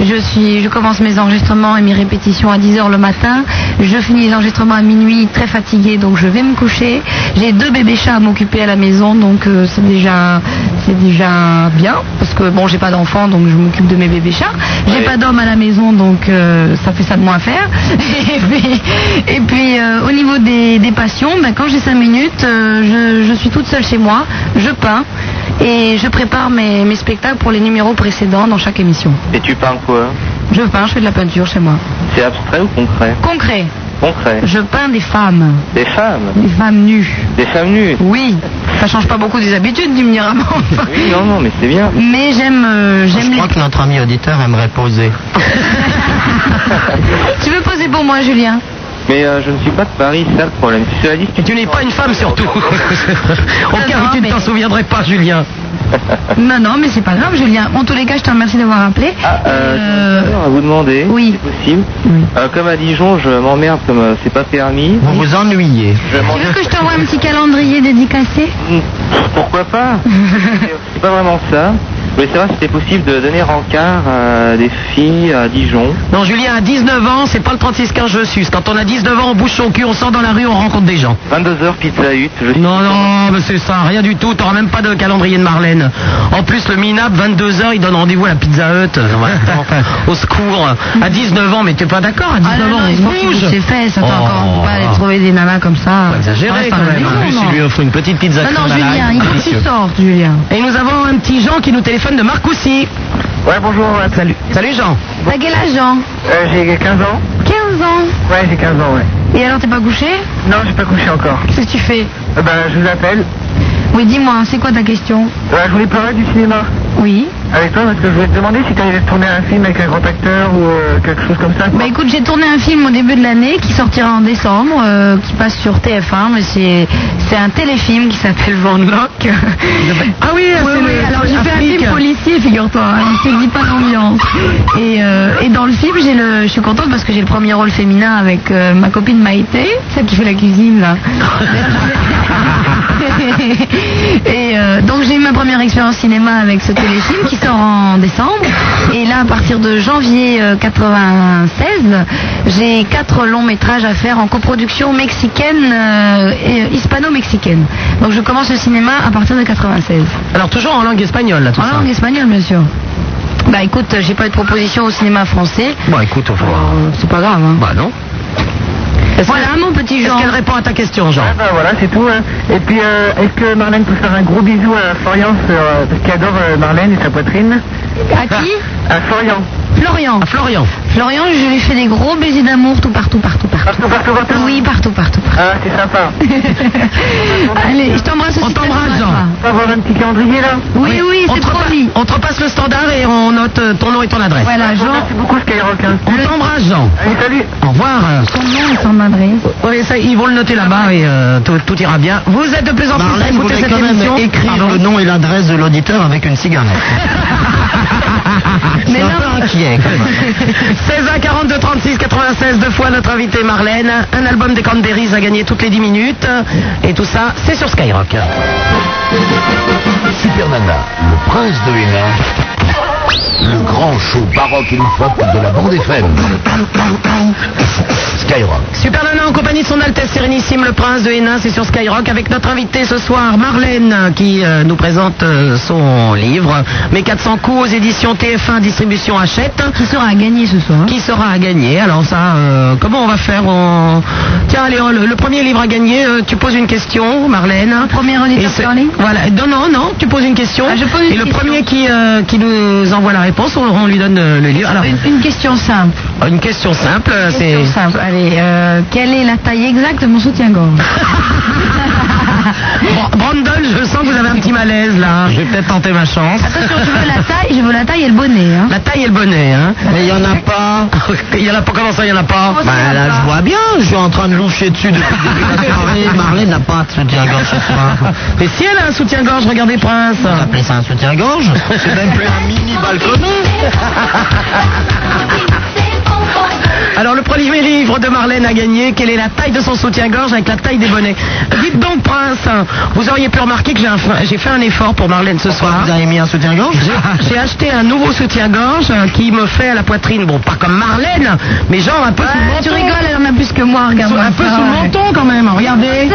S3: Je suis, je commence mes enregistrements et mes répétitions à 10h le matin. Je finis les enregistrements à minuit, très fatiguée, donc je vais me coucher. J'ai deux bébés chats à m'occuper à la maison, donc euh, c'est déjà, c'est déjà bien parce que bon, j'ai pas d'enfants, donc je m'occupe de mes bébés chats. J'ai pas d'homme à la maison, donc euh, ça fait ça de moins à faire. Et puis, et puis euh, au niveau des, des passions, ben, quand j'ai 5 minutes, euh, je, je suis toute seule chez moi, je peins et je prépare mes, mes spectacles pour les numéros précédents dans chaque émission.
S10: Et tu peins quoi
S3: Je peins, je fais de la peinture chez moi.
S10: C'est abstrait ou concret
S3: Concret,
S10: Concret.
S3: je peins des femmes,
S10: Des femmes
S3: des femmes nues.
S10: Des femmes nues
S3: Oui, ça change pas beaucoup des habitudes, tu me diras. mais enfin.
S10: Oui, non, non, mais c'est bien.
S3: Mais j'aime, euh,
S9: Je
S3: j'aime les.
S9: crois que notre ami auditeur aimerait poser.
S3: Tu veux poser pour moi, Julien
S10: Mais euh, je ne suis pas de Paris, c'est ça le problème. Si cela dit,
S4: Et tu n'es pas une femme surtout. Au cas
S3: Non,
S4: où tu ne
S3: mais-
S4: t'en souviendrais pas, Julien.
S3: Non, non, mais c'est pas grave, Julien. En tous les cas, je te remercie d'avoir appelé.
S10: Ah, euh,
S3: Euh,
S10: j'ai une question à vous demander,
S3: oui.
S10: si possible. Euh, comme à Dijon, je m'emmerde comme euh, c'est pas permis.
S9: Vous vous ennuyez.
S10: Je
S3: Tu veux
S10: m'emmerde.
S3: que je t'envoie un petit calendrier dédicacé
S10: Pourquoi pas C'est- C'est pas vraiment ça. Je voulais savoir si c'était possible de donner rencard à des filles à Dijon.
S4: Non, Julien a 19 ans, c'est pas le 36-15 je suce. Quand on a 19 ans, on bouge son cul, on sort dans la rue, on rencontre des gens.
S10: 22h Pizza Hut. Je...
S4: Non, non, mais c'est ça, rien du tout, t'auras même pas de calendrier de Marlène. En plus, le minable, 22h, il donne rendez-vous à la Pizza Hut.
S3: Ah
S4: Au secours. À 19 ans, mais t'es pas d'accord, à 19
S3: Ah non,
S4: ans,
S3: non,
S4: on
S3: il faut qu'il
S4: bouge.
S3: bouge ses fesses. Attends,
S4: Oh.
S3: encore, on peut pas aller trouver des nanas comme ça.
S4: Faut exagérer,
S3: Ouais,
S4: quand
S3: par
S4: même.
S3: la
S4: En
S2: En plus,
S3: maison,
S2: il lui offre une petite pizza
S3: Non, non,
S2: crème à la
S3: Julien,
S2: reine.
S3: il faut que tu
S2: Délicieux.
S3: sortes, Julien.
S4: Et nous avons un petit Jean qui nous téléphone de Marcoussis.
S11: Ouais, bonjour.
S4: Salut. Salut Jean.
S3: T'as quel âge, Jean
S11: Euh, j'ai 15 ans.
S3: 15 ans.
S11: Ouais, j'ai 15 ans, ouais.
S3: Et alors, t'es pas couché
S11: Non, j'ai pas couché encore.
S3: Qu'est-ce que tu fais
S11: Euh, ben, je vous appelle.
S3: Oui, dis-moi, c'est quoi ta question
S11: Euh, je voulais parler du cinéma.
S3: Oui.
S8: Avec toi, parce que je voulais te demander si tu avais tourné un film avec un grand acteur ou euh, quelque chose comme ça.
S3: Bah écoute, j'ai tourné un film au début de l'année qui sortira en décembre, euh, qui passe sur TF1, mais c'est c'est un téléfilm qui s'appelle Van Gogh.
S2: Ah oui,
S3: Oui,
S2: c'est
S3: oui,
S2: le-
S3: alors j'ai fait un
S2: Afrique.
S3: film policier, figure-toi, hein, je te dis pas l'ambiance. Et, euh, et dans le film, j'ai le, je suis contente parce que j'ai le premier rôle féminin avec euh, ma copine Maïté, celle qui fait la cuisine là. et euh, donc j'ai eu ma première expérience cinéma avec ce téléfilm qui sort en décembre. Et là, à partir de janvier euh, 96, j'ai quatre longs métrages à faire en coproduction mexicaine euh, et hispano-mexicaine. Donc je commence le cinéma à partir de 96.
S2: Alors toujours en langue espagnole, là,
S4: Ah
S2: tout
S3: En
S2: ça.
S3: langue espagnole, bien sûr. Bah écoute, euh, j'ai pas eu de proposition au cinéma français.
S5: Bon, écoute, on va.
S3: Euh, C'est pas grave. hein.
S5: Bah non.
S3: Voilà mon petit
S2: Est-ce
S3: Jean.
S2: qu'elle répond à ta question, Jean
S8: Ah bah voilà, c'est tout. hein. Et puis, euh, est-ce que Marlène peut faire un gros bisou à Florian, sur, euh, parce qu'il adore euh, Marlène et sa poitrine
S3: À qui
S8: À Florian.
S3: Florian.
S2: À Florian.
S3: Florian, je lui fais des gros baisers d'amour tout partout, partout, partout. Ah
S8: Partout, partout, partout.
S3: Oui, partout, partout. partout.
S8: Ah, c'est sympa.
S3: Allez, je t'embrasse aussi.
S2: On t'embrasse,
S3: Pascal.
S2: Jean.
S8: On peut avoir un petit calendrier là
S3: Oui, oui,
S2: On
S3: c'est
S2: te repa-
S3: promis.
S2: On te repasse le standard et on note euh, ton nom et ton adresse.
S3: Voilà, Jean.
S8: Merci beaucoup Skyrock. hein.
S2: On t'embrasse, Jean.
S8: Allez, salut
S2: Au revoir.
S3: Son nom et son adresse.
S2: Oui, ça, ils vont le noter là-bas et euh, tout, tout ira bien. Vous êtes de plus en plus à
S4: Marlène
S2: écouter
S4: voulait
S2: cette
S4: quand même
S2: émission.
S4: écrire
S2: Pardon.
S4: le nom et l'adresse de l'auditeur avec une cigarette.
S2: Mais
S4: C'est un
S2: non.
S4: peu inquiet quand même.
S2: 16 à 42 36 96 deux fois notre invitée Marlène. Un album des Cranberries à gagner toutes les 10 minutes. Et tout ça, c'est sur Skyrock.
S1: Super Nana, le prince de Hénin, le grand show baroque une fois de la bande FM. Skyrock.
S2: Super Nana en compagnie de son Altesse Sérénissime, le Prince de Hénin, c'est sur Skyrock, avec notre invitée ce soir, Marlène, qui euh, nous présente euh, son livre, Mes 400 coups aux éditions TF1 Distribution Hachette,
S3: Qui sera à gagner ce soir
S2: qui sera à gagner. Alors ça, euh, comment on va faire On- Tiens, allez, on- le, le premier livre à gagner, euh, tu poses une question, Marlène.
S3: Premier
S2: Et
S3: auditeur
S2: c'est-
S3: sur ligne.
S2: voilà, non, non, non, tu poses une question.
S3: Ah, je pose une
S2: et le
S3: question.
S2: premier qui, euh, qui nous envoie la réponse, on, on lui donne euh, le livre. Alors,
S3: Une, une question simple.
S2: une question simple, euh, c'est...
S3: Question simple. Allez, euh, quelle est la taille exacte de mon soutien-gorge
S2: Bra- Brandon, je sens que vous avez un petit malaise là. Je vais peut-être tenter ma chance.
S3: Attention, je veux la taille, je veux la taille et le bonnet. Hein.
S2: La taille et le bonnet, hein.
S4: Mais il y en a pas.
S2: Il y en a pas, comment ça, il y en a pas
S3: Comment ça,
S4: Bah
S3: il y en a
S4: là,
S3: pas
S4: je vois bien, je suis en train de loucher dessus depuis le début de la soirée. Marlène n'a pas de soutien-gorge ce soir.
S2: Mais si elle a un soutien-gorge, regardez Prince.
S4: On va appeler ça un soutien-gorge C'est même plus un mini balconnet.
S2: Alors, le premier livre de Marlène a gagné. Quelle est la taille de son soutien-gorge avec la taille des bonnets Dites donc, Prince, hein, vous auriez pu remarquer que j'ai un fa- j'ai fait un effort pour Marlène ce soir.
S4: Vous avez mis un soutien-gorge
S2: J'ai acheté un nouveau soutien-gorge euh, qui me fait à la poitrine, bon, pas comme Marlène, mais genre un peu sous le
S3: Ah, tu
S2: menton.
S3: rigoles, elle en a plus que moi, regarde.
S2: Sous- un peu sous le menton quand même, regardez.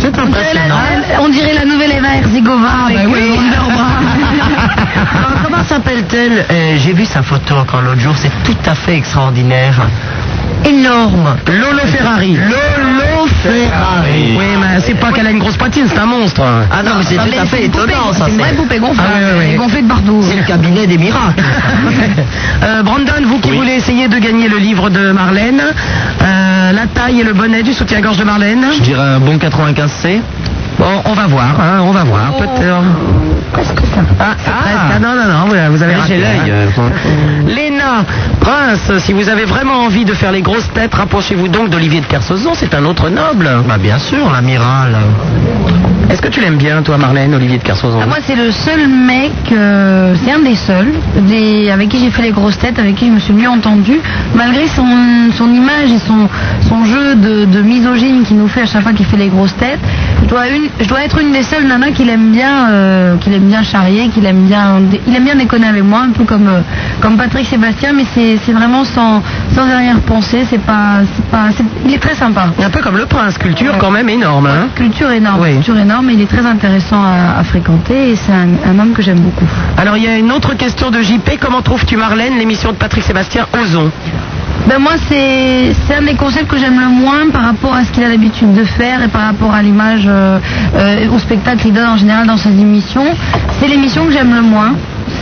S4: C'est impressionnant.
S3: On dirait la nouvelle Eva Herzigova avec
S2: Ah, bah oui.
S3: le
S4: Alors,
S3: Wonderbra.
S4: comment s'appelle-t-elle Euh, J'ai vu sa photo encore l'autre jour, c'est tout à fait extraordinaire.
S2: Énorme. Lolo Ferrari.
S4: Lolo Ferrari.
S2: Oui, mais c'est pas qu'elle a une grosse poitrine, c'est un monstre.
S4: Ah non, mais c'est
S3: Non,
S4: tout
S3: mais
S4: à fait
S3: une poupée,
S4: étonnant, ça.
S3: C'est une vraie
S4: C'est
S3: poupée gonflée.
S2: Ah, oui, oui, oui.
S3: Elle est gonflée de partout.
S4: c'est le cabinet des miracles.
S2: Euh, Brandon, vous qui voulez essayer de gagner le livre de Marlène, euh, la taille et le bonnet du soutien-gorge de Marlène.
S5: Je dirais un bon 95C.
S2: Bon, on va voir, hein, on va voir. Peut-être.
S3: Qu'est-ce que Oh. ça
S2: Ah, c'est presque- ah, non, non, non, vous, vous avez raté.
S5: J'ai
S2: hein.
S5: l'œil.
S2: Léna, Prince, si vous avez vraiment envie de faire les grosses têtes, rapprochez-vous donc d'Olivier de Kersauzon, c'est un autre noble.
S4: bah bien sûr, l'amiral.
S2: Est-ce que tu l'aimes bien, toi, Marlène, Olivier de Kersauzon
S3: Ah, moi, c'est le seul mec, euh, c'est un des seuls, des, avec qui j'ai fait les grosses têtes, avec qui je me suis mieux entendue, malgré son, son image et son, son jeu de, de misogyne qu'il nous fait à chaque fois qu'il fait les grosses têtes. Je dois, une, je dois être une des seules nanas qu'il aime bien, euh, qu'il aime bien charrier, qu'il aime bien, il aime bien déconner avec moi, un peu comme, euh, comme Patrick Sébastien, mais c'est c'est vraiment sans, sans arrière-pensée, c'est pas, c'est pas, c'est- il est très sympa.
S2: Un peu comme le Prince, culture quand même énorme. Hein.
S3: Culture énorme,
S2: Oui.
S3: culture énorme, il est très intéressant à, à fréquenter et c'est un, un homme que j'aime beaucoup.
S2: Alors, il y a une autre question de JP. Comment trouves-tu Marlène, l'émission de Patrick Sébastien, Ozon
S3: Ben moi, c'est c'est un des concepts que j'aime le moins par rapport à ce qu'il a l'habitude de faire et par rapport à l'image, euh, euh, au spectacle qu'il donne en général dans ses émissions. C'est l'émission que j'aime le moins.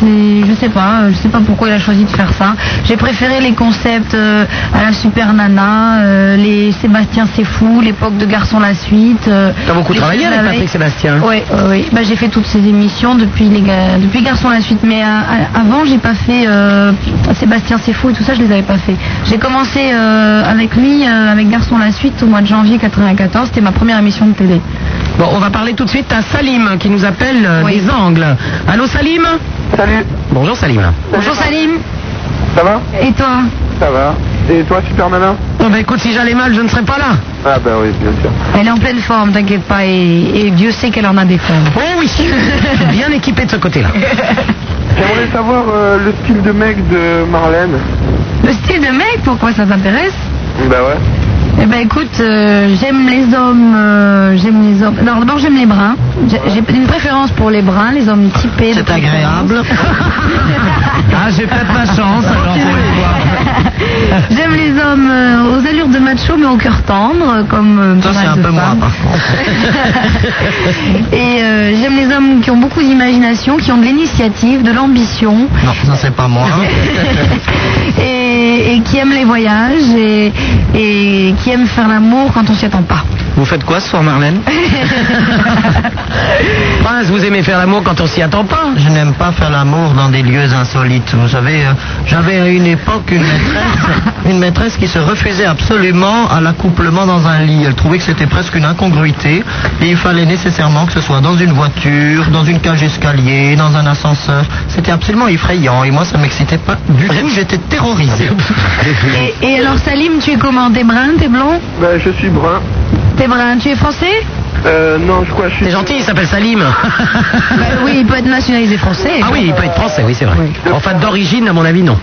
S3: mais je sais pas, euh, je sais pas pourquoi il a choisi de faire ça. J'ai préféré les concepts euh, à la Super Nana, euh, les Sébastien c'est fou, l'époque de Garçon la suite. euh,
S2: T'as beaucoup
S3: les
S2: travaillé
S3: choses
S2: avec Patrick
S4: Hein
S2: Sébastien.
S3: Oui, oui. Bah, j'ai fait toutes ces émissions depuis les ga- depuis Garçon la suite, mais euh, à- avant j'ai pas fait euh, Sébastien c'est fou et tout ça, je les avais pas fait. J'ai commencé euh, avec lui, euh, avec Garçon la suite au mois de janvier 94, c'était ma première émission de télé.
S2: Bon, on va parler tout de suite à Salim qui nous appelle euh,
S3: Oui.
S2: des Angles. Allô Salim
S10: Salut,
S2: Bonjour Salim.
S3: Bonjour Salim.
S10: ça va
S3: Et toi
S10: Ça va. Et toi, Super Nana
S2: Bon bah écoute, si j'allais mal, je ne serais pas là.
S10: Ah bah oui, bien sûr.
S3: Elle est en pleine forme, t'inquiète pas, et, et Dieu sait qu'elle en a des formes.
S2: Oh oui, bien équipé de ce côté-là.
S10: J'aimerais savoir euh, le style de mec de Marlène.
S3: Le style de mec, pourquoi ça t'intéresse
S10: Bah ouais.
S3: Eh ben écoute, euh, j'aime les hommes, euh, j'aime les hommes. Alors d'abord j'aime les bruns. J'ai- J'ai une préférence pour les bruns, les hommes typés. de
S4: C'est
S3: préférence.
S4: agréable.
S2: Ah, j'ai peut-être ma chance, alors vous allez voir.
S3: J'aime les hommes euh, aux allures de macho mais au cœur tendre, euh, comme euh,
S4: Ça,
S3: pas mal
S4: c'est un
S3: de
S4: peu moi,
S3: femmes.
S4: par contre.
S3: Et euh, j'aime les hommes qui ont beaucoup d'imagination, qui ont de l'initiative, de l'ambition.
S4: Non, ça c'est pas moi.
S3: et, et qui aiment les voyages et, et qui aiment faire l'amour quand on s'y attend pas.
S5: Vous faites quoi ce soir, Marlène
S2: Prince, vous aimez faire l'amour quand on s'y attend pas
S4: Je n'aime pas faire l'amour dans des lieux insolites. Vous savez, euh, j'avais à une époque une maîtresse, une maîtresse qui se refusait absolument à l'accouplement dans un lit. Elle trouvait que c'était presque une incongruité et il fallait nécessairement que ce soit dans une voiture, dans une cage escalier, dans un ascenseur. C'était absolument effrayant et moi ça m'excitait pas du tout. J'étais terrorisé.
S3: Et, et alors Salim, tu es comment T'es brun, t'es blond
S10: Bah je suis brun.
S3: T'es brun, tu es français
S10: Euh, non, je crois que je suis...
S2: C'est gentil, il s'appelle Salim.
S3: Bah Oui, il peut être nationalisé français.
S2: Ah oui, il peut être français, oui, c'est vrai. Enfin, d'origine, à mon avis, non.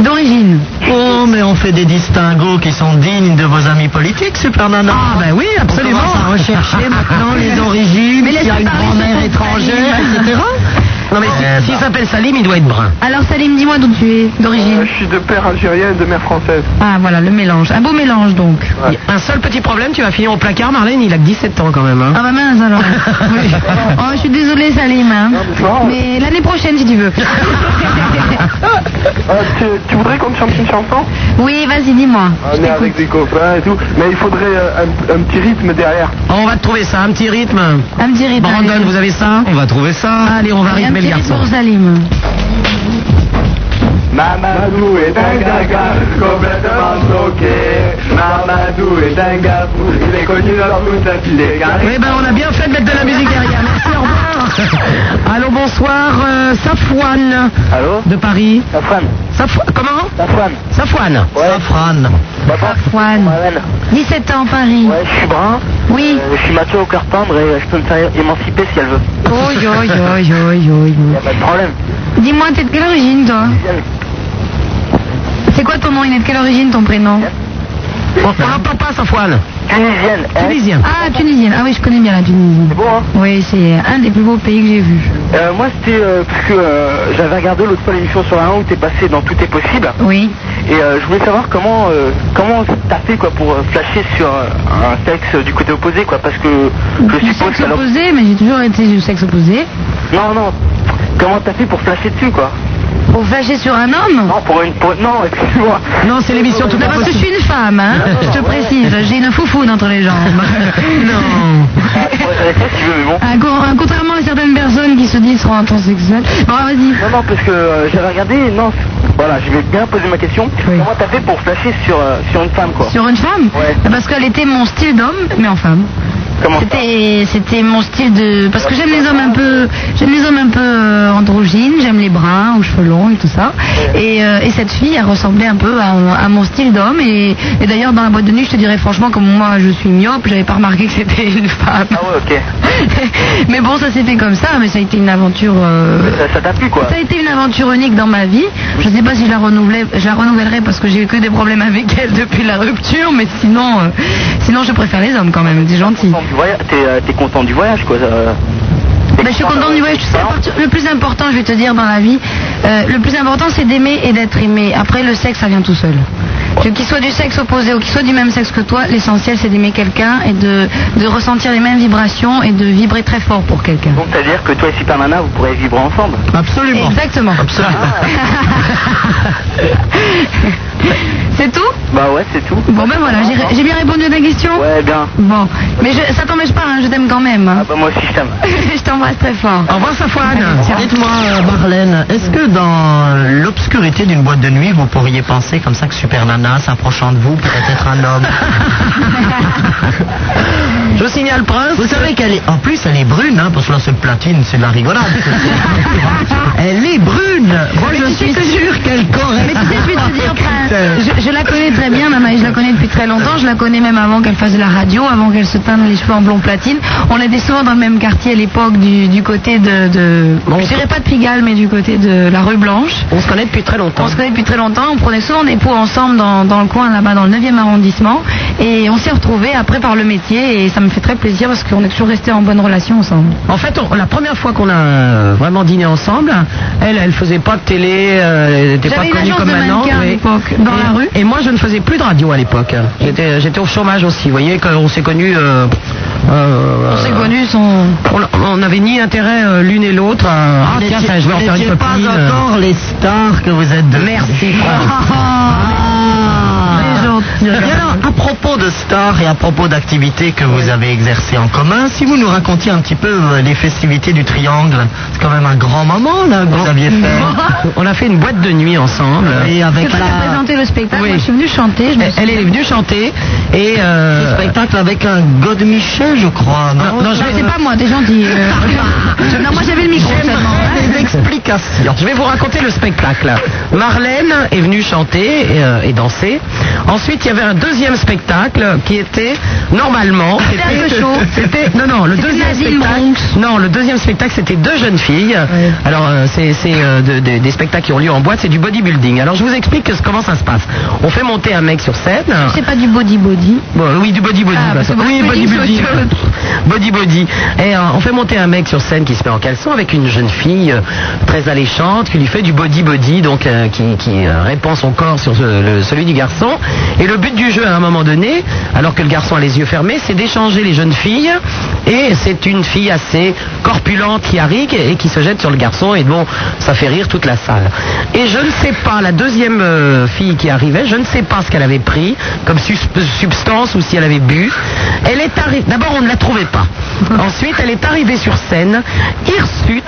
S3: D'origine.
S4: Oh mais on fait des distinguos qui sont dignes de vos amis politiques, super nana.
S2: Ah, ben oui, absolument.
S4: On commence à rechercher maintenant les origines,
S3: Mais
S4: s'il y a
S3: laisse-le
S4: une
S3: parler,
S4: grand-mère
S3: c'est ton
S4: étrangère,
S3: Salim.
S4: etc.
S2: Non, mais
S4: Eh
S2: si- s'il
S4: ben.
S2: s'appelle Salim, il doit être brun.
S3: Alors Salim, dis-moi d'où tu es
S10: Euh,
S3: d'origine.
S10: je suis de père algérien et de mère française.
S3: Ah voilà, le mélange. Un beau mélange donc.
S10: Ouais.
S2: Un seul petit problème, tu vas finir au placard, Marlène, il a que 17 ans quand même. hein.
S3: Ah bah mince alors. Oui. Oh, je suis désolée Salim. hein.
S10: mais c'est marrant.
S3: Mais l'année prochaine si tu veux.
S10: Ah, tu, tu voudrais qu'on te chante une chanson
S3: oui, vas-y, dis-moi.
S10: On est avec des copains et tout, mais il faudrait euh, un, un petit rythme derrière.
S2: Oh, on va te trouver ça, un petit rythme.
S3: À me dire.
S2: Brandon, vous avez ça
S5: On va trouver ça.
S2: Allez, on va
S3: Allez, un
S2: rythmer le
S3: petit rythme
S2: garçon.
S3: pour Salim.
S10: Mamadou est un gaga, complètement bloqué. Mamadou est un gars fou, il est connu dans toute la
S2: Oui, ben on a bien fait de mettre de la musique derrière. Merci, au revoir. Allô, bonsoir, euh, Safouane
S12: Allô
S2: de Paris.
S12: Safran,
S2: Safou- Comment
S12: Safran,
S2: Safouane.
S4: Safran.
S10: Ah,
S12: papa,
S3: Juan, 17 ans, Paris.
S12: Ouais, je suis brun,
S3: Oui.
S12: euh, je suis macho au cœur tendre et euh, je peux me faire émanciper si elle veut.
S3: Oh, yo, yo, yo, yo, yo.
S12: Y'a pas de problème.
S3: Dis-moi, t'es de quelle origine, toi C'est quoi ton nom Il est de quelle origine, ton prénom
S2: On on l'entend pas, Safouane.
S12: Tunisienne, hein
S2: Tunisien.
S3: Ah, tunisienne. Ah oui, je connais bien la Tunisie.
S12: C'est beau, hein
S3: Oui, c'est un des plus beaux pays que j'ai vu.
S12: Euh, Moi, c'était euh, parce que euh, j'avais regardé l'autre fois l'émission sur la 1 où t'es passé dans Tout est possible.
S3: Oui.
S12: Et euh, je voulais savoir comment euh, comment t'as fait quoi pour euh, flasher sur euh, un sexe euh, du côté opposé quoi parce que je
S3: Du
S12: suppose
S3: sexe
S12: que alors-
S3: opposé, mais j'ai toujours été du sexe opposé.
S12: non non comment t'as fait pour flasher dessus quoi
S3: Pour fâcher sur un homme
S12: non pour une pour... non excuse-moi
S2: Non, c'est l'émission tout
S3: Non,
S2: à
S3: parce que je suis une femme, hein. Je te précise, j'ai une foufoune entre les jambes.
S2: Non.
S12: Ah, je pourrais faire ça si tu veux mais bon
S3: Ah, con- ah, Contrairement à certaines personnes qui se disent oh, sont transsexuelles. Bon, vas-y.
S12: non non parce que euh, j'avais regardé non c'est- voilà je vais bien poser ma question
S3: Oui.
S12: comment t'as fait pour flasher sur euh, sur une femme quoi
S3: Sur une femme
S12: Ouais.
S3: Bah, Parce qu'elle était mon style d'homme, mais en femme.
S12: comment ça
S3: C'était c'était mon style de parce que j'aime les hommes un peu j'aime les hommes un peu euh, androgynes j'aime les bruns aux cheveux longs et tout ça et, euh, et cette fille elle ressemblait un peu à, à mon style d'homme et, et d'ailleurs dans la boîte de nuit je te dirais franchement comme moi je suis myope j'avais pas remarqué que c'était une femme
S12: ah ouais ok
S3: mais bon ça s'est fait comme ça mais ça a été une aventure euh,
S12: ça ça t'a plu quoi
S3: ça a été une aventure unique dans ma vie. Je ne sais pas si je la, renouvelais- je la renouvellerai parce que j'ai eu que des problèmes avec elle depuis la rupture, mais sinon, euh, sinon je préfère les hommes quand même, c'est gentil.
S12: Content du voyage- t'es euh, t'es content du voyage quoi euh, t'es
S3: Bah, je suis contente
S12: d'avoir
S3: du
S12: une
S3: voyage. Tu sais, à
S12: expérience
S3: partir- le plus important, je vais te dire, dans la vie, euh, le plus important, c'est d'aimer et d'être aimé. Après, le sexe, ça vient tout seul. Que- Qu'il soit du sexe opposé ou qu'il soit du même sexe que toi, l'essentiel c'est d'aimer quelqu'un et de, de ressentir les mêmes vibrations et de vibrer très fort pour quelqu'un.
S12: Donc c'est-à-dire que toi et Super Nana, vous pourrez vivre ensemble
S2: Absolument. Ah,
S3: Exactement. Ah. c'est tout
S12: Bah ouais, c'est tout.
S3: Bon ben voilà, j'ai j'ai bien répondu à ta question
S12: Ouais, bien.
S3: Bon, mais je, ça t'empêche pas, hein, je t'aime quand même.
S12: Bah moi aussi, je t'aime.
S3: je t'embrasse très fort.
S4: Au revoir Safouane.
S2: Dites-moi, euh, Marlène, est-ce que dans l'obscurité d'une boîte de nuit, vous pourriez penser comme ça que Super Nana, s'approchant de vous, pourrait être un homme
S4: Je signale Prince.
S2: Vous savez qu'elle est, en plus, elle est brune, hein, parce que là, c'est platine, c'est de la rigolade. elle est brune. Moi,
S3: Mais
S2: je
S3: tu sais
S2: suis
S3: que je-
S2: sûr qu'elle
S3: Mais tu sais, je vais te dire, Prince,
S2: correspond.
S3: je, je la connais très bien, Mama, et je la connais depuis très longtemps. Je la connais même avant qu'elle fasse de la radio, avant qu'elle se teinte les cheveux en blond platine. On était souvent dans le même quartier à l'époque, du, du côté de, de je dirais pas de Pigalle, mais du côté de la rue Blanche.
S4: On se connaît depuis très longtemps.
S3: On se connaît depuis très longtemps, on prenait souvent des pots ensemble dans, dans le coin là-bas, dans le 9e arrondissement. Et on s'est retrouvés après par le métier, et ça me fait très plaisir parce qu'on est toujours restés en bonne relation ensemble.
S4: En fait, on- la première fois qu'on a euh, vraiment dîné ensemble, elle, elle faisait pas de télé, euh, elle n'était pas
S3: J'avais une
S4: connue
S3: agence
S4: comme
S3: de
S4: maintenant.
S3: mannequins à l'époque, dans
S4: et,
S3: la rue.
S4: Et moi, je ne faisais plus de radio à l'époque. J'étais, j'étais au chômage aussi. Vous voyez, quand on s'est connus. euh, euh,
S3: On s'est connus, son...
S4: on- On n'avait ni intérêt euh, l'une et l'autre. à- ah
S2: Vous
S4: tiens,
S2: n'étiez-
S4: ça, je vais en
S2: vous
S4: faire une
S2: n'étiez
S4: copine.
S2: pas
S4: euh.
S2: encore les stars que vous êtes de
S4: Merci, Franck.
S2: Ah.
S3: C'est gentil.
S2: Et alors, à propos de stars et à propos d'activités que vous avez exercées en commun, si vous nous racontiez un petit peu euh, les festivités du Triangle, c'est quand même un grand moment là que vous aviez fait.
S4: On a fait une boîte de nuit ensemble.
S2: Et
S3: C'est
S2: avec
S3: toi qui as
S2: la...
S3: présenté le spectacle,
S4: Oui.
S3: moi je suis venue chanter, je me
S4: Elle-
S3: suis-
S4: Elle est venue chanter et euh,
S2: le spectacle avec un God Michel, je crois. Non,
S4: Non, non,
S3: Non,
S4: je vais-
S3: Bah, c'est pas moi, t'es gentil. euh. non, moi j'avais le micro seulement. hein.
S2: Des explications.
S4: Hein? Je vais vous raconter le spectacle. Marlène est venue chanter et, euh, et danser. Ensuite, il y avait un deuxième spectacle qui était normalement.
S3: C'était un peu chaud.
S4: C'était non non le
S3: C'était
S4: deuxième
S3: Nadine
S4: spectacle. Non le deuxième spectacle c'était deux jeunes filles. Alors euh, c'est c'est, euh, de- de- des spectacles qui ont lieu en boîte, c'est du bodybuilding. Alors je vous explique que- comment ça se passe. On fait monter un mec sur scène.
S3: C'est pas du body body.
S4: Bon, oui, du body body.
S3: Ah,
S4: bah,
S3: parce que
S4: ça- oui, body
S3: bodybuilding,
S4: body.
S3: c'est autre
S4: Body body. Et euh, on fait monter un mec sur scène qui se met en caleçon avec une jeune fille euh, très alléchante qui lui fait du body body, donc euh, qui, qui, euh, répand son corps sur ce- le- celui du garçon. Et le but du jeu à un moment donné, alors que le garçon a les yeux fermés, c'est d'échanger les jeunes filles. Et c'est une fille assez corpulente qui arrive et qui se jette sur le garçon. Et bon, ça fait rire toute la salle. Et je ne sais pas, la deuxième euh, fille qui arrivait, je ne sais pas ce qu'elle avait pris comme sus- substance ou si elle avait bu. Elle est arrivée. D'abord, on ne la trouvait pas. Ensuite, elle est arrivée sur scène, hirsute,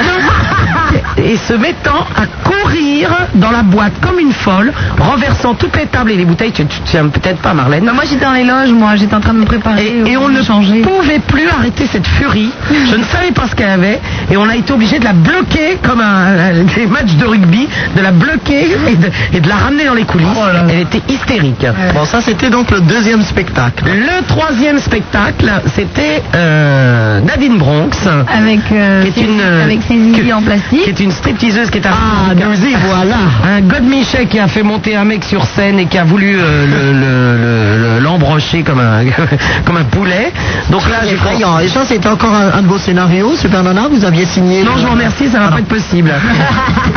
S4: et se mettant à courir dans la boîte comme une folle, renversant toutes les tables et les bouteilles. Tu tu te souviens peut-être pas, Marlène.
S3: Non, moi j'étais dans les loges, moi j'étais en train de me préparer.
S4: Et, et on ne
S3: changeait.
S4: pouvait plus arrêter cette furie. Je ne savais pas ce qu'elle avait. Et on a été obligé de la bloquer comme un, un- des matchs de rugby, de la bloquer et de, et de la ramener dans les coulisses. Elle était hystérique.
S2: Oh Bon, ça c'était donc le deuxième spectacle.
S4: Le troisième spectacle, c'était euh, Nadine Bronx.
S3: Avec, euh,
S4: Qui est
S3: ses,
S4: une, euh,
S3: avec ses yeux
S4: que-
S3: en
S4: qui
S3: plastique.
S4: est une stripteaseuse qui est arrivée.
S2: Ah, nous y voilà.
S4: Un God Michet qui a fait monter un mec sur scène et qui a voulu euh, le- le- le- le- l'embrocher comme, un, comme un poulet. Donc là, j'ai
S2: Effrayant. Et ça, c'était encore un, un de vos scénarios, Super Nana. Vous aviez signé.
S4: Non,
S2: le-
S4: je vous remercie, ça va pas être possible.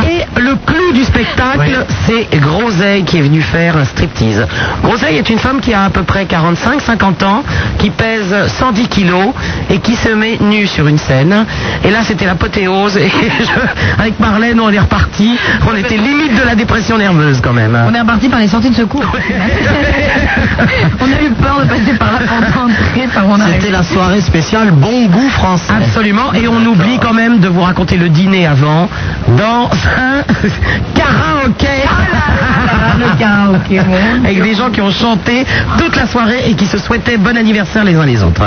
S4: Et le clou du spectacle, c'est Groseille qui est venu faire un striptease. Groseille est une femme qui a à peu près 45-50 ans, qui pèse 110 kilos et qui se met nue sur une scène. Et là, c'était l'apothéose. Et je- avec Marlène, on est reparti. On était limite de la dépression nerveuse quand même.
S3: On est reparti par les sorties de secours. on a eu peur de passer par là pour entrer, par où on
S2: C'était
S3: arrive.
S2: la soirée spéciale Bon Goût français.
S4: Absolument, et on oublie quand même de vous raconter le dîner avant dans un
S2: Oh
S4: karaoké.
S3: Le karaoké, bon.
S4: Avec des gens qui ont chanté toute la soirée et qui se souhaitaient bon anniversaire les uns les autres.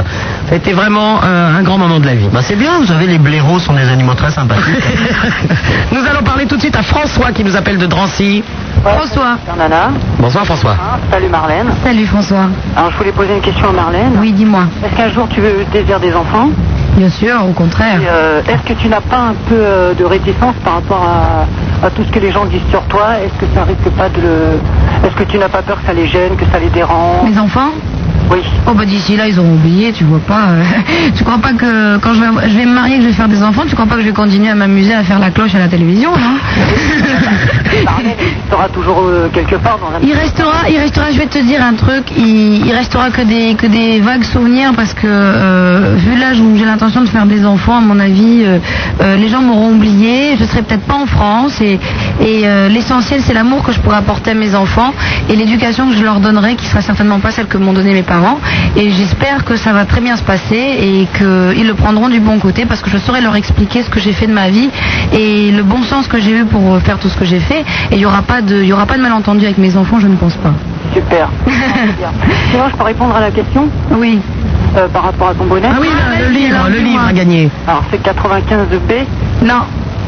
S4: Ça a été vraiment euh, un grand moment de la vie.
S2: Bah, c'est bien, vous savez, les blaireaux sont des animaux très sympathiques.
S4: nous allons parler tout de suite à François qui nous appelle de Drancy.
S3: François.
S12: Super Nana,
S4: Bonsoir François.
S12: hein, salut Marlène.
S3: Salut François.
S12: Alors je voulais poser une question à Marlène.
S3: Oui, dis-moi.
S12: Est-ce qu'un jour tu veux désir des enfants
S3: Bien sûr, au
S12: Et,
S3: contraire.
S12: euh, Est-ce que tu n'as pas un peu euh, de réticence par rapport à, à tout ce que les gens disent sur toi Est-ce que ça risque pas de le... Est-ce que tu n'as pas peur que ça les gêne, que ça les dérange
S3: Les enfants Oui. Oh bah d'ici là, ils auront oublié, tu vois pas. euh, tu crois pas que quand je vais, je vais me marier, que je vais faire des enfants, tu crois pas que je vais continuer à m'amuser à faire la cloche à la télévision, hein non
S13: Bah, T'auras toujours euh, quelque part dans la
S3: Il restera, il restera, je vais te dire un truc, il, il restera que des, que des vagues souvenirs parce que euh, vu l'âge où j'ai l'intention de faire des enfants, à mon avis, euh, euh, les gens m'auront oublié, je serai peut-être pas en France et, et, euh, l'essentiel c'est l'amour que je pourrai apporter à mes enfants et l'éducation que je leur donnerai qui sera certainement pas celle que m'ont donnée mes parents et j'espère que ça va très bien se passer et qu'ils le prendront du bon côté parce que je saurai leur expliquer ce que j'ai fait de ma vie et le bon sens que j'ai eu pour euh, faire tout ce que j'ai fait et il n'y aura, pas de- il y aura pas de malentendu avec mes enfants, je ne pense pas.
S13: Super. Sinon, je peux répondre à la question
S3: Oui.
S12: euh,
S13: par rapport à ton bonnet
S2: Ah oui, le- le, livre, le livre à gagner.
S13: Alors, c'est 95 de B
S3: Non.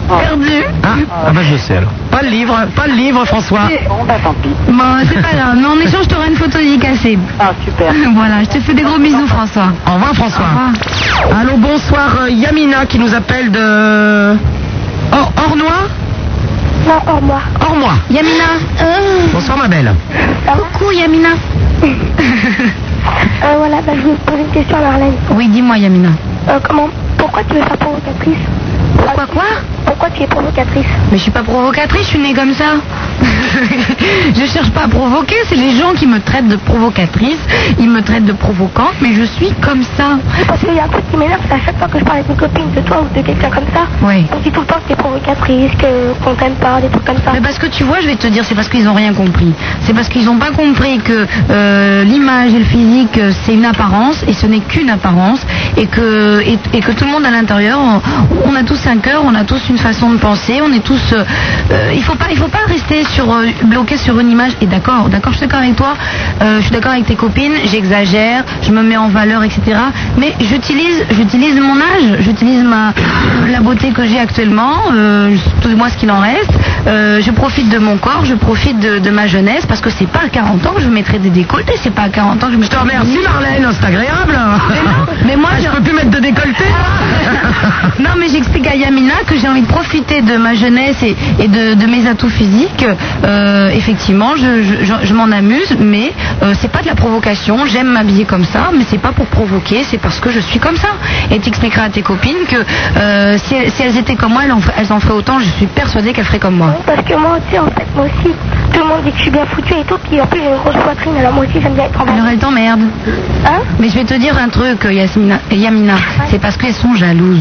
S3: Oh. Perdu.
S2: Ah,
S5: Ah bah je sais alors.
S2: pas le livre, pas le livre, François.
S13: Bon, bah tant pis.
S3: Bon, c'est pas grave, mais en échange, t'auras une photo dédicacée.
S13: Ah, super.
S3: voilà, je te fais des gros bisous, François.
S2: Au revoir, François. Allô, bonsoir, euh, Yamina qui nous appelle de. Or, Ornois
S6: Non, hors moi.
S2: Ormois.
S6: Yamina. Euh,
S2: Bonsoir, ma belle.
S6: coucou, Yamina. euh, voilà, bah, je vais te poser une question à Marlène.
S3: Oui, dis-moi, Yamina.
S6: Euh, comment, pourquoi tu veux faire provocatrice
S3: Pourquoi quoi
S6: Pourquoi tu es provocatrice
S3: Mais je suis pas provocatrice, je suis née comme ça. je cherche pas à provoquer, c'est les gens qui me traitent de provocatrice, ils me traitent de provocante, mais je suis comme ça.
S6: Parce qu'il y a un truc qui m'énerve, c'est à chaque fois que je parle avec une copine de toi ou de quelqu'un comme ça,
S3: Oui.
S6: on dit tout le temps que t'es provocatrice, que- qu'on t'aime pas, des trucs comme ça.
S3: Mais parce que tu vois, je vais te dire, c'est parce qu'ils n'ont rien compris. C'est parce qu'ils n'ont pas compris que euh, l'image et le physique, euh, c'est une apparence et ce n'est qu'une apparence. Et que, et, et que tout le monde à l'intérieur, on, on a tous un cœur, on a tous une façon de penser, on est tous. euh, euh, il ne faut, pas- il faut pas rester sur, euh, bloqué sur une image. Et d'accord, d'accord, je suis d'accord avec toi, euh, je suis d'accord avec tes copines, j'exagère, je me mets en valeur, etc. Mais j'utilise, j'utilise mon âge, j'utilise ma, la beauté que j'ai actuellement, euh, tout du moins ce qu'il en reste. Euh, je profite de mon corps, je profite de, de ma jeunesse parce que c'est pas à 40 ans que je mettrai des décolletés, c'est pas à 40 ans que je me. Je te
S2: Merci, Marlène, c'est agréable.
S3: Mais moi,
S2: Hein. Ah,
S3: Ah.
S2: je peux plus mettre de décolleté.
S3: non, mais j'explique à Yamina que j'ai envie de profiter de ma jeunesse et, et de, de mes atouts physiques. Euh, effectivement, je, je- je- je m'en amuse, mais euh, c'est pas de la provocation. J'aime m'habiller comme ça, mais c'est pas pour provoquer, c'est parce que je suis comme ça. Et t'expliqueras à tes copines que euh, si, elles, si elles étaient comme moi, elles en, fer- elles en feraient autant. Je suis persuadée qu'elles feraient comme moi.
S6: Parce que moi aussi, en fait, moi aussi, tout le monde dit que je suis bien foutue et tout, puis en plus j'ai une grosse poitrine, alors moi aussi j'aime bien être en
S3: Alors elles t'emmerdent.
S6: Hein
S3: Mais je vais te dire un truc, Yasmina, Yamina. C'est parce qu'elles sont jalouses.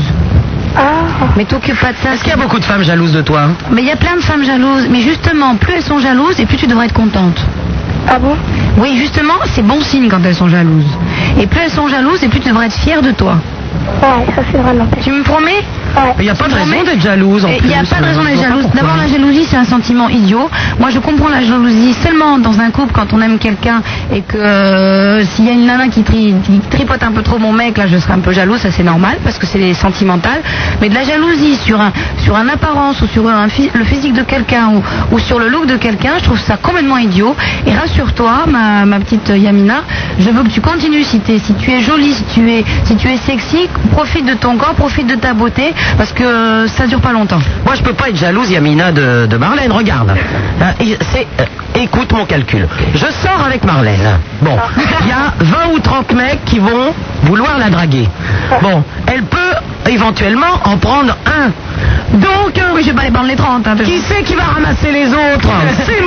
S3: Mais t'occupes pas de ça.
S2: Ah. Est-ce qu'il y a beaucoup de femmes jalouses de toi hein
S3: Mais il y a plein de femmes jalouses. Mais justement, plus elles sont jalouses, et plus tu devrais être contente.
S6: Ah bon
S3: Oui, justement, c'est bon signe quand elles sont jalouses. Et plus elles sont jalouses, et plus tu devrais être fière de toi.
S6: Ouais, ça c'est vraiment.
S3: Tu me promets
S2: Il n'y a pas de raison
S3: Mais-
S2: d'être jalouse en
S3: Et
S2: plus.
S3: Il n'y a pas de raison
S2: Je
S3: d'être
S2: vois pas
S3: jalouse.
S2: pourquoi.
S3: D'abord, la jalousie, c'est un sentiment idiot. Moi, je comprends la jalousie seulement dans un couple quand on aime quelqu'un et que euh, s'il y a une nana qui, tri- qui tripote un peu trop mon mec, là, je serai un peu jalouse. Ça, c'est normal parce que c'est sentimental. Mais de la jalousie sur un Hein, sur un apparence ou sur un phy- le physique de quelqu'un ou, ou sur le look de quelqu'un, je trouve ça complètement idiot. Et rassure-toi, ma, ma petite Yamina, je veux que tu continues. Si, t'es- si tu es jolie, si tu es si tu es sexy, profite de ton corps, profite de ta beauté parce que euh, ça dure pas longtemps.
S2: Moi, je peux pas être jalouse, Yamina, de, de Marlène. Regarde. Euh, et c'est, euh, écoute mon calcul. Je sors avec Marlène. Bon, il y a 20 ou 30 mecs qui vont vouloir la draguer. Bon, elle peut éventuellement en prendre un. Donc, euh,
S3: Oui, je vais pas les prendre les 30. Hein,
S2: qui c'est qui va ramasser les autres C'est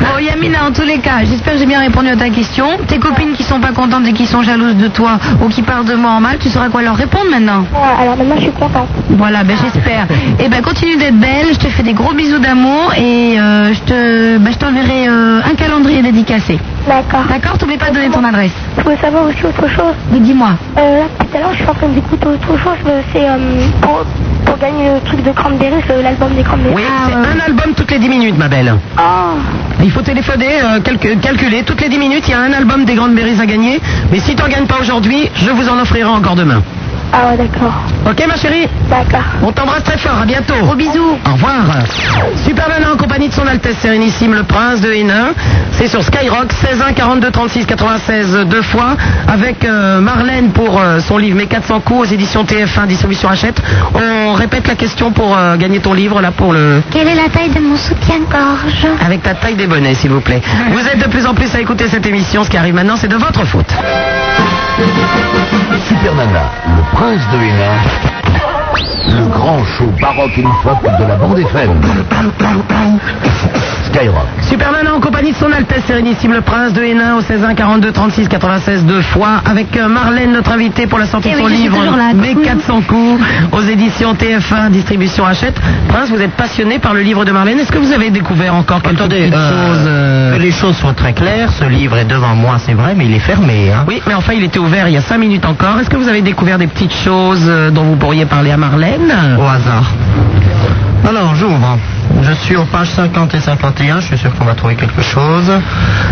S2: moi
S3: bon, Yamina, en tous les cas, j'espère que j'ai bien répondu à ta question. Tes copines qui sont pas contentes et qui sont jalouses de toi ou qui parlent de moi en mal, tu sauras quoi leur répondre maintenant.
S6: Ouais, alors maintenant je suis contente.
S3: Voilà, ben j'espère. Et ben continue d'être belle, je te fais des gros bisous d'amour et euh, je te, ben, je t'enverrai euh, un calendrier dédicacé.
S6: D'accord.
S3: D'accord T'oublies pas de donner ton adresse.
S6: Je voulais savoir aussi autre chose.
S3: Mais dis-moi.
S6: Euh, là, tout à l'heure, je suis en train d'écouter autre chose, mais c'est euh, pour, pour gagner le truc de Cranberries, le- l'album des Cranberries.
S2: Oui, c'est un album toutes les 10 minutes, ma belle.
S6: Ah,
S2: Il faut téléphoner, euh, calcu- calculer. Toutes les 10 minutes, il y a un album des Grandes Berries à gagner. Mais si tu n'en gagnes pas aujourd'hui, je vous en offrirai encore demain.
S6: ah ouais, d'accord.
S2: Ok, ma chérie D'accord. On t'embrasse très fort, à bientôt. Gros bisous. Au revoir. Super Nana en compagnie de son Altesse Sérénissime, le Prince de Hénin. C'est sur Skyrock, 16 1 42 36 96, deux fois, avec euh, Marlène pour euh, son livre Mes 400 coups aux éditions TF1, distribution Hachette. On répète la question pour euh, gagner ton livre, là, pour le...
S6: Quelle est la taille de mon soutien-gorge
S2: Avec ta taille des bonnets, s'il vous plaît. Vous êtes de plus en plus à écouter cette émission. Ce qui arrive maintenant, c'est de votre faute.
S1: Super Nana, le prince de Hénin, le grand show baroque une fois de la bande FM. Skyrock.
S2: Superman en compagnie de son Altesse Sérénissime le Prince de Hénin au 16 1 42 36 96 deux fois avec euh, Marlène notre invitée pour la sortie
S3: Eh
S2: de son
S3: oui, je suis
S2: livre
S3: toujours là.
S2: Mes 400 coups aux éditions TF1 distribution Hachette. Prince, vous êtes passionné par le livre de Marlène. Est-ce que vous avez découvert encore quelques petites
S4: euh,
S2: choses euh,
S4: Que les choses soient très claires, ce livre est devant moi, c'est vrai, mais il est fermé. Hein.
S2: Oui, mais enfin il était ouvert il y a 5 minutes encore. Est-ce que vous avez découvert des petites choses euh, dont vous pourriez parler à Marlène
S4: Au hasard. Alors, j'ouvre. Je suis aux pages 50 et 51, je suis sûr qu'on va trouver quelque chose.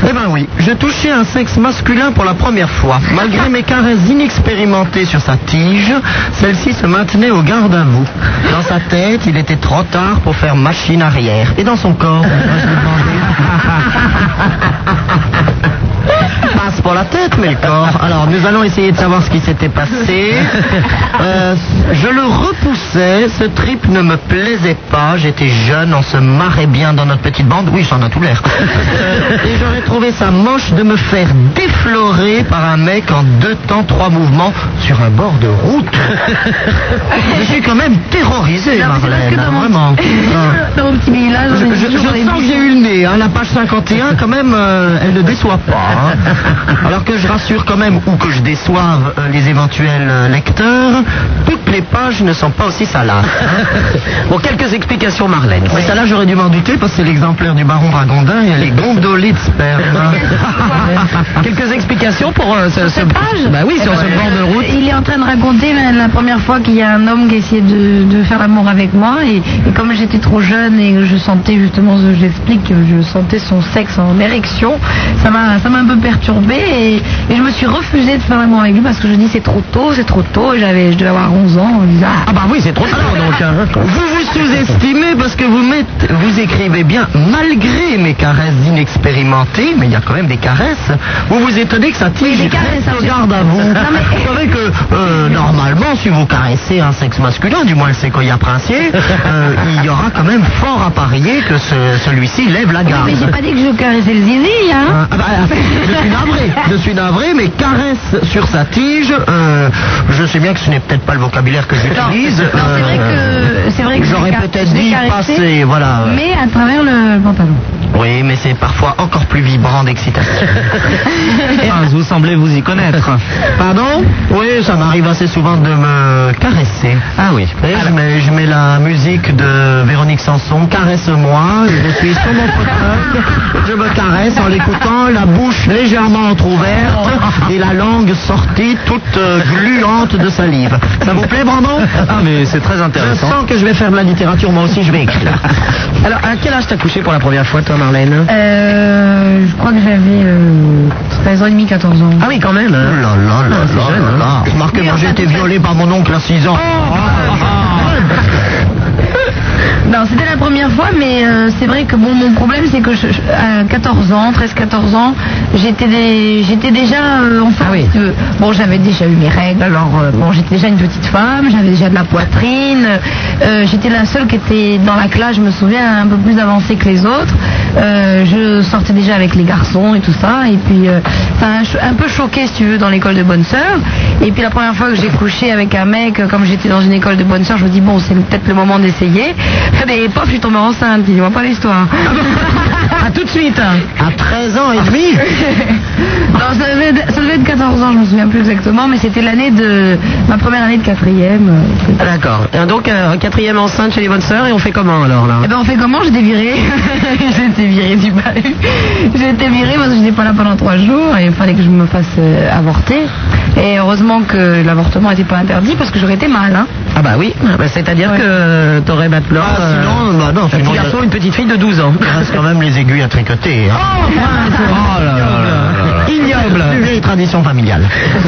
S4: Eh ben oui, je touchais un sexe masculin pour la première fois. Malgré mes caresses inexpérimentées sur sa tige, celle-ci se maintenait au garde à vous. Dans sa tête, il était trop tard pour faire machine arrière. Et dans son corps, je me demandais- passe pour la tête, mais le corps. Alors, nous allons essayer de savoir ce qui s'était passé. Euh, je le repoussais, ce trip ne me plaisait pas. J'étais jeune, on se marrait bien dans notre petite bande. Oui, ça en a tout l'air. Euh, et j'aurais trouvé ça moche de me faire déflorer par un mec en deux temps, trois mouvements sur un bord de route. Je suis quand même terrorisé,
S3: Non, mais c'est
S4: Marlène.
S3: parce que
S4: hein,
S3: dans mon-
S4: vraiment. Hein.
S3: Dans mon petit village, on
S4: Je,
S3: est
S4: je- je
S3: Ah, toujours dans les
S4: sens que j'ai eu le nez. hein. La page 51, quand même, euh, elle ne déçoit pas. hein. Alors que je rassure quand même, ou que je déçoive euh, les éventuels euh, lecteurs, toutes les pages ne sont pas aussi salaces. hein.
S2: Bon, quelques explications Marlène.
S4: Mais ça là, j'aurais dû m'en douter parce que c'est l'exemplaire du baron Ragondin et elle est gondolée de sperme. hein.
S2: Quelques explications pour euh, ce, ce- Bah oui,
S3: ben,
S2: sur ce bord de route.
S3: Eh Il est en train de raconter la, la première fois qu'il y a un homme qui essayait de, de faire l'amour avec moi et, et comme j'étais trop jeune et que je sentais justement, je l'explique, que je sentais son sexe en érection, ça m'a ça m'a un peu perturbée et, et je me suis refusée de faire l'amour avec lui parce que je dis c'est trop tôt, c'est trop tôt, et j'avais je devais avoir 11 ans, on disait, ah,
S2: Ah bah oui, c'est trop tard donc. hein.
S4: Vous vous sous-estimez parce que vous, mettez- vous écrivez bien malgré mes caresses inexpérimentées, mais il y a quand même des caresses. Vous vous étonnez que ça tige
S3: des caresses,
S4: reste au
S3: hein,
S4: garde à vous.
S3: Non, mais-
S4: Vous savez que euh, normalement, si vous caressez un sexe masculin, du moins le séquoia princier, euh, il y aura quand même fort à parier que ce- celui-ci lève la garde.
S3: mais j'ai pas dit que je caressais le zizi, hein
S4: Ah, ah, bah, je suis navré, je suis navré, mais caresse sur sa tige, euh, je sais bien que ce n'est peut-être pas le vocabulaire que j'utilise.
S3: Non, c'est vrai
S4: euh,
S3: que- c'est vrai que je
S4: J'aurais
S3: l'ai car-
S4: peut-être
S3: je l'ai
S4: dit
S3: caressé,
S4: passer,
S2: Ah,
S4: voilà.
S3: Mais à travers le pantalon.
S4: Oui, mais c'est parfois encore plus vibrant d'excitation. Hein,
S5: Prince, vous semblez vous y connaître.
S4: Pardon Oui, ça m'arrive assez souvent de me caresser.
S5: Ah oui.
S4: Vous voyez, je, mets, je mets la musique de Véronique Sanson, Caresse-moi, je suis sur mon fauteuil, je me caresse en l'écoutant, la bouche légèrement entr'ouverte et la langue sortie toute euh, gluante de salive. Ça vous plaît, Brandon
S5: Ah mais c'est très
S4: Je
S5: intéressant.
S4: sens que je vais faire de la littérature, moi aussi je vais écrire.
S2: Alors, à quel âge t'as couché pour la première fois, toi, Marlène
S3: Euh, je crois que j'avais euh, 13 ans et demi, 14 ans.
S2: Ah oui, quand même.
S4: Oh
S2: hein.
S4: là là là là là là. Remarquez, moi j'ai été violé par mon oncle à 6 ans.
S2: Oh, ah.
S3: Non, c'était la première fois, mais euh, c'est vrai que bon, mon problème, c'est que je- je- à 14 ans, 13-14 ans, j'étais des- j'étais déjà euh, en forme.
S2: Ah oui.
S3: si tu veux. Bon, j'avais déjà eu mes règles, alors euh, bon, j'étais déjà une petite femme, j'avais déjà de la poitrine, euh, j'étais la seule qui était dans la classe, je me souviens, un peu plus avancée que les autres. Euh, je sortais déjà avec les garçons et tout ça, et puis euh, ça a cho- un peu choqué, si tu veux, dans l'école de bonne sœur. Et puis la première fois que j'ai couché avec un mec, euh, comme j'étais dans une école de bonne sœur, je me dis bon, c'est peut-être le moment d'essayer. Mais pof, je suis tombée enceinte, il vois pas l'histoire.
S2: À tout de suite. hein.
S4: À 13 ans et demi
S3: Non, ça devait, être, ça devait être 14 ans, je me souviens plus exactement, mais c'était l'année de ma première année de quatrième. euh,
S2: Ah, D'accord. Et Donc, euh, quatrième enceinte chez les bonnes sœurs, et on fait comment alors là
S3: Eh ben on fait comment J'étais virée. J'étais virée du bal. J'étais virée parce que je n'étais pas là pendant trois jours et il fallait que je me fasse euh, avorter. Et heureusement que l'avortement n'était pas interdit parce que j'aurais été mal. Hein.
S2: Ah bah oui, Bah, c'est-à-dire que euh, t'aurais maintenant
S4: Ah, sinon, bah non, sinon,
S2: un petit
S4: il y a-
S2: garçon, une petite fille de 12 ans.
S4: Il reste quand même les aiguilles à tricoter. hein.
S2: Oh, là là là là là. Ignoble.
S4: Plus vieille tradition familiale.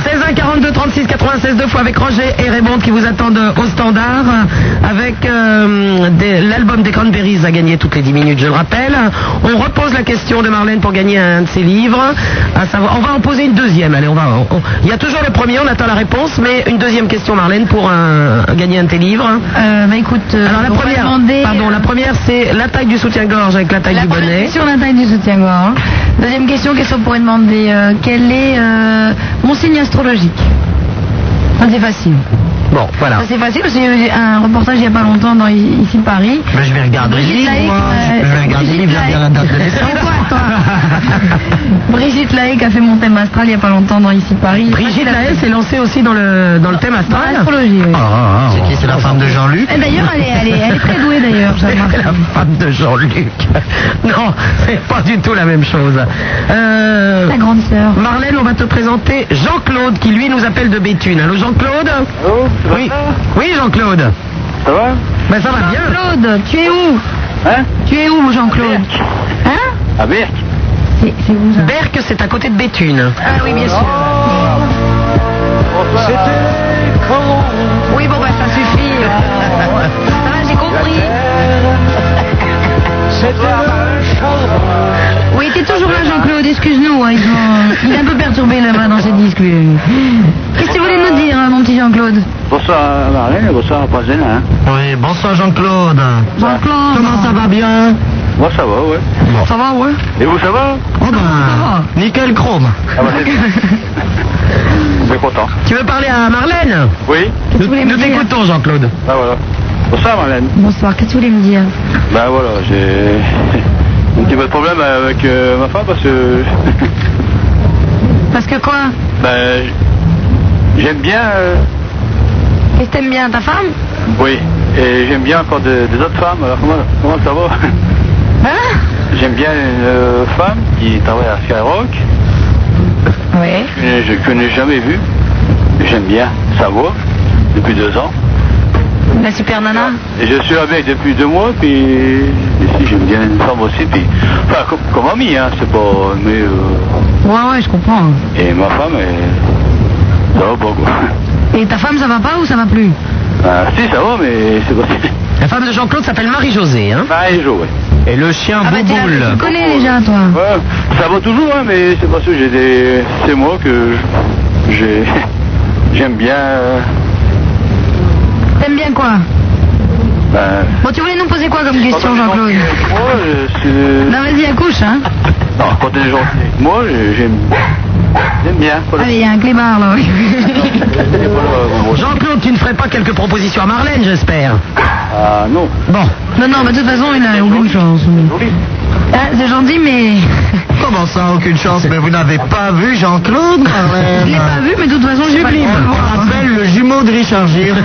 S2: 16 1 42 36 96 deux fois avec Roger et Raymond qui vous attendent euh, au standard euh, avec euh, des- l'album des Cranberries à gagner toutes les 10 minutes, je le rappelle. On repose la question de Marlène pour gagner un de ses livres. À savoir, on va en poser une deuxième. Allez, on va. on- on- il y a toujours le premier, on attend la réponse, mais une deuxième question Marlène pour un- gagner un de tes livres.
S3: bah écoute, euh,
S2: Alors la
S3: on va
S2: première,
S3: demander,
S2: pardon,
S3: euh,
S2: la première c'est la taille du soutien-gorge avec la taille du
S3: Première
S2: bonnet.
S3: question, la taille du soutien-gorge. Deuxième question, qu'est-ce qu'on pourrait demander Euh, Quel est euh, mon signe astrologique Ça c'est facile.
S2: Bon, voilà.
S3: Ça c'est facile parce que j'ai eu un reportage il n'y a pas longtemps dans I- ici Paris.
S4: Mais Ben, je vais regarder les
S3: Brigitte
S4: livres,
S3: Lahaye,
S4: moi.
S3: euh,
S4: Je vais regarder les
S3: Brigitte
S4: livres, je vais
S3: Lahaye.
S4: regarder la date de naissance.
S3: Et toi, toi Brigitte Lahaye qui a fait mon thème astral il n'y a pas longtemps dans ici Paris.
S2: Brigitte Lahaye s'est lancée aussi dans le, dans le thème astral.
S3: Astrologie, oui.
S4: C'est qui C'est la femme de Jean-Luc
S3: Et D'ailleurs, elle est, elle, est, elle est très douée d'ailleurs, j'ai remarqué.
S2: la femme de Jean-Luc. Non, c'est pas du tout la même chose. Euh,
S3: La grande sœur.
S2: Marlène, on va te présenter Jean-Claude qui lui nous appelle de Béthune. Allô Jean-Claude Oui, oui Jean-Claude.
S10: Oh, Ça va
S2: Ben ça va bien.
S3: Jean-Claude, tu es où
S10: Hein
S3: Tu es où Jean-Claude Hein
S10: Ah merde
S3: C'est c'est où ça
S2: Berck, c'est à côté de Béthune.
S3: Ah oui, bien sûr. Oui, bon, bah ça suffit. euh, Ça va, j'ai compris. Oui, t'es toujours là, Jean-Claude, excuse-nous. hein, ils ont- Il est un peu perturbé là-bas dans ses disques. lui. Qu'est-ce que tu voulais nous dire, hein, mon petit Jean-Claude
S10: Bonsoir Marlène, bonsoir hein. Pazena.
S4: Oui, bonsoir Jean-Claude.
S3: Jean-Claude
S4: Comment ça va bien
S10: Moi ça va, ouais.
S4: Ça va, ouais
S10: Et vous ça va
S4: Oh
S2: bah,
S4: ben, nickel chrome.
S10: Ah bah c'est bien. Je suis content.
S2: Tu veux parler à Marlène
S10: Oui
S2: Nous nous t'écoutons Jean-Claude.
S10: Bah voilà. Bonsoir Marlène.
S3: Bonsoir, qu'est-ce que tu voulais me dire
S10: Bah voilà, j'ai un petit peu de problème avec euh, ma femme parce que
S3: Parce que quoi
S10: bah, j'aime bien, euh,
S3: Qu'est-ce que t'aimes bien, ta femme
S10: oui, et j'aime bien encore de- des autres femmes. Alors comment, comment ça va
S3: Hein
S10: J'aime bien une euh, femme qui travaille à Skyrock,
S3: Ouais.
S10: que je que je n'ai jamais vue. J'aime bien sa voix depuis deux ans.
S3: La super nana
S10: Et je suis avec depuis deux mois, puis ici j'aime bien une femme aussi, puis enfin comme, comme amie, hein, c'est pas mais euh,
S3: Ouais, ouais, je comprends.
S10: et ma femme, elle- ça va pas quoi.
S3: Et ta femme, ça va pas ou ça va plus
S10: Ah, si ça va, mais c'est pas
S2: La femme de Jean-Claude s'appelle Marie-Josée. Hein
S10: Bah et ouais.
S5: Et le chien
S3: Ah bah t'es
S5: Bouboule.
S3: là, tu connais déjà, toi.
S10: Ouais, ça va toujours, hein, mais c'est parce que j'ai des, c'est moi que je- j'ai, j'aime bien. euh,
S3: T'aimes bien quoi
S10: ben,
S3: Bon, tu voulais nous poser quoi comme question,
S10: quand on
S3: Jean-Claude
S10: est gentil, Moi, euh, c'est-
S3: Non, vas-y, accouche, hein.
S10: non, quand on est gentil avec moi, euh, j'aime, j'aime bien.
S3: Ah, mais il y a un clébard, là. oui.
S2: Jean-Claude, tu ne ferais pas quelques propositions à Marlène, j'espère.
S10: Ah non.
S2: Bon,
S3: Non, non, bah, de toute façon, il a aucune chance. Ah, c'est gentil, mais...
S4: Comment ça, aucune chance Mais vous n'avez pas vu Jean-Claude,
S3: Je l'ai
S4: Marlène
S10: Ah.
S3: pas vu, mais de toute façon, je
S4: On le rappelle le jumeau de Richard Gere.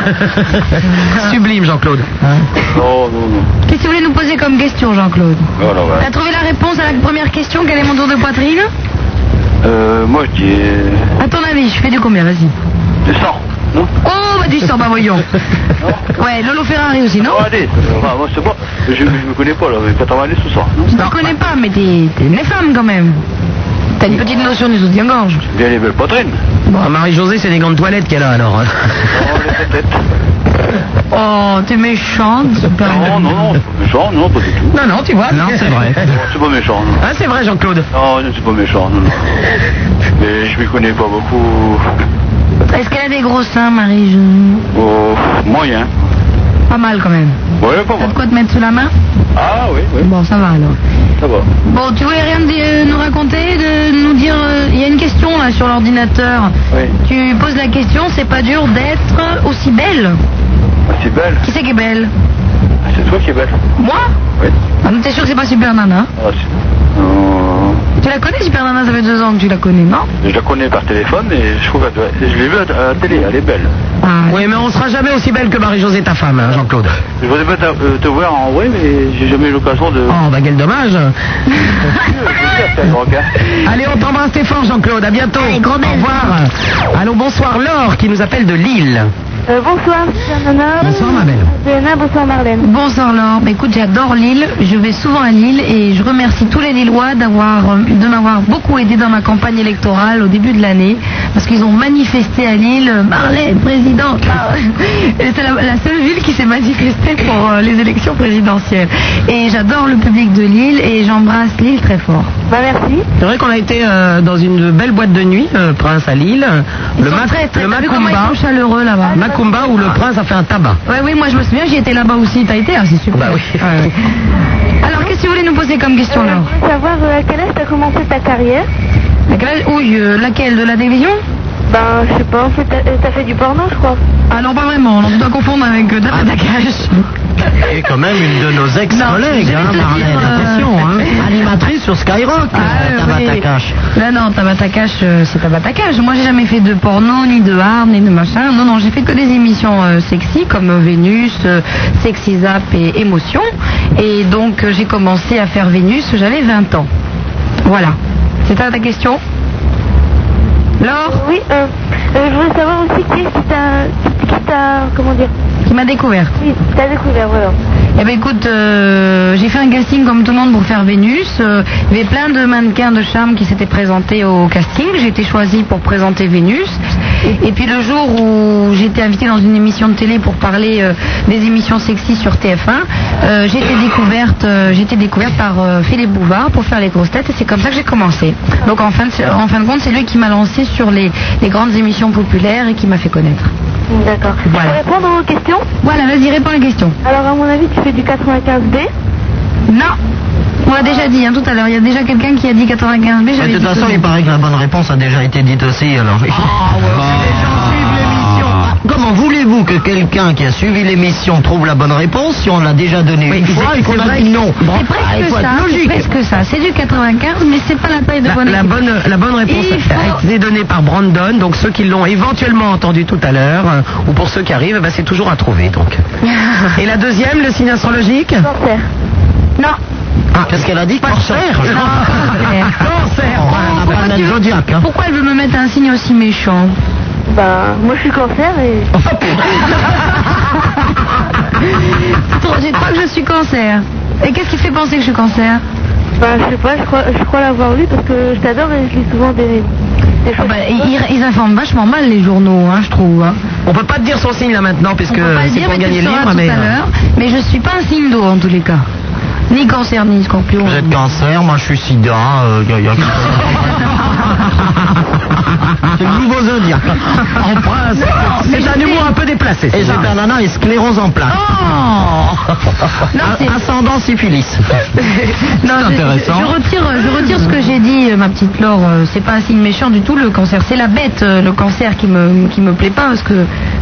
S2: sublime Jean-Claude.
S10: Non, non, non.
S3: Qu'est-ce que tu voulais nous poser comme question, Jean-Claude
S10: Voilà, voilà.
S3: T'as trouvé la réponse à la première question Quel est mon tour de poitrine
S10: Euh, moi je dis euh,
S3: À ton avis, je fais du combien Vas-y.
S10: de 100, non
S3: Oh, bah, du sang, bah, voyons. Ouais, Lolo Ferrari aussi, non
S10: 90, euh, enfin, moi c'est pas, je, je me connais pas là, mais 90 ou 100, non
S3: Je te connais pas, mais t'es t'es une femme, quand même. T'as une petite notion du soutien-gorge.
S10: Bien les belles poitrines.
S2: Ah, Marie-Josée, c'est des grandes toilettes qu'elle a alors. hein.
S10: Non, les têtes.
S3: Oh, t'es méchante.
S10: Non, non, non, c'est pas méchant, non, pas du tout.
S2: Non, non, tu vois.
S5: Non, c'est vrai.
S10: Non, c'est pas méchant, non.
S2: Ah, c'est vrai, Jean-Claude.
S10: Non, non, c'est pas méchant, non, non. Mais je m'y connais pas beaucoup.
S3: Est-ce qu'elle a des gros seins, Marie Je-
S10: Au moyen.
S3: Pas mal quand même.
S10: Ouais,
S3: T'as
S10: pas
S3: de
S10: moi.
S3: quoi te mettre sous la main
S10: Ah oui, oui,
S3: Bon, ça va alors.
S10: ça va.
S3: Bon, tu voulais rien de- euh, nous raconter, de nous dire. euh, Il y a une question là sur l'ordinateur.
S10: Oui.
S3: Tu poses la question, c'est pas dur d'être aussi belle.
S10: Ah, c'est belle.
S3: Qui c'est qui est belle
S10: Ah, C'est toi qui es belle.
S3: Moi
S10: Oui.
S3: Ah, mais t'es sûr que c'est pas Super Nana
S10: Ah, c'est... Non.
S3: Tu la connais, Super Nana Ça fait deux ans que tu la connais, non
S10: Je la connais par téléphone, mais je trouve que je l'ai vue à la télé, elle est belle.
S3: Ah,
S2: Oui, mais on sera jamais aussi belle que Marie-Josée, ta femme, hein, Jean-Claude.
S10: Je voudrais pas t'a- euh, te voir en vrai, mais j'ai jamais eu l'occasion de.
S2: Oh, bah quel dommage.
S10: Ah. Bonsoir
S2: Allez, on t'embrasse très fort, Jean-Claude. À bientôt.
S3: gros
S2: Au
S3: baise.
S2: revoir. Allons, bonsoir Laure qui nous appelle de Lille.
S7: Euh, bonsoir, c'est Nana. Bonsoir, ma belle. bonsoir, Marlène.
S3: Bonsoir Laure. Bah, écoute, j'adore Lille. Je vais souvent à Lille et je remercie tous les Lillois d'avoir, euh, de m'avoir beaucoup aidé dans ma campagne électorale au début de l'année parce qu'ils ont manifesté à Lille. euh, Marlène, présidente. Marlène. Et C'est la, la seule ville qui s'est manifestée pour euh, les élections présidentielles. Et j'adore le public de Lille et j'embrasse Lille très fort.
S7: Bah, merci.
S2: C'est vrai qu'on a été euh, dans une belle boîte de nuit, euh, Prince à Lille.
S3: Ils
S2: le
S3: sont
S2: Mac-
S3: très, très-
S2: le
S3: t'as vu comment
S2: Macumba.
S3: ils sont chaleureux là-bas.
S2: Macumba où le prince a fait un tabac.
S3: Ouais, oui, moi je me souviens, j'y étais là-bas aussi. T'as été Ah, c'est
S2: Bah
S3: super. Ouais. Alors, qu'est-ce que vous voulez nous poser comme question là
S7: Je voulais savoir euh, à quel âge t'as commencé ta carrière
S3: À quel âge Oui, euh, laquelle De la télévision
S7: Ben, je sais pas, en fait, t'as euh, t'as fait du porno, je crois.
S3: Ah non, pas vraiment. On doit confondre avec euh, Data Dakash.
S4: Et quand même une de nos ex-collègues, hein, Marlène. Attention, hein. Animatrice sur Skyrock, euh, Tabata Cash.
S3: Là, non, Tabata Cash, euh, c'est Tabata Cash. Moi, j'ai jamais fait de porno, ni de hard, ni de machin. Non, non, j'ai fait que des émissions euh, sexy comme euh, Vénus, euh, Sexy Zap et Émotion. Et donc, euh, j'ai commencé à faire Vénus, j'avais 20 ans. Voilà. C'est ça ta question Laure
S7: Oui, euh, euh, je voulais savoir aussi qui est-ce qui t'a. qui- qui t'a. comment dire
S3: Qui m'a découverte
S7: Oui, t'as découvert, voilà.
S3: Eh ben écoute, euh, j'ai fait un casting comme tout le monde pour faire Vénus. Euh, il y avait plein de mannequins de charme qui s'étaient présentés au casting. J'ai été choisie pour présenter Vénus. Et puis le jour où j'étais invitée dans une émission de télé pour parler euh, des émissions sexy sur TF1, euh, j'ai été découverte, euh, j'ai été découverte par euh, Philippe Bouvard pour faire les grosses têtes et c'est comme ça que j'ai commencé. Donc en fin de, en fin de compte, c'est lui qui m'a lancée sur les, les grandes émissions populaires et qui m'a fait connaître.
S7: D'accord.
S3: Voilà.
S7: Je peux répondre aux questions
S3: Voilà, vas-y, réponds à la question.
S7: Alors, à mon avis, tu fais du 95D
S3: Non. On l'a déjà dit hein, tout à l'heure. Il y a déjà quelqu'un qui a dit 95 mais
S4: Mais
S3: j'avais
S4: de toute
S3: dit
S4: façon,
S3: tout.
S4: il paraît que la bonne réponse a déjà été dite aussi, alors. Ah. Comment voulez-vous que quelqu'un qui a suivi l'émission trouve la bonne réponse si on l'a déjà donnée une fois et qu'on a dit non
S3: C'est
S4: Ah, il
S3: presque
S4: faut
S3: ça.
S4: être
S3: hein, C'est
S4: logique.
S3: presque ça. C'est du 95, mais c'est pas la taille de
S2: La,
S3: bonne.
S2: la
S3: équipe.
S2: bonne, la bonne réponse
S3: Il faut-
S2: a été donnée par Brandon, donc ceux qui l'ont éventuellement entendu tout à l'heure, euh, ou pour ceux qui arrivent, eh ben, c'est toujours à trouver. Donc. Et la deuxième, le signe astrologique
S7: Cancer.
S3: Non.
S4: Ah, Qu'est-ce qu'elle a dit Corsaire je crois.
S3: Cancer.
S2: Oh,
S4: Ah, bah, on a le Zodiac, hein.
S3: Pourquoi elle veut me mettre un signe aussi méchant
S7: Ben, moi, je suis cancer et.
S2: oh,
S3: Trop- Je crois que je suis cancer. Et qu'est-ce qui te fait penser que je suis cancer
S7: Ben, je sais pas, je crois, je crois l'avoir lu parce que je t'adore et je lis souvent des. des
S3: Ah
S7: choses.
S3: bah, ils, ils informent vachement mal les journaux, hein, je trouve. hein.
S2: On peut pas te dire son signe là maintenant, parce
S3: On peut pas
S2: que
S3: le
S2: c'est
S3: dire,
S2: pour
S3: mais tu
S2: gagner
S3: le
S2: le livre.
S3: sauras tout
S2: Mais, euh,
S3: à
S4: euh,
S3: l'heure. Mais je suis pas un signe d'eau en tous les cas. Ni cancer, ni scorpion.
S4: Vous êtes cancer, moi je suis sida. euh, y a- y a- C'est le nouveau Zodiac. En prince.
S2: c'est un humour un peu déplacé.
S4: Et Oh.
S2: celui-là.
S4: Supernana et sclérose en plaques.
S3: Non, c'est-
S4: Ascendant syphilis.
S3: Non, je-
S4: intéressant.
S3: Je, je retire, je retire ce que j'ai dit, euh, ma petite Laure. Euh, C'est pas un signe méchant du tout, le cancer. C'est la bête, euh, le cancer, qui me, qui me plaît pas, parce que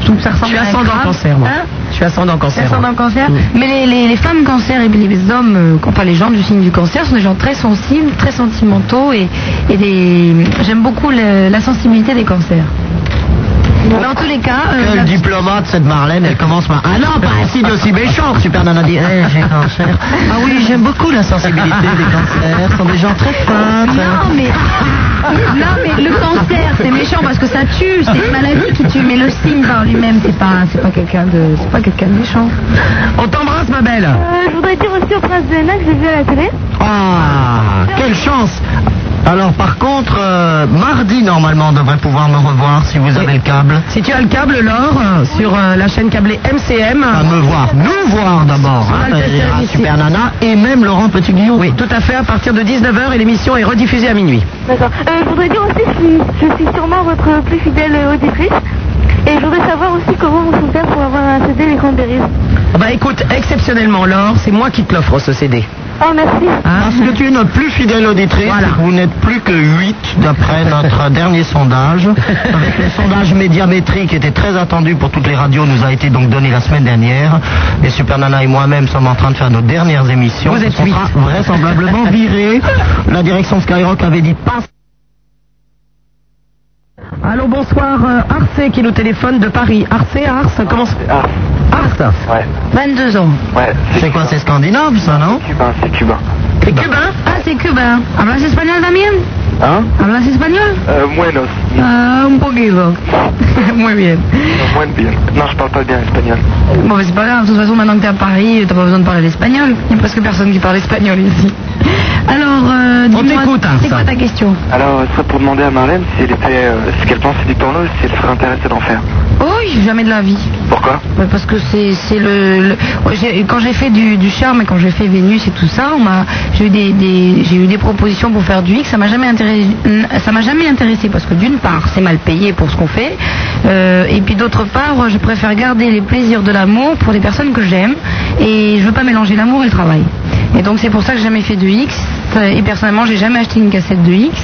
S3: je trouve que ça
S2: Je
S3: ressemble
S2: suis
S3: à un
S2: ascendant
S3: crabe.
S2: cancer, moi.
S3: Hein
S2: Je suis ascendant cancer.
S3: Personne
S2: moi.
S3: dans le cancer.
S2: Mm.
S3: Mais les, les- les femmes cancer et puis les hommes, euh, enfin les gens du signe du cancer, sont des gens très sensibles, très sentimentaux et, et des... j'aime beaucoup le- la sensibilité des cancers. Mais en tous les cas, euh,
S4: Quel
S3: la-
S4: diplomate cette Marlène, elle commence par Ah non, pas un signe aussi méchant que Super Nana dit Eh, j'ai cancer. Ah oui, j'aime beaucoup la sensibilité des cancers, ce sont des gens très fins.
S3: non mais... Non mais le cancer c'est méchant parce que ça tue, c'est une maladie qui tue, mais le signe par lui-même c'est pas c'est pas quelqu'un de c'est pas quelqu'un de méchant.
S2: On t'embrasse, ma belle.
S7: Euh, je voudrais dire aussi au prince de Hénin que j'ai vu à la télé.
S4: Ah, quelle chance Alors par contre, euh, mardi normalement on devrait pouvoir me revoir si vous avez le câble.
S2: Si tu as le câble, Laure, euh, sur euh, la chaîne câblée MCM.
S4: À me voir, nous voir d'abord, hein,
S2: Sur la
S4: ça dira
S2: ici.
S4: Super Nana et même Laurent Petit-Guillaume.
S2: Ah, Oui, tout à fait, à partir de 19h et l'émission est rediffusée à minuit.
S7: D'accord. Euh, je voudrais dire aussi que je suis, je suis sûrement votre plus fidèle auditrice. Et je voudrais savoir aussi comment vous faire pour avoir un CD Les Cranberries.
S2: Ah Bah écoute, exceptionnellement, Laure, c'est moi qui te l'offre ce CD.
S7: Oh, merci.
S4: Parce que tu es notre plus fidèle auditrice,
S2: Ah. Voilà.
S4: vous n'êtes plus que 8 d'après notre dernier sondage. Avec le sondage médiamétrique qui était très attendu pour toutes les radios, nous a été donc donné la semaine dernière. Et Super Nana et moi-même sommes en train de faire nos dernières émissions.
S2: Vous êtes
S4: On
S2: huit.
S4: sera vraisemblablement virés. La direction Skyrock avait dit pas.
S2: Allô, bonsoir, euh, Arce qui nous téléphone de Paris. Arce, Arce, comment se-
S12: Ah,
S2: Arce,
S12: ouais,
S3: 22 ans.
S12: ouais,
S4: C'est quoi, c'est scandinave ça, non
S12: cubain, c'est cubain.
S2: t'es cubain
S3: Ah c'est cubain. Hablas espagnol Damien
S12: Hein
S3: Hablas espagnol
S12: euh, Buenos.
S3: Ah, un poquito. Muy bien.
S10: Moins bien. Non, je parle pas bien espagnol.
S3: Bon, mais c'est pas grave. De toute façon, maintenant que t'es à Paris, t'as pas besoin de parler l'espagnol. Il n'y a presque personne qui parle espagnol ici. Alors, euh,
S2: On
S3: dis-moi,
S2: t'écoute, hein,
S3: c'est
S2: ça.
S3: quoi ta question
S12: Alors, ça pour demander à Marlène si elle était, euh, ce qu'elle pensait du porno, si elle serait intéressée d'en faire.
S3: Oh, jamais de la vie.
S12: Pourquoi
S3: Bah, Parce que c'est c'est le, le- ouais, j'ai- quand j'ai fait du, du charme et quand j'ai fait Vénus et tout ça, on m'a j'ai eu des, des- j'ai eu des propositions pour faire du X, ça m'a jamais intéressé ça m'a jamais intéressé parce que d'une part c'est mal payé pour ce qu'on fait euh, et puis d'autre part je préfère garder les plaisirs de l'amour pour les personnes que j'aime et je veux pas mélanger l'amour et le travail. Et donc c'est pour ça que j'ai jamais fait de X et personnellement j'ai jamais acheté une cassette de X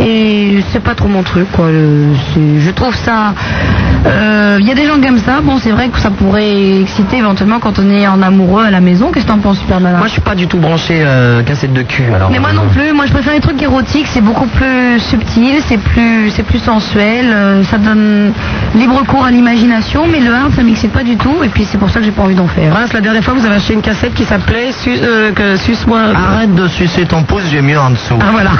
S3: et c'est pas trop mon truc quoi. Le- c'est- Je trouve ça euh, Il y a des gens qui aiment ça. Bon, c'est vrai que ça pourrait exciter éventuellement quand on est en amoureux à la maison. Qu'est-ce que t'en penses, Super Nana
S2: Moi, je suis pas du tout branché euh, cassette de cul. Alors,
S3: Mais moi non plus. Moi, je préfère les trucs érotiques. C'est beaucoup plus subtil, c'est plus, c'est plus sensuel. euh, Ça donne libre cours à l'imagination. Mais le hard, ça m'excite pas du tout. Et puis, c'est pour ça que j'ai pas envie d'en faire.
S2: Prince, la dernière fois, vous avez acheté une cassette qui s'appelait Su- euh, que Suce-moi.
S4: Arrête de sucer ton pouce, j'ai mieux en dessous.
S2: Ah, voilà.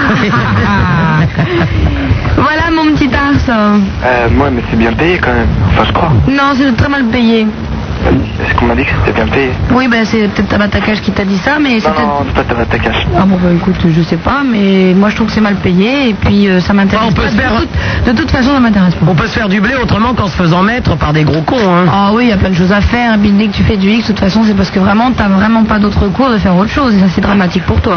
S3: Voilà mon petit ars.
S12: Euh, moi, mais c'est bien payé quand même. Enfin, je crois.
S3: Non, c'est très mal payé.
S12: Est-ce qu'on m'a dit que c'était bien payé
S3: Oui, ben c'est peut-être Tabatakash qui t'a dit ça, mais c'est
S12: Non,
S3: peut-être.
S12: non, c'est pas ta, ta cache.
S3: Ah bon bah écoute je sais pas mais moi je trouve que c'est mal payé et puis euh, ça m'intéresse
S2: on peut
S3: pas.
S2: se faire-
S3: De, toute, de toute façon ça m'intéresse pas.
S2: On peut se faire du blé autrement qu'en se faisant mettre par des gros cons. Hein.
S3: Ah oui il y a plein de choses à faire et puis dès que tu fais du X de toute façon c'est parce que vraiment t'as vraiment pas d'autre cours de faire autre chose et ça c'est dramatique pour toi.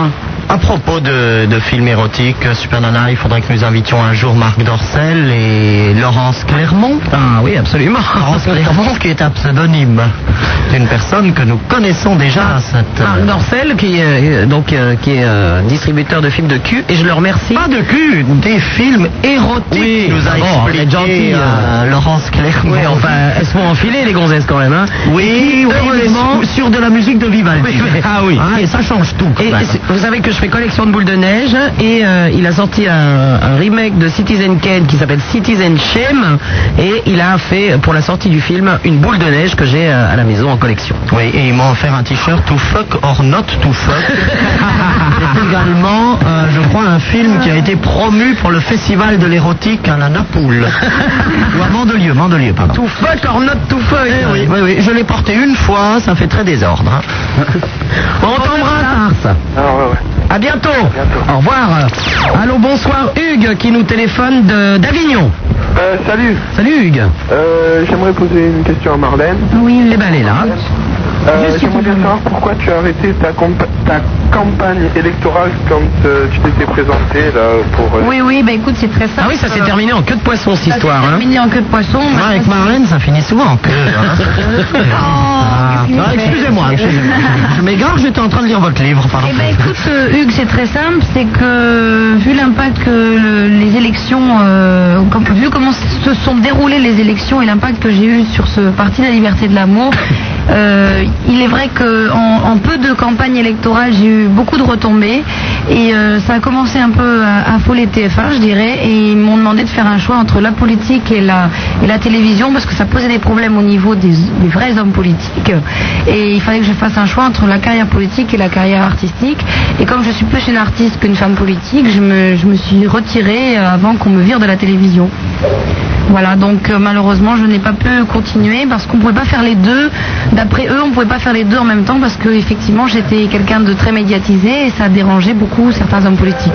S4: À propos de, de films érotiques, euh, Super Nana, il faudrait que nous invitions un jour Marc Dorcel et Laurence Clermont.
S2: Ah oui, absolument.
S4: Laurence Clermont qui est un pseudonyme d'une personne que nous connaissons déjà à cette...
S2: Marc Dorcel, qui est, euh, donc, euh, qui est euh, distributeur de films de cul, et je le remercie.
S4: Pas de cul, des films érotiques,
S2: Oui,
S4: nous a
S2: ah bon,
S4: expliqué
S2: vous êtes gentil,
S4: euh, Laurence Clermont.
S2: Oui, enfin, elles sont enfilées, les gonzesses, quand même. Hein.
S4: Oui, oui, mais
S2: heureusement-
S4: sur- sur de la musique de Vivaldi.
S2: Oui, mais- ah oui.
S4: et ça change tout. quand
S2: Et
S4: même.
S2: c'est- vous savez que je fais collection de boules de neige et euh, il a sorti un, un remake de Citizen Kane qui s'appelle Citizen Shame et il a fait pour la sortie du film une boule de neige que j'ai euh, à la maison en collection.
S4: Oui, et ils m'ont offert un t-shirt To Fuck or Not To Fuck. C'est également, euh, je crois, un film qui a été promu pour le festival de l'érotique à la Napoule. Ou à Mandelieu, Mandelieu, pardon.
S2: Tout fuck or not tout fuck.
S4: Eh oui, oui, oui, je l'ai porté une fois, ça fait très désordre. hein.
S2: On t'embrasse. Ars.
S12: Ah, ouais, ouais.
S2: À bientôt. Au revoir. Allô, bonsoir Hugues qui nous téléphone de- d'Avignon.
S10: Euh, salut.
S2: Salut Hugues.
S10: Euh, j'aimerais poser une question à Marlène.
S3: Oui
S2: Eh ben elle est là.
S10: Euh, j'aimerais bien savoir pourquoi tu as arrêté ta, compa- ta campagne électorale quand euh, tu t'étais présenté là pour. euh,
S3: Oui oui bah écoute c'est très simple.
S2: Ah oui, ça s'est
S3: Euh,
S2: terminé en queue de poisson cette
S3: ça s'est
S2: histoire. hein.
S3: terminé en queue de poisson.
S4: Moi,
S3: Maintenant,
S4: avec Marlène, ça finit souvent en queue. hein.
S3: Oh,
S4: Ah,
S3: qu'est-ce qu'il
S4: ah,
S3: fait
S4: excusez-moi, excusez-moi. Je m'égare, j'étais en train de lire votre livre, pardon.
S3: Eh ben écoute euh, Hugues, c'est très simple, c'est que vu l'impact que le- les élections, euh, comme- vu comment se sont déroulées les élections et l'impact que j'ai eu sur ce parti de la liberté de l'amour, euh, il est vrai que en, en peu de campagne électorale j'ai eu beaucoup de retombées et euh, ça a commencé un peu à à affoler TF1 je dirais et ils m'ont demandé de faire un choix entre la politique et la, et la télévision parce que ça posait des problèmes au niveau des, des vrais hommes politiques et il fallait que je fasse un choix entre la carrière politique et la carrière artistique et comme je suis plus une artiste qu'une femme politique je me, je me suis retirée euh, avant qu'on me vire de la télévision voilà, donc euh, malheureusement je n'ai pas pu continuer parce qu'on ne pouvait pas faire les deux. D'après eux, on ne pouvait pas faire les deux en même temps parce que effectivement j'étais quelqu'un de très médiatisé et ça dérangeait beaucoup certains hommes politiques.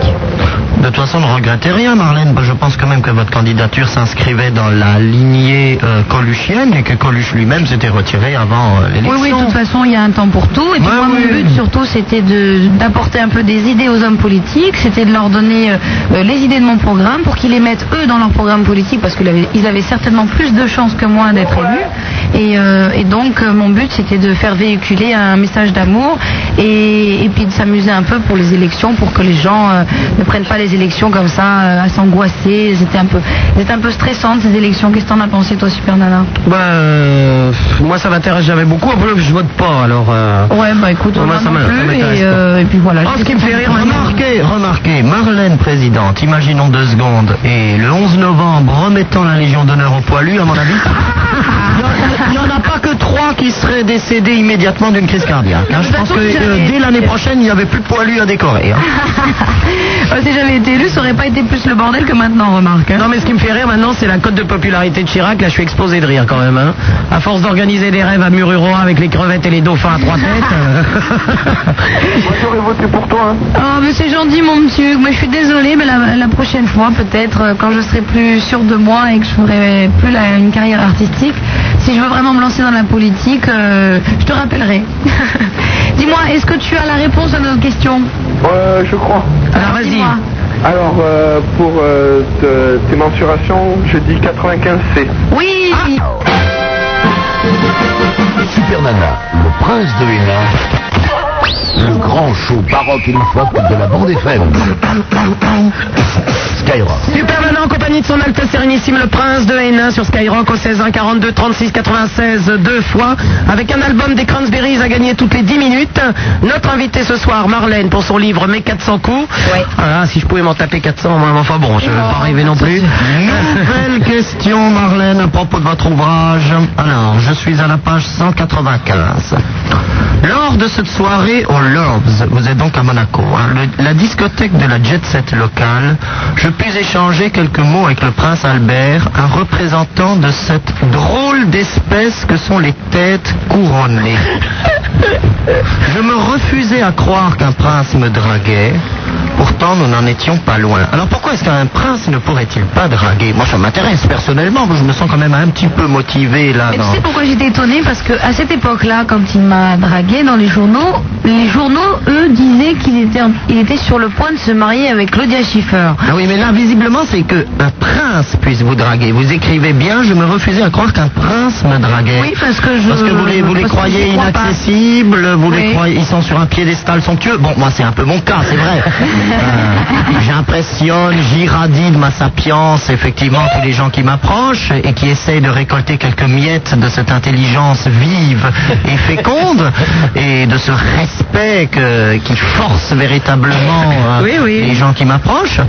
S4: De toute façon, ne regrettez rien, Marlène. Je pense quand même que votre candidature s'inscrivait dans la lignée euh, coluchienne et que Coluche lui-même s'était retiré avant euh, l'élection.
S3: Oui, oui, de toute façon, il y a un temps pour tout. Et puis
S4: Ouais,
S3: moi,
S4: oui.
S3: mon but surtout, c'était de- d'apporter un peu des idées aux hommes politiques, c'était de leur donner euh, les idées de mon programme pour qu'ils les mettent eux dans leur programme politique parce qu'ils avaient, ils avaient certainement plus de chances que moi d'être élus. Et, euh, et donc, euh, mon but, c'était de faire véhiculer un message d'amour et, et puis de s'amuser un peu pour les élections, pour que les gens euh, ne prennent pas les élections comme ça, euh, à s'angoisser. C'était un peu, c'était un peu stressante ces élections. Qu'est-ce que t'en as pensé, toi, Super Nana
S2: Bah, euh, moi ça m'intéresse jamais beaucoup. Après, je vote pas alors. euh,
S3: Ouais, bah écoute,
S2: Moi,
S3: moi
S2: ça
S3: non
S2: m'in- ça
S3: plus,
S2: m'intéresse
S3: et, euh, et puis voilà.
S2: Oh, ce qui me fait rire,
S4: Remarquez, remarquez, Marlène présidente, imaginons deux secondes, et le 11 novembre, remettant la Légion d'honneur au poilu, à mon avis, Il n'y en a pas que trois qui seraient décédés immédiatement d'une crise cardiaque. hein. Je pense que euh, dès l'année prochaine, il n'y avait plus de poilus à décorer. hein.
S3: Euh, si j'avais été élu, ça aurait pas été plus le bordel que maintenant, remarque.
S2: Non, mais ce qui me fait rire maintenant, c'est la cote de popularité de Chirac. Là, je suis explosé de rire quand même. hein. À force d'organiser des rêves à Mururoa avec les crevettes et les dauphins à trois euh, têtes.
S10: Moi j'aurais voté pour toi. hein.
S3: Oh, mais c'est gentil, mon monsieur. Moi, je suis désolée, mais la, la prochaine fois, peut-être, euh, quand je serai plus sûre de moi et que je ferai plus la- une carrière artistique, si je veux vraiment me lancer dans la politique, euh, je te rappellerai. Dis-moi, est-ce que tu as la réponse à notre question
S10: Euh, je crois.
S3: Alors, vas-y.
S10: Alors, euh, pour euh, te- tes mensurations, je dis 95C.
S3: Oui
S1: Super Nana, le prince de Hénin, le grand show baroque une fois de la bande FM. Skyrock.
S2: Super Nana en compagnie de son Altesse Sérénissime, le Prince de Hénin sur Skyrock au 16 1 42 36 96 deux fois avec un album des Cransberries à gagner toutes les 10 minutes. Notre invitée ce soir, Marlène, pour son livre Mes 400 coups. Ah, si je pouvais m'en taper 400, moi, mais enfin bon, je ne vais pas arriver non plus.
S4: Nouvelle question, Marlène, à propos de votre ouvrage. Alors, je suis à la page 195. Lors de cette soirée au Lords, vous êtes donc à Monaco, hein, le- la discothèque de la jet set locale, je puis échanger quelques mots avec le prince Albert, un représentant de cette drôle d'espèce que sont les têtes couronnées. Je me refusais à croire qu'un prince me draguait. Pourtant, nous n'en étions pas loin. Alors pourquoi est-ce qu'un prince ne pourrait-il pas draguer Moi, ça m'intéresse personnellement. Je me sens quand même un petit peu motivé là.
S3: Mais tu
S4: dans-
S3: sais pourquoi j'étais étonnée Parce que à cette époque-là, quand il m'a dragué dans les journaux, les journaux, eux, disaient qu'il était, en- il était sur le point de se marier avec Claudia Schiffer.
S4: Ah oui, mais là, visiblement, c'est que un prince puisse vous draguer. Vous écrivez bien, je me refusais à croire qu'un prince me draguait.
S3: Oui, parce que je-
S4: Parce que vous les, vous les
S3: parce que
S4: croyez
S3: j'y crois pas.
S4: inaccessibles, vous les
S3: Oui.
S4: croyez, ils sont sur un piédestal somptueux. Bon, moi, c'est un peu mon cas, c'est vrai. Euh, J'impressionne, j'irradie de ma sapience, effectivement, tous les gens qui m'approchent et qui essayent de récolter quelques miettes de cette intelligence vive et féconde et de ce respect que- qui force véritablement euh, les gens qui m'approchent.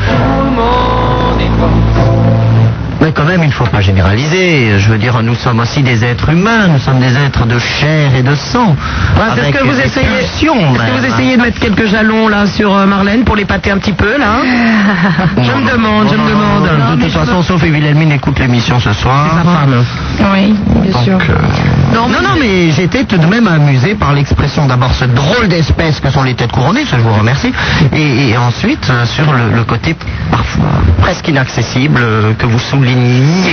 S4: Mais quand même, il ne faut pas généraliser. Je veux dire, nous sommes aussi des êtres humains, nous sommes des êtres de chair et de sang.
S2: Ah, c'est ce
S4: avec
S2: que vous
S4: des
S2: essayez.
S4: pulsions,
S2: est-ce que
S4: même,
S2: vous
S4: hein.
S2: essayez de mettre quelques jalons là sur euh, Marlène pour l'épater un petit peu là
S3: Euh.
S2: hein Je me demande, je me demande.
S4: De toute façon, sauf Wilhelmine écoute l'émission ce soir. C'est sa femme.
S3: Oui, bien sûr.
S4: euh, Non, non, non, mais j'étais tout de même amusé par l'expression d'abord ce drôle d'espèce que sont les têtes couronnées, ça je vous remercie, et, et ensuite euh, sur le, le côté parfois presque inaccessible euh, que vous soulignez.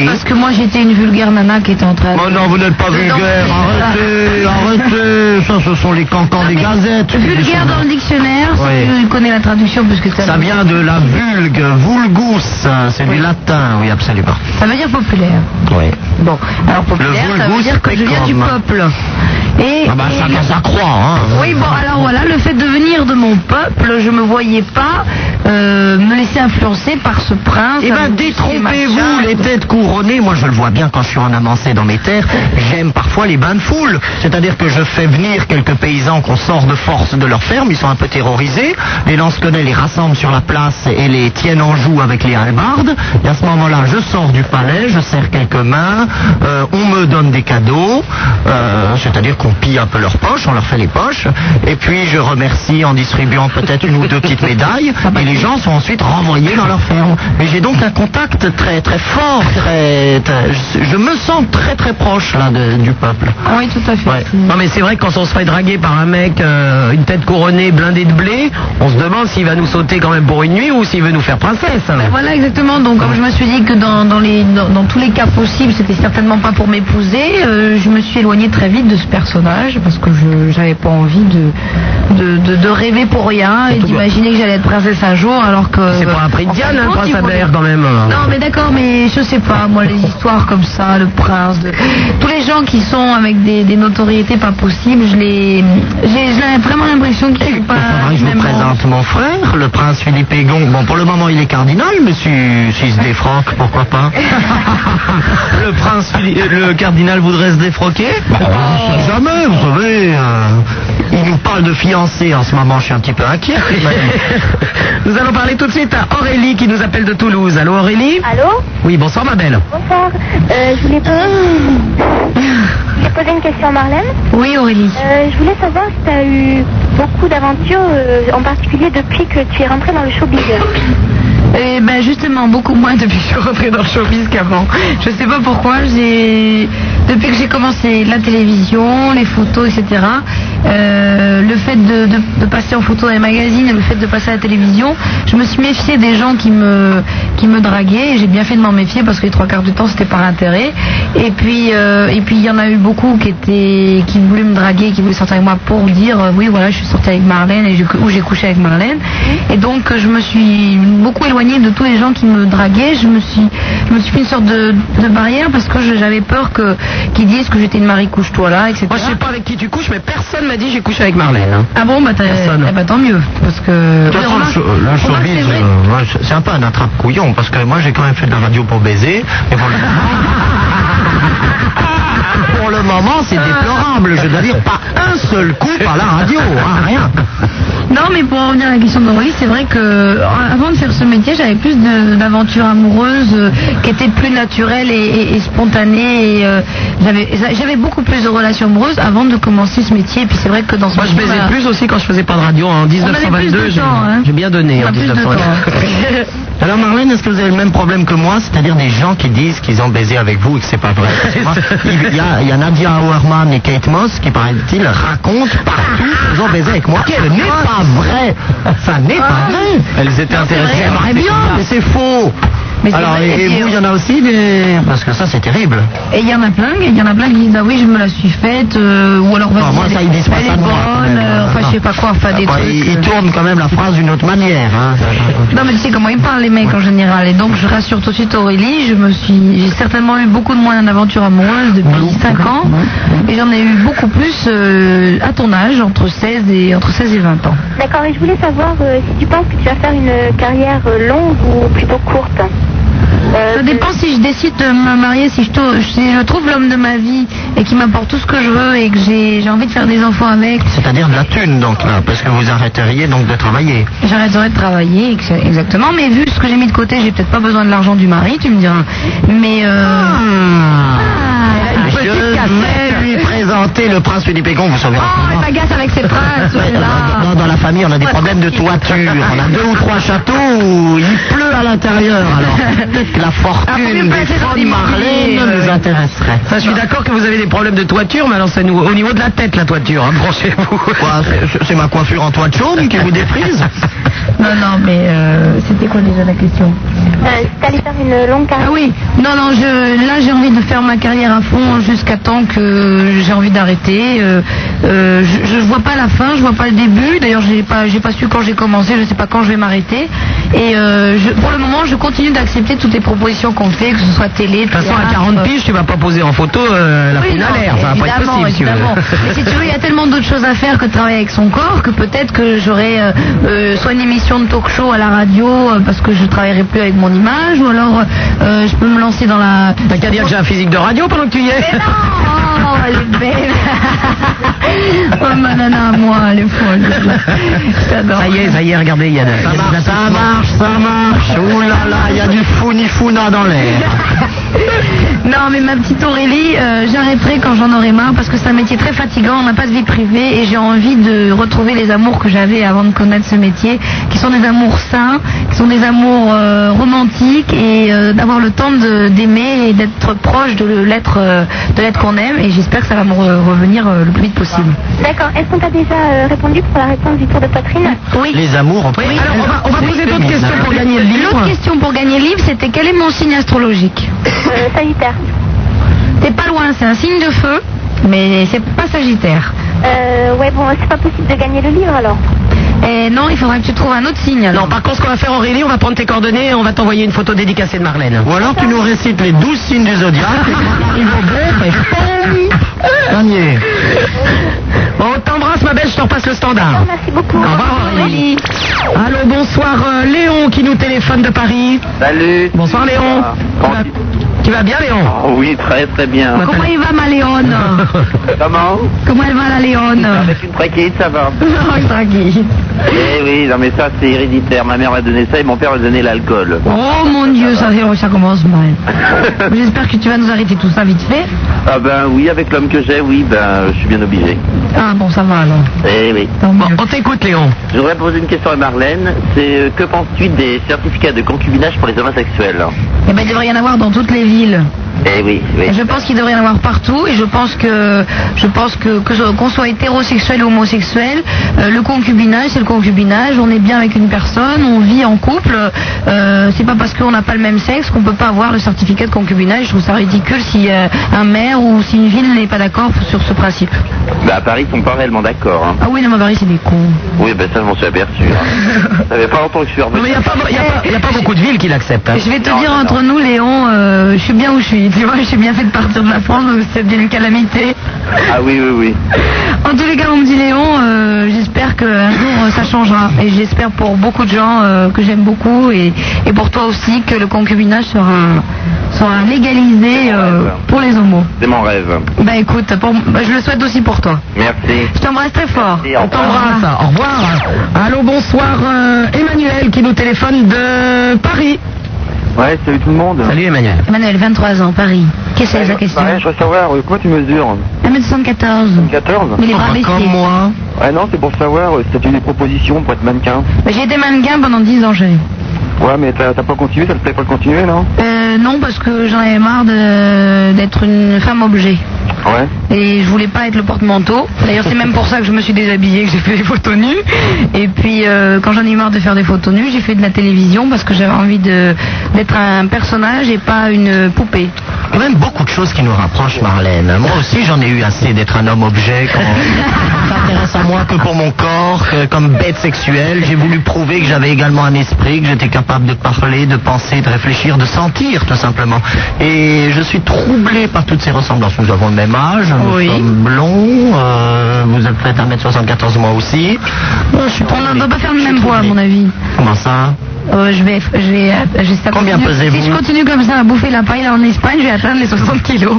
S3: Parce que moi, j'étais une vulgaire nana qui était en train de...
S4: Oh non, vous n'êtes pas vulgaire, arrêtez, arrêtez, ça ce sont les cancans des gazettes.
S3: Vulgaire dans le dictionnaire,
S4: Oui.
S3: si tu connais la traduction, parce que ça,
S4: Ça vient de la vulgue, vulgus, hein, c'est du latin, oui absolument.
S3: ça veut dire populaire.
S4: Oui.
S3: Bon, alors
S4: Le
S3: populaire, ça veut
S4: vulgus,
S3: dire que je viens du
S4: pecum.
S3: peuple. Et,
S4: Ah bah
S3: et-
S4: chacun sa croix, hein.
S3: Oui, bon, alors voilà, le fait de venir de mon peuple, je me voyais pas euh, me laisser influencer par ce prince.
S4: Eh ben,
S3: avec tous ces
S4: détrompez-vous,
S3: machins.
S4: les têtes couronnées. Moi, je le vois bien quand je suis en avancée dans mes terres. J'aime parfois les bains de foule. C'est-à-dire que je fais venir quelques paysans qu'on sort de force de leur ferme. Ils sont un peu terrorisés. Les lance-connais les rassemblent sur la place et les tiennent en joue avec les halbardes. Et à ce moment-là, je sors du palais, je serre quelques mains. euh, on me donne des cadeaux. euh, c'est-à-dire qu'on pille un peu leurs poches, on leur fait les poches. Et puis, je remercie en distribuant peut-être une ou deux petites médailles.
S3: Ah bah
S4: Et les gens sont ensuite renvoyés dans leur ferme. Mais j'ai donc un contact très très fort, très, très- je- je me sens très très proche là de- du peuple.
S3: Ah Oui, tout à fait.
S2: Non mais c'est vrai que quand on se fait draguer par un mec, euh, une tête couronnée, blindée de blé, on se demande s'il va nous sauter quand même pour une nuit ou s'il veut nous faire princesse. hein.
S3: Ben voilà exactement, donc comme je me suis dit que dans, dans les, dans, dans tous les cas possibles, c'était certainement pas pour m'épouser, euh, je me suis éloignée très vite de ce personnage parce que je j'avais pas envie de, de, de- de rêver pour rien et d'imaginer que j'allais être princesse un jour alors que...
S2: C'est pas un prix de
S3: en fin
S2: Diane,
S3: de
S2: hein,
S3: compte,
S2: Prince
S3: ils vont-
S2: Albert, quand même.
S3: Non mais d'accord, mais je sais pas, moi les histoires comme ça, le prince, de- tous les gens qui sont avec des, des notoriétés pas possibles, je les... J'ai j'ai vraiment l'impression qu'ils sont pas...
S2: Ah,
S4: Faudrait que Eh, je vous présente mon frère, le prince Philippe Hégon. Bon, pour le moment, il est cardinal, mais si- s'il se défroque, pourquoi pas
S5: Le
S4: euh,
S2: Bah,
S4: Ah,
S5: prince, Philippe- le cardinal voudrait se défroquer
S4: Jamais, vous savez. euh, Il nous parle de fiancé en ce moment, je suis un petit peu inquiet.
S2: Nous allons parler tout de suite à Aurélie qui nous appelle de Toulouse. Allô Aurélie
S6: Allô
S2: Oui, bonsoir ma belle.
S6: Bonsoir. Euh, je voulais
S3: Ah.
S6: Je voulais poser une question à Marlène. Euh,
S3: Oui, Aurélie.
S6: je voulais savoir si tu as eu beaucoup d'aventures, euh, en particulier depuis que tu es rentrée dans le showbiz.
S3: Eh ben justement, beaucoup moins depuis que je suis rentrée dans le showbiz qu'avant. Je sais pas pourquoi, j'ai depuis que j'ai commencé la télévision, les photos, etc., euh, le fait de, de- de passer en photo dans les magazines et le fait de passer à la télévision, je me suis méfiée des gens qui me, qui me draguaient et j'ai bien fait de m'en méfier parce que les trois quarts du temps c'était par intérêt. Et puis euh, et puis il y en a eu beaucoup qui étaient qui voulaient me draguer, qui voulaient sortir avec moi pour dire euh, oui voilà je suis sortie avec Marlène et j'ai- ou j'ai couché avec Marlène. Et donc euh, je me suis beaucoup éloignée de tous les gens qui me draguaient. Je me suis je me suis fait une sorte de, de barrière parce que je- j'avais peur que qu'ils disent que j'étais une Marie couche-toi là etc.
S2: Moi je sais pas avec qui tu couches mais personne m'a dit j'ai couché avec Marlène. hein.
S3: Ah bon bah t'as- eh ben, tant mieux parce que
S4: De toute façon, le, show- le showbiz, euh, ouais, c'est- c'est un peu un attrape-couillon, parce que moi j'ai quand même fait de la radio pour baiser, mais pour le moment, pour le moment, c'est déplorable, je dois dire, pas un seul coup par la radio, hein, rien.
S3: Non, mais pour en revenir à la question d'Aurélie, c'est vrai que euh, avant de faire ce métier, j'avais plus de- d'aventures amoureuses euh, qui étaient plus naturelles et, et- et spontanées. et, euh, j'avais- J'avais beaucoup plus de relations amoureuses avant de commencer ce métier. Et puis c'est vrai que dans ce
S2: Moi je baisais
S3: métier-là,
S2: plus aussi quand je faisais pas de radio en
S3: On avait plus
S2: 1922.
S3: de
S2: j'ai-
S3: temps, hein.
S2: J'ai bien donné
S3: On
S2: en
S3: a plus de hein.
S2: 1922.
S3: temps.
S4: Alors Marlène, est-ce que vous avez le même problème que moi, c'est-à-dire des gens qui disent qu'ils ont baisé avec vous et que c'est pas vrai Parce que moi, Il y, a, il y a Nadia Auerman et Kate Moss qui, paraît-il, racontent partout qu'ils ont baisé avec moi. Ce n'est pas vrai Ça n'est
S3: Ah.
S4: pas vrai
S5: Elles étaient intéressées.
S4: J'aimerais bien, mais c'est faux
S3: Mais c'est
S4: Alors,
S3: vrai,
S4: et, et
S3: et-
S4: vous, il y en a aussi des... Parce que ça, c'est terrible.
S3: Et il y en a plein, il y en a plein qui disent ah oui je me la suis faite euh, ou alors
S4: Ah,
S3: vas-y
S4: moi,
S3: elle
S4: ça,
S3: est-
S4: ils disent pas
S3: elle
S4: ça
S3: est
S4: de moi, quand
S3: bonne,
S4: même. Ah, bah,
S3: euh, enfin je sais pas quoi, enfin des
S4: Enfin,
S3: trucs.
S4: ils,
S3: euh,
S4: ils tournent quand même la phrase d'une autre manière. hein.
S3: Non mais tu sais comment ils parlent les mecs en général et donc je rassure tout de suite Aurélie, je me suis j'ai certainement eu beaucoup de moins d'aventures amoureuses depuis 5 ans et j'en ai eu beaucoup plus euh, à ton âge entre 16 et entre 16 et 20 ans.
S6: D'accord, et je voulais savoir euh, si tu penses que tu vas faire une euh, carrière euh, longue ou plutôt courte. Euh,
S3: Ça dépend si je décide de me marier, si je, tou- si je trouve l'homme de ma vie et qui m'apporte tout ce que je veux et que j'ai j'ai envie de faire des enfants avec,
S4: C'est-à-dire de la thune, donc, là, parce que vous arrêteriez donc de travailler.
S3: J'arrêterai de travailler, ex- exactement. Mais vu ce que j'ai mis de côté, j'ai peut-être pas besoin de l'argent du mari, tu me diras. Mais euh...
S4: Ah, je vais lui présenter le prince Philippe Pégon, vous savez.
S3: Oh, elle m'agace avec ses princes,
S4: Ouais,
S3: celui-là.
S4: dans, dans- dans la famille, on a des problèmes de toiture. On a deux ou trois châteaux où il pleut à l'intérieur. Alors, peut-être que la fortune
S2: placer
S4: des
S2: dans
S4: Franz
S2: l'immobilier,
S4: Marlène nous
S2: euh,
S4: intéresserait.
S2: Ça, je suis d'accord que vous avez des problèmes de toiture, mais alors c'est nous- au niveau de la tête la toiture, hein, branchez-vous.
S4: Quoi, c'est- C'est ma coiffure en toit de chaume qui vous déprise
S3: Non, non, mais euh, c'était quoi déjà la question
S6: Euh, si t'allais faire une longue carrière.
S3: Ah oui, non, non, je, là j'ai envie de faire ma carrière à fond jusqu'à temps que j'ai envie d'arrêter. Euh, euh, je, je vois pas la fin, je vois pas le début. D'ailleurs, j'ai pas, j'ai pas su quand j'ai commencé, je sais pas quand je vais m'arrêter. Et euh, je- pour le moment, je continue d'accepter toutes les propositions qu'on me fait, que ce soit télé,
S2: De toute façon, à
S3: théâtre,
S2: 40 piges, tu vas pas poser en photo euh, la
S3: Oui,
S2: poule à
S3: non,
S2: l'air. Ça va pas être
S3: évidemment,
S2: possible. si tu veux.
S3: évidemment. Mais si tu veux, il y a tellement d'autres choses à faire que de travailler avec son corps que peut-être que j'aurais euh, euh, soit une émission de talk show à la radio euh, parce que je travaillerai plus avec mon image ou alors euh, je peux me lancer dans la.
S2: T'as qu'à dire que j'ai un physique de radio pendant que tu y es.
S3: Mais non Oh, elle est belle Oh, ma nana, moi, elle est folle. J'adore.
S2: Ça y est, ça y est, regardez, il y a des- il y a des
S4: Ça marche, ça marche.
S2: Oh
S4: Ouh là là, il y a du founifouna dans l'air.
S3: Non, mais ma petite Aurélie, euh, j'arrêterai quand j'en aurai marre parce que c'est un métier très fatigant, on n'a pas de vie privée et j'ai envie de retrouver les amours que j'avais avant de connaître ce métier, qui sont des amours sains, qui sont des amours euh, romantiques et euh, d'avoir le temps de- d'aimer et d'être proche de l'être euh, de l'être qu'on aime et j'espère que ça va me re- revenir euh, le plus vite possible.
S6: D'accord, est-ce qu'on t'a déjà euh, répondu pour la réponse du tour de poitrine
S4: Les amours, on peut.
S2: Alors, on va, on va poser d'autres questions pour gagner le livre.
S3: L'autre question pour gagner le livre, c'était quel est mon signe astrologique
S6: Euh, Sagittaire.
S3: T'es pas loin, c'est un signe de feu, mais c'est pas Sagittaire.
S6: Euh, ouais, bon, c'est pas possible de gagner le livre alors.
S3: Eh non, il faudrait que tu trouves un autre signe. alors.
S2: Non, par contre, ce qu'on va faire, Aurélie, on va prendre tes coordonnées et on va t'envoyer une photo dédicacée de Marlène.
S4: Ou alors tu nous récites les douze signes du zodiaque. Ils vont bon, et pom, gagné.
S2: Bon, on t'embrasse, ma belle, je te repasse le standard. Merci beaucoup. Au revoir, Aurélie. Allô, bonsoir, euh, Léon qui nous téléphone de Paris.
S12: Salut.
S2: Bonsoir, Léon. Tu vas bien, Léon
S12: Oh oui, très très bien.
S3: Comment il va ma Léone
S12: Comment
S3: Comment elle va la Léone
S12: Avec une préquite, ça va.
S3: Non, tranquille.
S12: Eh oui, non mais ça c'est héréditaire. Ma mère m'a donné ça et mon père m'a donné l'alcool.
S3: Oh mon dieu, ça, ça commence mal. J'espère que tu vas nous arrêter tout ça vite fait.
S12: Ah ben oui, avec l'homme que j'ai, oui, ben je suis bien obligé.
S3: Ah bon, ça va alors.
S12: Eh oui.
S2: Bon, on t'écoute, Léon.
S12: Je voudrais poser une question à Marlène. C'est euh, que penses-tu des certificats de concubinage pour les homosexuels
S3: Eh ben, il devrait y en avoir dans toutes les villes.
S12: Eh oui, oui.
S3: Et je pense qu'il devrait y en avoir partout et je pense que je pense que que ce- qu'on soit hétérosexuel ou homosexuel, euh, le concubinage c'est le concubinage. On est bien avec une personne, on vit en couple. euh, c'est pas parce qu'on n'a pas le même sexe qu'on peut pas avoir le certificat de concubinage. Je trouve ça ridicule si euh, un maire ou si une ville n'est pas d'accord sur ce principe.
S12: Ben, à Paris, ils sont pas réellement d'accord. hein.
S3: Ah oui, non, mais Paris, c'est des cons.
S12: Oui, ben ça, je m'en suis aperçu. hein. ça fait pas longtemps que je suis revenu.
S2: Il n'y a, pas- y a pas- y a pas beaucoup de villes qui l'acceptent. hein.
S3: Je vais te
S12: Non,
S3: dire
S12: non,
S3: entre nous, Léon, euh, je suis bien où je suis. Tu vois, je suis bien fait de partir de la France, parce que c'est bien une calamité.
S12: Ah oui, oui, oui.
S3: En tous les cas, on me dit Léon, euh, j'espère qu'un jour euh, ça changera. Et j'espère pour beaucoup de gens euh, que j'aime beaucoup et, et pour toi aussi que le concubinage sera, sera légalisé euh, pour les homos.
S12: C'est mon rêve.
S3: Bah écoute, pour- bah, je le souhaite aussi pour toi.
S12: Merci.
S3: Je t'embrasse très fort.
S2: On t'embrasse. Au revoir. Allô, bonsoir, euh, Emmanuel qui nous téléphone de Paris.
S14: Ouais, salut tout le monde.
S2: Salut Emmanuel.
S3: Emmanuel, 23 ans, Paris. Qu'est-ce que c'est Ah, la question
S14: Ouais, je veux savoir, euh, quoi tu mesures
S3: 1m74.
S14: 14
S3: Mais les bras baissés. moi.
S14: Ouais, non, c'est pour savoir euh, si t'as eu des propositions pour être mannequin.
S3: Bah, J'ai été mannequin pendant 10 ans, j'ai.
S14: Ouais, mais t'as t'as pas continué, ça te plaît pas de continuer, non
S3: Euh, non, parce que j'en avais marre de- d'être une femme objet.
S14: Ouais.
S3: Et je voulais pas être le porte-manteau. D'ailleurs, c'est même pour ça que je me suis déshabillée, que j'ai fait des photos nues. Et puis, euh, quand j'en ai eu marre de faire des photos nues, j'ai fait de la télévision parce que j'avais envie de- d'être un personnage et pas une poupée.
S4: quand même beaucoup de choses qui nous rapprochent, Marlène. Moi aussi, j'en ai eu assez d'être un homme objet. Quand... Ça s'intéresse à moi que pour mon corps, que comme bête sexuelle. J'ai voulu prouver que j'avais également un esprit, que j'étais capable de parler, de penser, de réfléchir, de sentir, tout simplement. Et je suis troublé par toutes ces ressemblances. Nous avons le même âge, nous sommes blonds, euh, vous êtes faites 1m74 moi aussi.
S3: On ne doit pas faire le même poids, à mon avis.
S4: Comment ça
S3: Euh, je vais, je vais, je vais- ça
S4: Combien
S3: continue-
S4: pesez-vous
S3: Si je continue comme ça à bouffer la paille en Espagne, je vais atteindre les 60 kilos.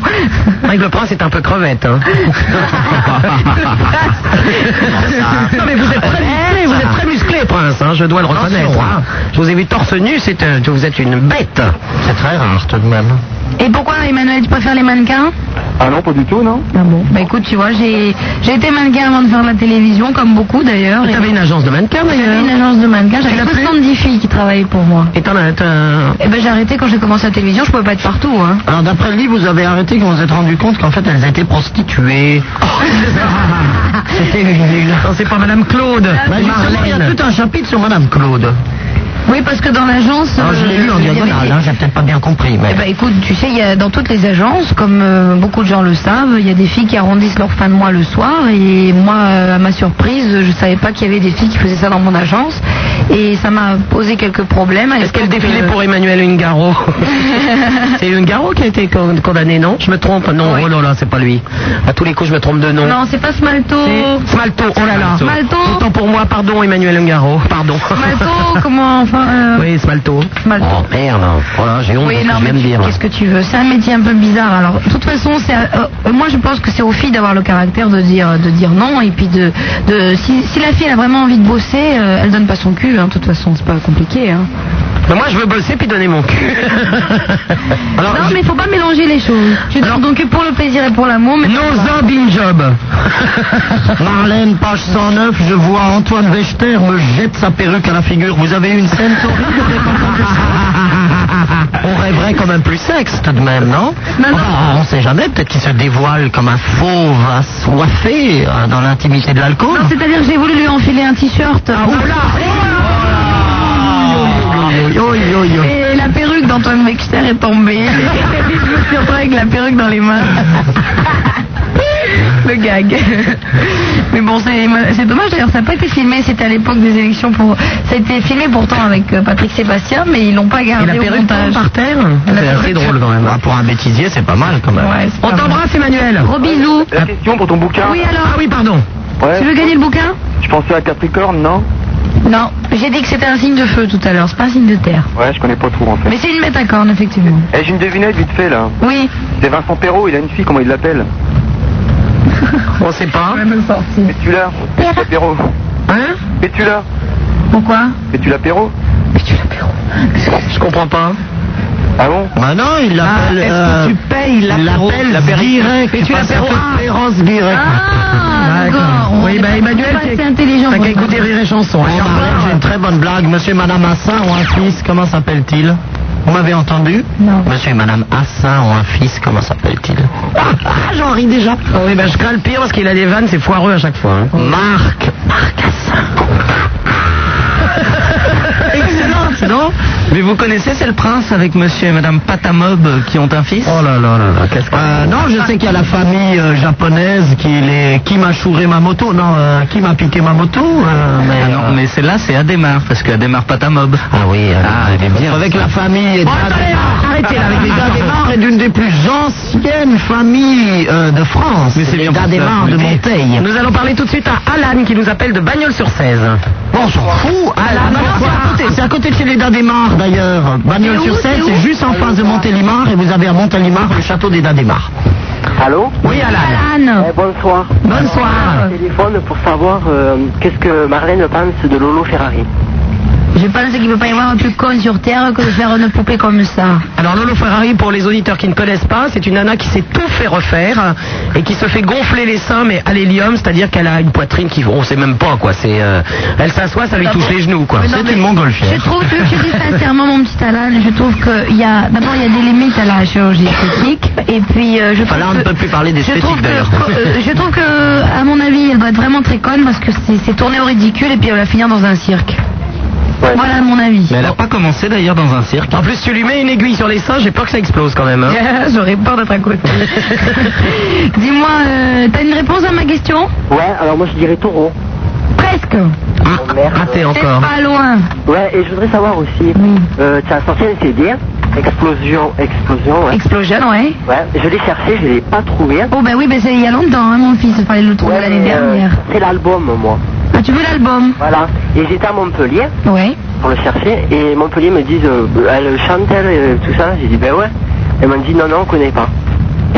S2: Avec le prince est un peu crevette. hein.
S4: Ah.
S2: non mais vous êtes très musclé, vous êtes très musclé, prince. hein, je dois le reconnaître. hein. Je vous ai vu torse nu, c'est un- vous êtes une bête.
S4: C'est très rare tout de même.
S3: Et pourquoi, Emmanuel, tu préfères les mannequins
S14: Ah non, pas du tout, non
S3: Ah bon Bah écoute, tu vois, j'ai j'ai été mannequin avant de faire de la télévision, comme beaucoup d'ailleurs.
S2: Ah, t'avais une agence de mannequins, d'ailleurs.
S3: J'avais une agence de mannequins,
S2: Tu l'as
S3: j'avais
S2: plus
S3: 70 filles qui travaillaient pour moi.
S2: Et t'en as. t'as-
S3: Et ben j'ai arrêté quand j'ai commencé la télévision, je pouvais pas être partout. Hein.
S4: Alors d'après le livre, vous avez arrêté quand vous vous êtes rendu compte qu'en fait elles étaient prostituées. C'était nul.
S2: C'est pas Madame Claude.
S4: Bah, justement, il y a tout un chapitre sur Madame Claude.
S3: Oui, parce que dans l'agence.
S4: Alors, Ah, je
S3: euh,
S4: l'ai lu en
S3: il y
S4: diagonale,
S3: avait-
S4: hein, j'ai peut-être pas bien compris. Mais...
S3: Eh ben, écoute, tu sais, il y a, dans toutes les agences, comme euh, beaucoup de gens le savent, il y a des filles qui arrondissent leur fin de mois le soir. Et moi, euh, à ma surprise, je savais pas qu'il y avait des filles qui faisaient ça dans mon agence. Et ça m'a posé quelques problèmes. euh,
S2: Est-ce qu'elle défilait pour Emmanuel Ungaro C'est Ungaro qui a été con- condamné, non Je me trompe Non, oh là là, c'est pas lui. ben, À tous les coups, je me trompe de nom.
S3: Non, c'est pas Smalto.
S2: C'est Smalto, oh là là.
S3: Smalto.
S2: Autant pour moi, pardon Emmanuel Ungaro, pardon.
S3: Smalto, comment enfin euh,
S2: Oui, Smalto.
S3: Smalto.
S4: Oh merde, voilà, j'ai honte
S3: Oui,
S4: de ce
S3: non,
S4: que je
S3: mais
S4: viens de
S3: tu-
S4: dire.
S3: qu'est-ce que tu veux C'est un métier un peu bizarre. Alors, de toute façon, c'est, à- euh, moi, je pense que c'est aux filles d'avoir le caractère de dire, de dire non, et puis de, de si, si la fille elle a vraiment envie de bosser, euh, elle donne pas son cul. hein. de toute façon, c'est pas compliqué. hein.
S2: Mais moi, je veux bosser puis donner mon cul. Alors,
S3: non, mais faut pas mélanger les choses. Tu donnes ton cul pour le plaisir et pour l'amour, mais
S2: nos bing job.
S4: Marlène, page 109, je vois Antoine Wechter me jette sa perruque à la figure. Vous avez une scène horrible On rêverait quand même plus sexe tout de même, non Enfin, On sait jamais, peut-être qu'il se dévoile comme un fauve assoiffé euh, dans l'intimité de l'alcool.
S3: Non, c'est-à-dire que j'ai voulu lui enfiler un t-shirt. Oh
S4: Oh
S3: Et la perruque d'Antoine Wexter est tombée. je me suis retrouvée avec la perruque dans les mains. Le gag. Mais bon, c'est c'est dommage d'ailleurs, ça n'a pas été filmé. C'était à l'époque des élections pour. Ça a été filmé pourtant avec euh, Patrick Sébastien, mais ils l'ont pas
S2: Et
S3: gardé
S2: la
S3: au
S2: perruque
S3: montage.
S2: tombe par terre Ah
S3: La
S2: C'est assez drôle
S3: perruque.
S2: quand même.
S4: Ah, pour un bêtisier, c'est pas mal quand même.
S3: Ouais, c'est
S2: On
S3: pas
S2: t'embrasse Emmanuel.
S3: Gros bisous.
S14: La question pour ton bouquin.
S3: Ah. Oui alors.
S2: Ah oui, pardon.
S14: Ouais.
S3: Tu veux gagner le bouquin
S14: Je pensais à Capricorne, non
S3: Non, j'ai dit que c'était un signe de feu tout à l'heure, c'est pas un signe de terre.
S14: Ouais, je connais pas trop en fait.
S3: Mais c'est une métacorne, effectivement.
S14: Eh, j'ai une devinette vite fait là.
S3: Oui.
S14: C'est Vincent Perrault, il a une fille, comment il l'appelle
S4: On sait pas.
S14: Pétula. Pétula Perrault.
S4: Hein
S14: Pétula.
S3: Pourquoi
S14: Pétula Perrault.
S4: Je comprends pas.
S14: Ah bon
S4: Bah non, il l'appelle.
S2: Ah, est-ce que
S4: euh,
S2: tu payes
S4: il
S2: l'apéro
S4: l'appelle
S2: l'apéro-
S4: direct.
S2: Et tu
S4: Parce
S2: l'apéro-
S4: que
S2: Ah.
S4: Perros direct.
S3: Ah, D'accord. On
S2: Oui,
S3: est
S2: bah
S3: pas- on est
S2: Emmanuel,
S3: pas
S2: t'as-
S3: assez intelligent.
S2: t'as
S3: pour
S2: qu'à
S3: ça.
S2: écouter Rire et Chanson.
S4: Oh, Marlène,
S2: bah.
S4: j'ai une très bonne blague. Monsieur et Madame Assin ont un fils, comment s'appelle-t-il Vous m'avez entendu
S3: Non.
S4: Monsieur et Madame Assin ont un fils, comment s'appelle-t-il
S2: Ah, j'en ris déjà. Oui, bah je crains le pire parce qu'il a des vannes, c'est foireux à chaque fois. hein.
S4: Marc. Marc Assin. Excellente, non Mais vous connaissez, c'est le prince avec monsieur et madame Patamob euh, qui ont un fils Oh là là là là, qu'est-ce que...
S2: Euh,
S4: Euh, non,
S2: Ah.
S4: je sais qu'il y a la famille euh, japonaise qui les... Qui m'a chouré ma moto Non, euh, qui m'a piqué ma moto euh, mais,
S5: Ah non,
S4: euh,
S5: mais celle-là, c'est Adémar, parce qu'Adémar Patamob.
S4: Ah oui, euh,
S5: Ah, elle est bien.
S4: avec la famille
S2: Bon, attendez, là, arrêtez là avec les
S4: Dadémar est d'une des plus anciennes familles euh, de France.
S5: Mais c'est
S4: Les
S5: bien pour ça,
S4: Dadémar de
S5: mais-
S4: Monteil.
S2: Nous allons parler tout de suite à Alan qui nous appelle de Bagnoles-sur-Cèze.
S4: Bon, on s'en fout. Ah, là, bah non, c'est à côté. C'est à côté de chez les Dadémar d'ailleurs. bagnols sur seine c'est juste en face de Montélimar et vous avez à Montélimar le château des Dadémar.
S13: Allô
S4: Oui, Alan.
S3: Alan.
S13: Eh, Bonsoir.
S4: Bonsoir.
S13: Téléphone pour savoir euh, qu'est-ce que Marlène pense de Lolo Ferrari.
S3: Je pense qu'il ne peut pas y avoir un plus con sur Terre que de faire une poupée comme ça.
S2: Alors Lolo Ferrari, pour les auditeurs qui ne connaissent pas, c'est une nana qui s'est tout fait refaire et qui se fait gonfler les seins mais à l'hélium, c'est-à-dire qu'elle a une poitrine qui, on sait même pas quoi. C'est, euh, elle s'assoit, ça lui touche les genoux quoi.
S3: Ah Mais non, mais Je trouve, je, je dis sincèrement, mon petit Alan, je trouve que il y a, d'abord, il y a des limites à la chirurgie esthétique, et puis euh, je trouve
S4: Enfin, là, on ne
S3: que-
S4: peut plus parler
S3: je
S4: d'esthétique
S3: trouve que,
S4: d'ailleurs.
S3: euh, je trouve que, à mon avis, elle doit être vraiment très conne parce que c'est- c'est tourné au ridicule et puis elle va finir dans un cirque. Voilà mon avis.
S5: Mais elle a pas commencé d'ailleurs dans un cirque.
S2: En plus, tu lui mets une aiguille sur les seins, j'ai peur que ça explose quand même. hein.
S3: J'aurais peur d'être à côté. Dis-moi, euh, t'as une réponse à ma question
S13: Ouais, alors moi je dirais taureau.
S3: Presque.
S13: Oh, merde.
S2: Raté
S3: C'est
S2: encore.
S3: pas loin.
S13: Ouais, et je voudrais savoir aussi, euh, tu as sorti un CD, Explosion, Explosion, ouais.
S3: Explosion, ouais.
S13: Ouais, je l'ai cherché, je l'ai pas trouvé.
S3: Oh ben oui, ben c'est il y a longtemps, hein, mon fils. Il fallait le trouver
S13: Ouais,
S3: l'année
S13: mais, euh,
S3: dernière.
S13: c'est l'album, moi.
S3: Ah, tu veux l'album
S13: Voilà. Et j'étais à Montpellier
S3: Ouais.
S13: pour le chercher, et Montpellier me dit, euh, elle chante, elle, euh, tout ça. J'ai dit, ben ouais. Elle m'a dit, non, non, on connaît pas.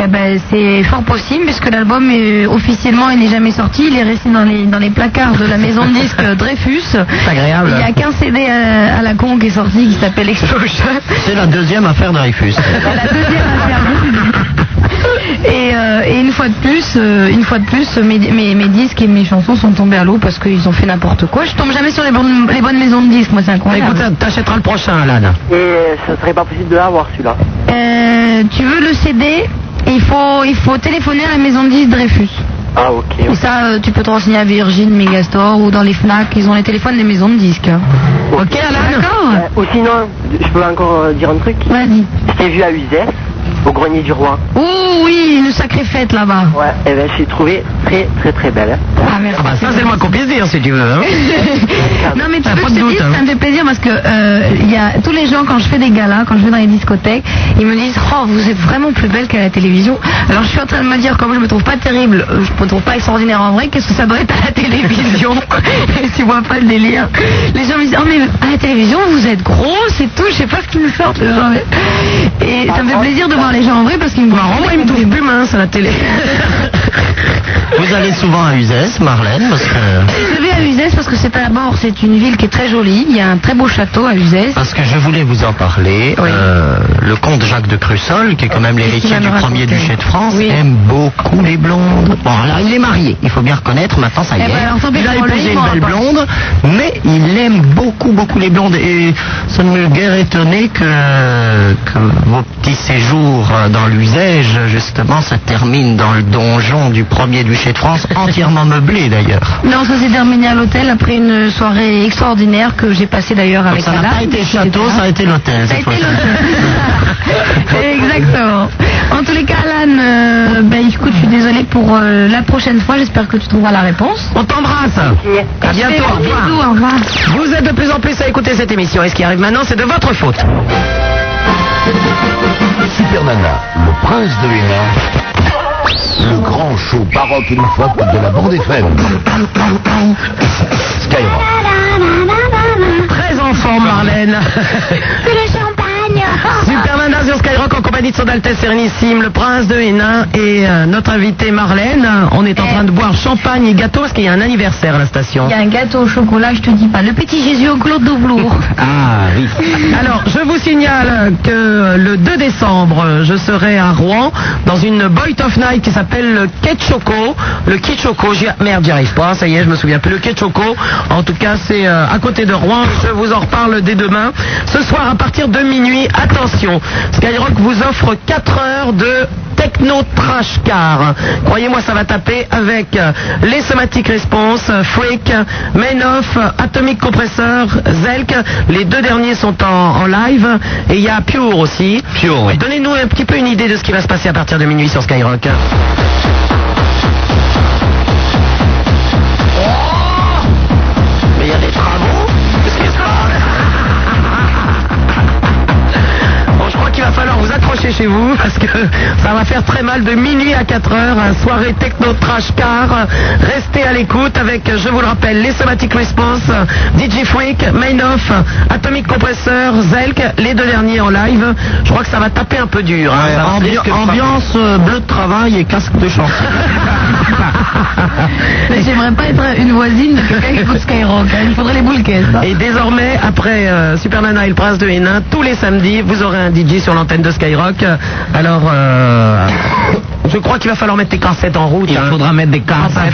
S3: Eh ben, c'est fort possible puisque l'album euh, officiellement il n'est jamais sorti, il est resté dans les, dans les placards de la maison de disques euh, Dreyfus.
S4: C'est agréable.
S3: Il n'y a qu'un CD à, à la con qui est sorti qui s'appelle Explosion.
S4: C'est la deuxième affaire Dreyfus.
S3: C'est la deuxième affaire. Et, euh, et une fois de plus, euh, une fois de plus, mes, mes, mes disques et mes chansons sont tombés à l'eau parce qu'ils ont fait n'importe quoi. Je tombe jamais sur les bonnes, les bonnes maisons de disques, moi c'est
S2: Bah,
S3: incroyable.
S2: écoute, t'achèteras le prochain, Alan.
S13: Et euh, ce serait pas possible de l'avoir, celui-là.
S3: Euh, tu veux le CD il faut, il faut téléphoner à la maison de disques Dreyfus.
S13: Ah, ok.
S3: Et ça, euh, tu peux te renseigner à Virgin, Megastore ou dans les FNAC, ils ont les téléphones des maisons de disques.
S13: Ok,
S3: Alan D'accord
S13: Euh, ou sinon, je peux encore euh, dire un truc.
S3: Vas-y.
S13: Je t'ai vu à Uzès, au grenier du roi.
S3: Oh oui, une sacrée fête là-bas.
S13: Ouais, et ben je l'ai trouvée très très très belle. hein.
S3: Ah merci.
S2: Ah bah, ça, c'est le moins qu'on puisse dire si tu veux. hein.
S3: Non mais tu
S2: Ah,
S3: veux
S2: pas
S3: que
S2: de
S3: je te
S2: doute,
S3: dise,
S2: hein.
S3: ça me fait plaisir parce que euh, il y a tous les gens quand je fais des galas, quand je vais dans les discothèques, ils me disent oh vous êtes vraiment plus belle qu'à la télévision. Alors je suis en train de me dire comme je me trouve pas terrible, euh, je me trouve pas extraordinaire en vrai, qu'est-ce que ça doit être à la télévision Tu vois pas le délire. Les gens me disent oh mais à la télévision vous êtes grosse et tout, je sais pas ce qu'ils me sortent. les gens. Et ça me fait plaisir de voir les gens en vrai parce qu'ils me
S2: Marrant, moi, il me trouve plus mince à la télé.
S4: Vous allez souvent à Uzès, Marlène, parce que,
S3: Je vais à Uzès parce que c'est à bord, c'est une ville qui est très jolie, il y a un très beau château à Uzès.
S4: parce que je voulais vous en parler.
S3: Oui.
S4: Euh, le comte Jacques de Crussol, qui est quand même
S3: Qu'est-ce qu'il
S4: l'héritier
S3: va
S4: du
S3: nous
S4: premier
S3: raconter
S4: duché de France,
S3: Oui.
S4: aime beaucoup les blondes. Bon, alors il est marié, il faut bien reconnaître, maintenant ça y
S3: Eh
S4: est.
S3: ben, alors, tant pis
S4: il a
S3: pour lui,
S4: épousé
S3: il m'en
S4: une belle
S3: rapporte.
S4: blonde, mais il aime beaucoup, beaucoup les blondes. Et ça ne me guère étonné que, que vos petits séjours euh, dans l'usage, justement, ça termine dans le donjon du premier duché de France, entièrement meublé d'ailleurs.
S3: Non, ça s'est terminé à l'hôtel après une soirée extraordinaire que j'ai passée d'ailleurs
S4: Donc
S3: avec
S4: ça n'a
S3: Alain,
S4: pas été
S3: qui était
S4: château,
S3: là.
S4: ça a été l'hôtel
S3: Ça a
S4: cette
S3: été
S4: fois-ci.
S3: l'hôtel. Exactement. En tous les cas, Alan, euh, ben, écoute, je suis désolée pour euh, la prochaine fois. J'espère que tu trouveras la réponse.
S2: On t'embrasse. À
S3: Je fais
S2: bientôt.
S3: gros
S2: Au revoir.
S3: bisous, au revoir.
S2: Vous êtes de plus en plus à écouter cette émission et ce qui arrive maintenant, c'est de votre faute.
S1: Super Nana, le prince de Hénin, Le grand show baroque une fois de la bande FM. Skyrock.
S2: Très en forme, Marlène. C'est le champagne. Super Nana sur Skyrock en compagnie de son Altesse Sérénissime, le prince de Hénin et euh, notre invitée Marlène. On est en train de boire champagne et gâteau parce qu'il y a un anniversaire à la station.
S3: Il y a un gâteau au chocolat, je te dis pas. Le petit Jésus au Claude de Blour.
S2: Ah oui. Alors, je vous signale que euh, le 2 décembre, euh, je serai à Rouen dans une Boit of Night qui s'appelle le Quai de Choco. Le Quai de Choco, j'y- merde, j'y arrive pas, ça y est, je me souviens plus. Le Quai de Choco, en tout cas, c'est euh, à côté de Rouen. Je vous en reparle dès demain. Ce soir, à partir de minuit, attention, Skyrock vous offre 4 heures de techno trash car. Croyez-moi, ça va taper avec euh, les Somatic Response, euh, Freak, Main Off, euh, Atomic Compressor, Zelk. Les deux derniers sont en, en live. Et il y a Pure aussi. Pure, oui. Donnez-nous un petit peu une idée de ce qui va se passer à partir de minuit sur Skyrock. Bon, je crois qu'il va falloir vous accrocher chez vous parce que ça va faire très mal de minuit à 4 heures. hein, soirée techno trash car. Restez à l'écoute avec, je vous le rappelle, les Somatic Response, DJ Freak, Main Off, Atomic Compressor, Zelk, les deux derniers en live. Je crois que ça va taper un peu dur. hein, ça
S4: Ambi-
S2: risque de frapper.
S4: ambiance euh, bleu de travail et casque de chant.
S3: Mais J'aimerais pas être une voisine de quelqu'un qui écoute Skyrock. hein. Il faudrait les boules caisses. hein.
S2: Et désormais, après euh, Super Nana et le Prince de Hénin, tous les samedis, vous aurez un DJ sur l'antenne de Skyrock. Alors, euh, je crois qu'il va falloir mettre tes cassettes en route. hein. Il faudra mettre des cassettes.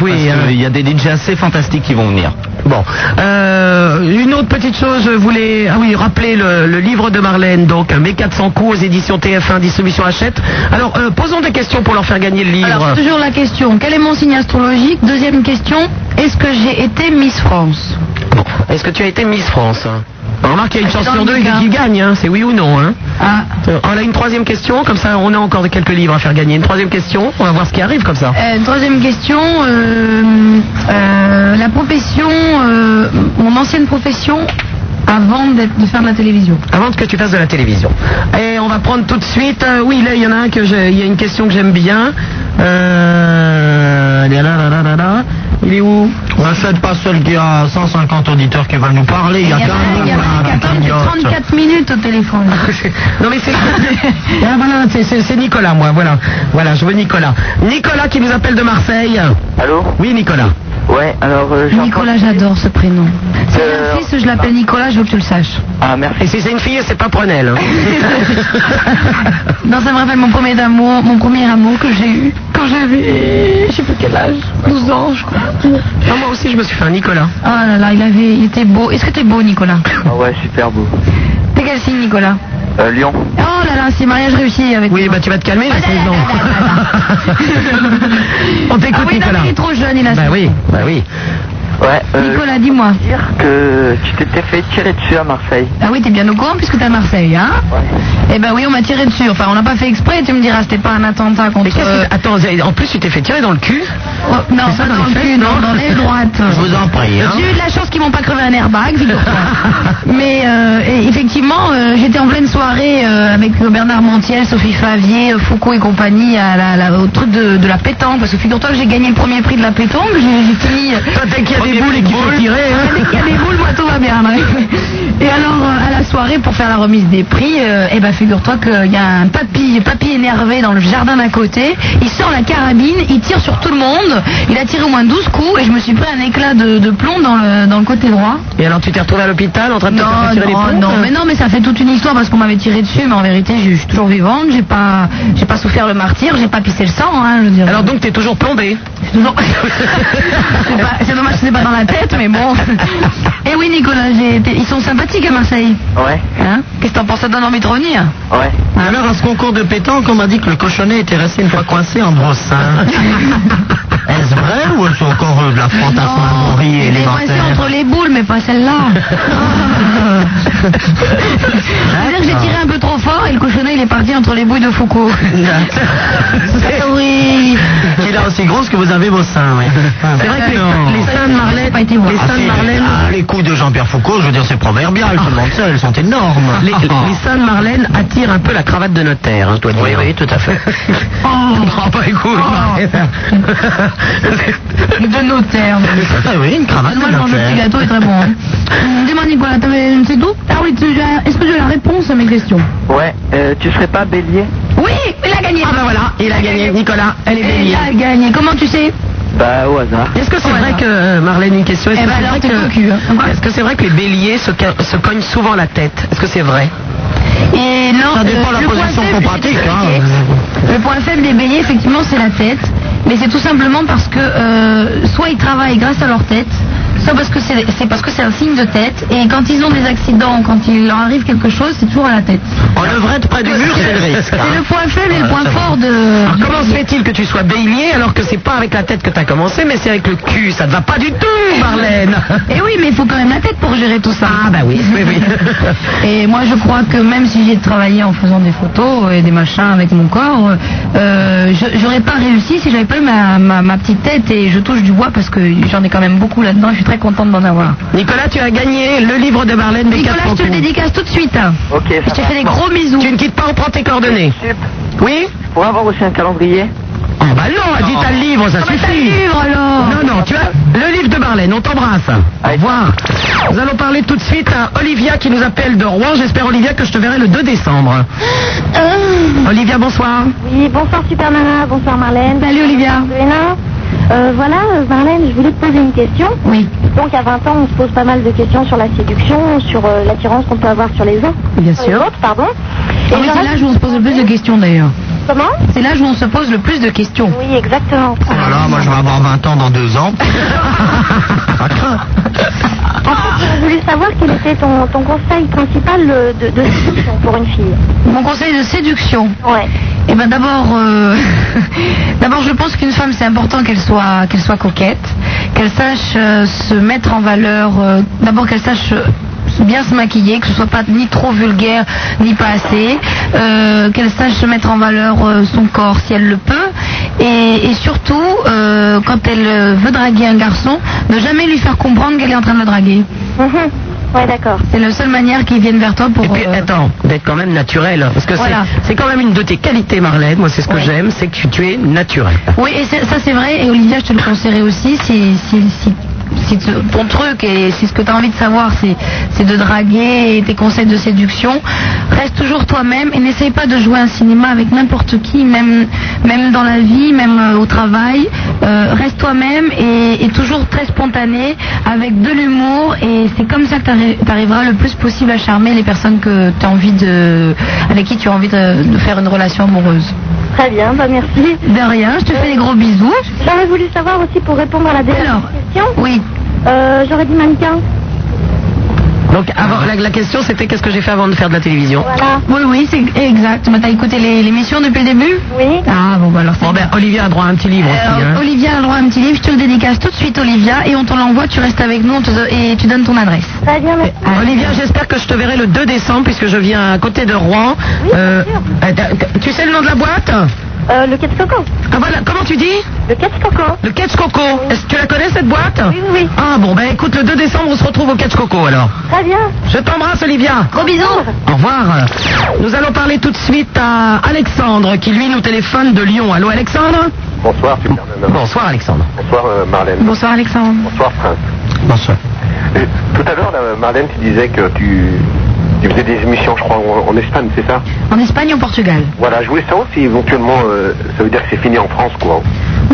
S5: Il y a des DJ assez fantastiques qui vont venir.
S2: hein. Bon, euh, une autre petite chose, je voulais ah oui, rappeler le, le livre de Marlène, donc Mes 400 coups aux éditions TF1 Distribution Hachette. Alors, euh, posons des questions pour leur faire gagner le livre.
S3: Alors, toujours la question. Quel est mon signe astrologique Deuxième question. Est-ce que j'ai été Miss France
S2: Est-ce que tu as été Miss France hein On remarque qu'il y a une
S3: Ah,
S2: chance
S3: c'est dans
S2: sur
S3: le
S2: deux
S3: Mika.
S2: qui gagne, hein, c'est oui ou non. Hein.
S3: Ah.
S2: Euh, On a une troisième question, comme ça on a encore quelques livres à faire gagner. Une troisième question, on va voir ce qui arrive comme ça.
S3: Euh, Troisième question. euh, euh, la profession, euh, mon ancienne profession avant d'être- de faire de la télévision.
S2: Avant que tu fasses de la télévision. Et on va prendre tout de suite. euh, oui, là, il y en a un que j'ai- il y a une question que j'aime bien. Euh, là, là, là, là, là, là. Il est où
S4: Ne faites pas seul qu'il y a 150 auditeurs qui veulent nous parler. Il y a qu'un
S3: Il y a
S4: un
S3: quelqu'un qui
S4: cagnotte.
S3: 34 minutes au téléphone.
S2: Non mais c'est Ah, voilà, c'est- c'est c'est Nicolas moi voilà voilà je veux Nicolas Nicolas qui nous appelle de Marseille
S13: Allô
S2: oui Nicolas
S13: Ouais, alors euh, j'ai
S3: Nicolas, j'adore ce prénom. Si j'ai
S13: Euh,
S3: un fils, je l'appelle Nicolas, je veux que tu le saches.
S13: Ah, merci.
S2: et si c'est une fille c'est pas Prenel hein.
S3: Non, ça me rappelle mon premier amour, mon premier amour que j'ai eu quand j'avais, je sais plus quel âge, 12 ans, je crois.
S2: Non, moi aussi je me suis fait un Nicolas
S3: Oh là là, il avait, il était beau. Est-ce que t'es beau, Nicolas
S14: Ah ouais, super beau.
S3: T'es quel signe, Nicolas
S14: Euh, Lyon.
S3: Oh là là, si mariage réussi avec.
S2: oui bah tu vas te calmer la saison on
S3: Ah
S2: t'écoute
S3: oui, non,
S2: Nicolas
S3: il est trop jeune, il a.
S2: bah oui bah oui
S14: Ouais, euh,
S3: Nicolas, dis-moi.
S14: que tu t'étais fait tirer dessus à Marseille.
S3: Ah oui, t'es bien au courant puisque t'es à Marseille, hein Eh ben oui, on m'a tiré dessus. Enfin, on n'a pas fait exprès. Tu me diras, c'était pas un attentat contre.
S2: mais qu'est-ce
S4: Euh,
S2: que attends en plus tu t'es fait tirer dans le cul
S3: Oh, non,
S2: C'est ça,
S3: pas
S2: dans
S3: dans
S2: les
S3: le
S2: fesses,
S3: cul, non,
S2: non
S3: dans l'aile droite.
S2: Je vous en prie, hein.
S3: J'ai eu de la chance qu'ils m'ont pas crevé un airbag, figure-toi. Mais euh, et- effectivement, euh, j'étais en pleine soirée euh, avec euh, Bernard Montiel, Sophie Favier, euh, Foucault et compagnie à la- la- au truc de, de la pétanque. Parce que figure-toi que j'ai gagné le premier prix de la pétanque. J'ai j'ai fini.
S2: Toi, dès qu'il y a des boules et qu'il faut tirer hein.
S3: Dès qu'il y a des boules, moi tout va bien. ouais. Et alors euh, à la soirée pour faire la remise des prix, et ben figure-toi qu'il y a un papy, papy énervé dans le jardin d'à côté. Il sort la carabine, il tire sur tout le monde. Il a tiré au moins 12 coups et je me suis pris un éclat de, de plomb dans le, dans le côté droit.
S2: et alors tu t'es retrouvé à l'hôpital en train de te
S3: Non,
S2: faire tirer hein. les
S3: non,
S2: pompes
S3: non, mais non, mais ça fait toute une histoire parce qu'on m'avait tiré dessus, mais en vérité, je je suis toujours vivante, j'ai pas, j'ai pas souffert le martyr, j'ai pas pissé le sang, hein, je veux dire.
S2: alors donc t'es toujours plombé
S3: C'est toujours- C'est pas- c'est dommage que c'est pas dans la tête, mais bon. Eh oui, Nicolas, j'ai été- ils sont sympathiques à Marseille.
S14: Ouais,
S3: Hein Qu'est-ce que t'en penses Ça donne envie de revenir
S14: ouais.
S4: Alors, à ce concours de pétanque, on m'a dit que le cochonnet était resté une fois coincé en brosse. hein. Est-ce vrai ou est-ce encore euh, de la fantasmagorie
S3: Il est coincé
S4: élémentaire
S3: entre les boules, mais pas celle-là. C'est-à-dire que j'ai tiré un peu trop fort et le cochonnet, il est parti entre les bouilles de Foucault. Ah oui
S4: Qu'il a aussi grosse que vous avez vos seins, oui.
S2: c'est vrai que les- les seins de Marlène
S3: Pas été voir.
S2: les seins de Marlène
S4: Ah, les couilles de Jean-Pierre Foucault, je veux dire, c'est proverbial, tout le monde sait, elles sont énormes.
S2: Les, les seins de Marlène attirent un peu la cravate de notaire, hein, toi Oui, oui, tout à fait. oh, bah écoute,
S4: Oh.
S2: Marlène.
S3: De notaire.
S4: oui, une cravate
S3: Moi,
S4: de
S3: je mange le
S4: notaire.
S3: petit gâteau, il est très bon. hein. Hum, Dis-moi, Nicolas, t'avais- c'est tout Ah oui, tu- j'ai- est-ce que j'ai la réponse à mes questions
S14: Ouais, euh, tu serais pas bélier
S3: Oui, il a gagné. Ah ben voilà,
S2: il a gagné, Nicolas. Elle est
S3: Il
S2: bélier.
S3: a gagné. Comment tu sais
S14: Bah, au hasard.
S2: Est-ce que c'est vrai que, euh, Marlène, une question, est-ce
S3: Eh
S2: que
S3: ben
S2: c'est
S3: alors,
S2: vrai
S3: t'es cocu, hein.
S2: que, est-ce que c'est vrai que les béliers se, ca- se cognent souvent la tête Est-ce que c'est vrai
S3: Et non, euh,
S2: Ça dépend la
S3: le point
S2: position qu'on
S3: faible-
S2: pratique, hein.
S3: Ok. Le point faible des béliers, effectivement, c'est la tête. Mais c'est tout simplement parce que euh, soit ils travaillent grâce à leur tête, soit parce que c'est c'est parce que c'est un signe de tête. Et quand ils ont des accidents, quand il leur arrive quelque chose, c'est toujours à la tête.
S4: On devrait être près du mur, c'est le risque. hein.
S3: C'est le point faible et le point fort de.
S2: Alors comment se fait-il que tu sois bélier alors que c'est pas avec la tête que t'as commencé, mais c'est avec le cul Ça ne va pas du tout, Marlène
S3: Et Eh oui, mais il faut quand même la tête pour gérer tout ça. Ah bah oui,
S2: oui, oui.
S3: et moi, je crois que même si j'ai travaillé en faisant des photos et des machins avec mon corps, euh, je- j'aurais pas réussi si j'avais pas eu ma, ma, ma petite tête. Et je touche du bois parce que j'en ai quand même beaucoup là-dedans. Je suis très contente d'en avoir.
S2: Nicolas, tu as gagné le livre de Marlène des
S3: Nicolas,
S2: quatre
S3: je te le
S2: faucons.
S3: dédicace tout de suite. hein.
S14: Ok, ça
S3: Je te
S14: va.
S3: fais des
S14: Bon.
S3: gros bisous.
S2: Tu ne quittes pas, on prend tes coordonnées. Oui
S14: Pour avoir aussi un calendrier
S2: Oh bah non, dis t'as le livre, ça suffit.
S3: livre Ah, bah, alors
S2: Non, non, tu as le livre de Marlène, on t'embrasse. Au revoir. Nous allons parler tout de suite à Olivia qui nous appelle de Rouen. J'espère, Olivia, que je te verrai le 2 décembre.
S4: Hmm.
S2: Olivia, bonsoir.
S6: Euh. Oui, bonsoir Super Nana, bonsoir Marlène.
S3: Salut Olivia.
S6: Nana. Euh, voilà, euh, Marlène, je voulais te poser une question.
S3: Oui.
S6: Donc à 20 ans, on se pose pas mal de questions sur la séduction, sur euh, l'attirance qu'on peut avoir sur les uns.
S3: Bien
S6: sur les
S3: sûr.
S6: autres, pardon.
S3: Ah oui,
S6: là,
S3: c'est l'âge où on se pose le plus de questions d'ailleurs.
S6: Comment
S3: C'est l'âge où on se pose le plus de questions.
S6: Oui, exactement.
S4: Voilà, Oh moi je vais avoir 20 ans dans deux ans. Ah,
S6: En fait, j'aurais voulu savoir quel était ton, ton conseil principal euh, de, de séduction pour une fille.
S3: Mon conseil de séduction.
S6: Ouais.
S3: Eh ben d'abord, euh, d'abord je pense qu'une femme c'est important qu'elle soit qu'elle soit coquette, qu'elle sache euh, se mettre en valeur. euh, d'abord qu'elle sache euh, bien se maquiller, que ce soit pas ni trop vulgaire ni pas assez, euh, qu'elle sache se mettre en valeur euh, son corps si elle le peut, et, et surtout euh, quand elle euh, veut draguer un garçon, ne jamais lui faire comprendre qu'elle est en train de le draguer.
S6: Mhm. Ouais, d'accord.
S3: C'est la seule manière qu'il vienne vers toi pour.
S2: Et puis,
S3: euh,
S2: attends, d'être quand même naturel. hein, Parce que c'est-
S3: Voilà.
S2: c'est quand même une de tes qualités, Marlène. Moi, c'est ce que j'aime, c'est que tu es naturel.
S3: Oui, et c'est- ça c'est vrai, et Olivia, je te le conseillerais aussi, si, si, si, si te- ton truc et si ce que tu as envie de savoir, c'est c'est de draguer et tes conseils de séduction, reste toujours toi-même et n'essaye pas de jouer un cinéma avec n'importe qui, même, même dans la vie, même euh, au travail. Euh, reste toi-même et, et toujours très spontané, avec de l'humour, et c'est comme ça que tu arriveras le plus possible à charmer les personnes que as envie de, avec qui tu as envie de- de faire une relation amoureuse.
S6: Très bien, bah merci.
S3: De rien, je te fais des gros bisous.
S6: J'aurais voulu savoir aussi pour répondre à la dernière question.
S3: Oui.
S6: Euh, j'aurais dit mannequin.
S2: Donc, avant, la, la question, c'était qu'est-ce que j'ai fait avant de faire de la télévision
S6: Voilà.
S3: Oui, oui, c'est exact. Mais T'as écouté les- l'émission depuis le début
S6: Oui.
S3: Ah bon, bah alors c'est
S2: Bon, ben, Olivia a droit à un petit livre aussi.
S3: Alors,
S2: hein.
S3: Olivia a le droit à un petit livre, je te le dédicace tout de suite, Olivia, et on te l'envoie, tu restes avec nous on te do- et tu donnes ton adresse.
S6: Très bien, merci.
S2: Olivia, j'espère que je te verrai le 2 décembre puisque je viens à côté de Rouen. Euh, euh, t'as- tu sais le nom de la boîte
S3: Eh.
S6: Euh, le catch coco.
S2: Ah, voilà, comment tu dis
S6: Le catch coco.
S2: Le Catch Coco. Est-ce que tu la connais cette boîte Oui,
S6: oui, oui.
S2: Ah bon, ben écoute, le 2 décembre, on se retrouve au Catch Coco alors.
S6: Très bien.
S2: Je t'embrasse, Olivia.
S3: Gros bisous
S2: Au revoir. Nous allons parler tout de suite à Alexandre qui, lui, nous téléphone de Lyon. Allô, Alexandre
S15: Bonsoir, Super Nana.
S2: Bonsoir, Alexandre.
S15: Bonsoir, euh, Marlène.
S3: Bonsoir Alexandre.
S15: Bonsoir, Prince.
S2: Bonsoir.
S15: Euh, Tout à l'heure, là, Marlène, tu disais que tu, tu faisais des émissions, je crois, en, en Espagne, c'est ça
S3: En Espagne, en Portugal.
S15: Voilà, je voulais savoir si éventuellement, euh, ça veut dire que c'est fini en France, quoi.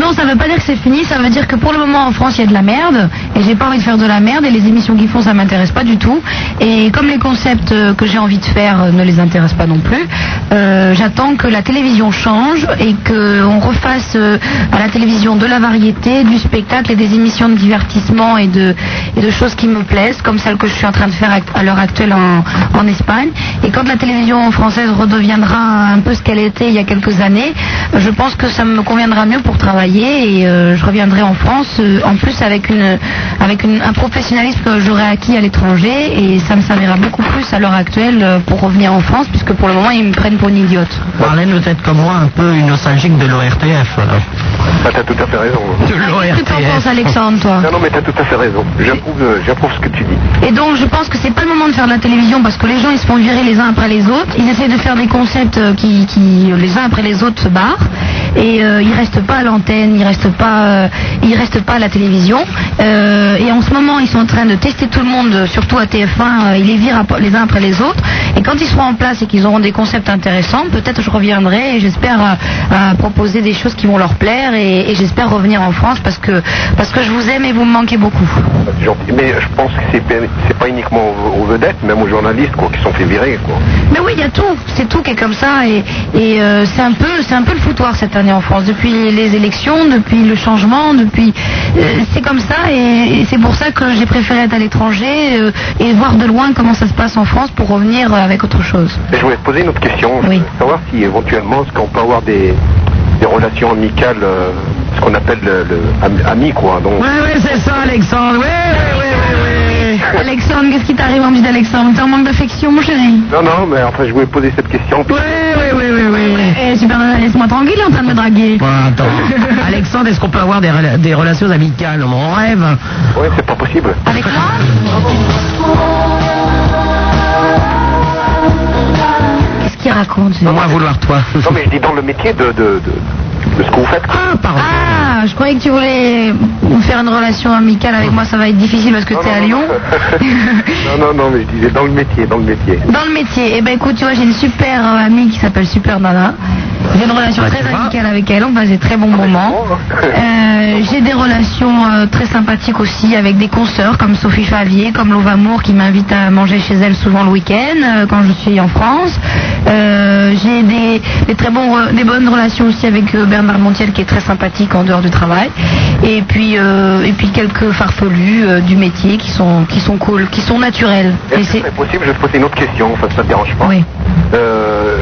S3: Non, ça veut pas dire que c'est fini, ça veut dire que pour le moment en France il y a de la merde, et j'ai pas envie de faire de la merde, et les émissions qu'ils font ça m'intéresse pas du tout, et comme les concepts euh, que j'ai envie de faire euh, ne les intéressent pas non plus, euh, j'attends que la télévision change et qu'on refasse euh, à la télévision de la variété, du spectacle et des émissions de divertissement et de, et de choses qui me plaisent, comme celle que je suis en train de faire act- à l'heure actuelle en, en Espagne. Et quand la télévision française redeviendra un peu ce qu'elle était il y a quelques années, euh, je pense que ça me conviendra mieux pour travailler travailler et euh, je reviendrai en France euh, en plus avec une avec une- un professionnalisme que j'aurai acquis à l'étranger et ça me servira beaucoup plus à l'heure actuelle euh, pour revenir en France puisque pour le moment ils me prennent pour une idiote.
S4: Marlène, vous êtes comme moi un peu une nostalgique de l'ORTF.
S10: Ah, t'as tout à fait raison.
S4: De
S3: Qu'est-ce que t'en penses Alexandre toi
S10: Non, non, mais t'as tout à fait raison. J'approuve, euh, j'approuve ce que tu dis.
S3: Et donc je pense que c'est pas le moment de faire de la télévision parce que les gens ils se font virer les uns après les autres. Ils essaient de faire des concepts euh, qui, qui, euh, les uns après les autres se barrent et euh, ils restent pas à l'antenne, ils restent pas, euh, ils restent pas à la télévision. Euh, et en ce moment ils sont en train de tester tout le monde, euh, surtout à TF1, euh, ils les virent ap- les uns après les autres. Et quand ils seront en place et qu'ils auront des concepts intéressants, peut-être je reviendrai et j'espère euh, euh, proposer des choses qui vont leur plaire et, et j'espère revenir en France parce que parce que je vous aime et vous me manquez beaucoup.
S10: C'est gentil. Mais je pense que c'est pas- c'est pas uniquement aux, aux vedettes, même aux journalistes, quoi, qui sont fait virer, quoi.
S3: Mais oui, il y a tout, c'est tout qui est comme ça et, et, euh, c'est un peu c'est un peu le foutoir cette année en France depuis les élections, depuis le changement, depuis euh, c'est comme ça et, et c'est pour ça que j'ai préféré être à l'étranger euh, et voir de loin comment ça se passe en France pour revenir euh, avec autre chose.
S10: Et je voulais te poser une autre question. Je voulais Savoir si éventuellement, est-ce qu'on peut avoir des, des relations amicales, euh, ce qu'on appelle le, le ami- ami, quoi. Donc,
S2: Ouais, ouais, c'est ça, Alexandre. Ouais, ouais, ouais, ouais, ouais.
S3: Alexandre, qu'est-ce qui t'arrive en plus d'Alexandre T'es en manque d'affection mon chéri
S10: Non, non, mais enfin, je voulais poser cette question.
S2: Ouais, ouais, ouais, ouais, ouais.
S3: Eh super, laisse-moi tranquille il est en train de me draguer.
S2: Oh, Alexandre, est-ce qu'on peut avoir des, rela- des relations amicales Mon rêve.
S10: Ouais, c'est pas possible.
S3: Avec moi Qu'est-ce qu'il raconte
S10: Non,
S2: moi, vouloir toi.
S10: Non, mais je dis dans le métier de, de, de, de ce que vous faites.
S2: Ah, pardon.
S3: Ah, je croyais que tu voulais me faire une relation amicale avec moi, ça va être difficile parce que t'es à Lyon.
S10: non, non, non, mais je disais dans le métier, dans le métier.
S3: Dans le métier, eh ben écoute, tu vois, j'ai une super euh, amie qui s'appelle Super Nana. J'ai une relation
S10: Bah, tu Ah,
S3: très
S10: vois.
S3: amicale avec elle, on passe des très bons moments. Euh, j'ai des relations euh, très sympathiques aussi avec des consoeurs comme Sophie Favier, comme Lova Moore qui m'invite à manger chez elle souvent le week-end euh, quand je suis en France. Euh, j'ai des, des très bons, re- des bonnes relations aussi avec euh, Bernard Montiel qui est très sympathique en dehors du travail. Et puis, euh, et puis quelques farfelus euh, du métier qui sont, qui sont cool, qui sont naturels. Et
S10: Est-ce que
S3: c'est-
S10: c'est possible Je vais te poser une autre question, enfin, ça te dérange pas.
S3: Oui.
S10: Euh,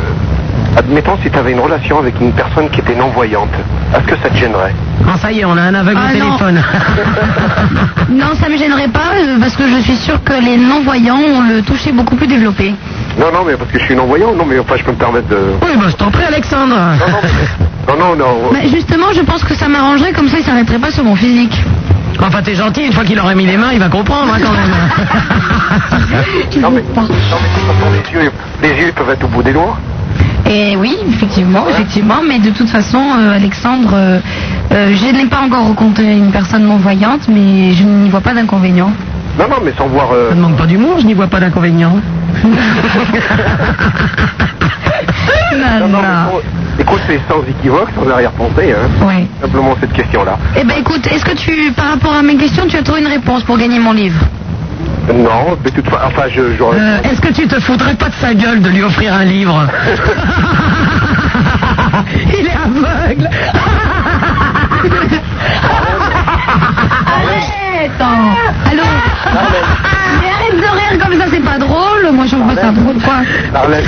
S10: admettons si tu avais une relation avec une personne qui était non-voyante, est-ce que ça te gênerait
S2: Ah, ça y est, on a un aveugle
S3: Ah,
S2: au
S3: non.
S2: téléphone.
S3: Non, ça me gênerait pas euh, parce que je suis sûre que les non-voyants ont le toucher beaucoup plus développé.
S10: Non, non, mais parce que je suis non-voyant, non, mais enfin, je peux me permettre de.
S2: Oui, bah, je t'en prie, Alexandre.
S10: Non, non, non.
S3: Bah, justement, je pense que ça m'arrangerait comme ça, ils s'arrêteraient pas sur mon physique.
S2: Enfin, t'es gentil, une fois qu'il aura mis les mains, il va comprendre hein, quand même.
S10: non, mais, non, mais de toute façon, les yeux, les yeux peuvent être au bout des doigts.
S3: Et Eh oui, effectivement, effectivement, mais de toute façon, euh, Alexandre, euh, euh, je n'ai pas encore rencontré une personne non-voyante, mais je n'y vois pas d'inconvénient.
S10: Non, non, mais sans voir. euh,
S3: Ah,
S2: Ça ne manque pas d'humour, je n'y vois pas d'inconvénient.
S10: non, non, mais sans- Écoute, c'est sans équivoque, sans arrière-pensée. Hein.
S3: Ouais.
S10: Simplement cette question-là.
S3: Eh ben écoute, est-ce que tu, par rapport à mes questions, tu as trouvé une réponse pour gagner mon livre
S10: Non, mais toutefois, enfin, je. je...
S2: Euh, Est-ce que tu te foutrais pas de sa gueule de lui offrir un livre Il est aveugle
S3: Arrête Ah hein. Allô Mais arrête de rire comme ça, c'est pas drôle Moi, je trouve pas ça drôle, quoi
S10: Marlène.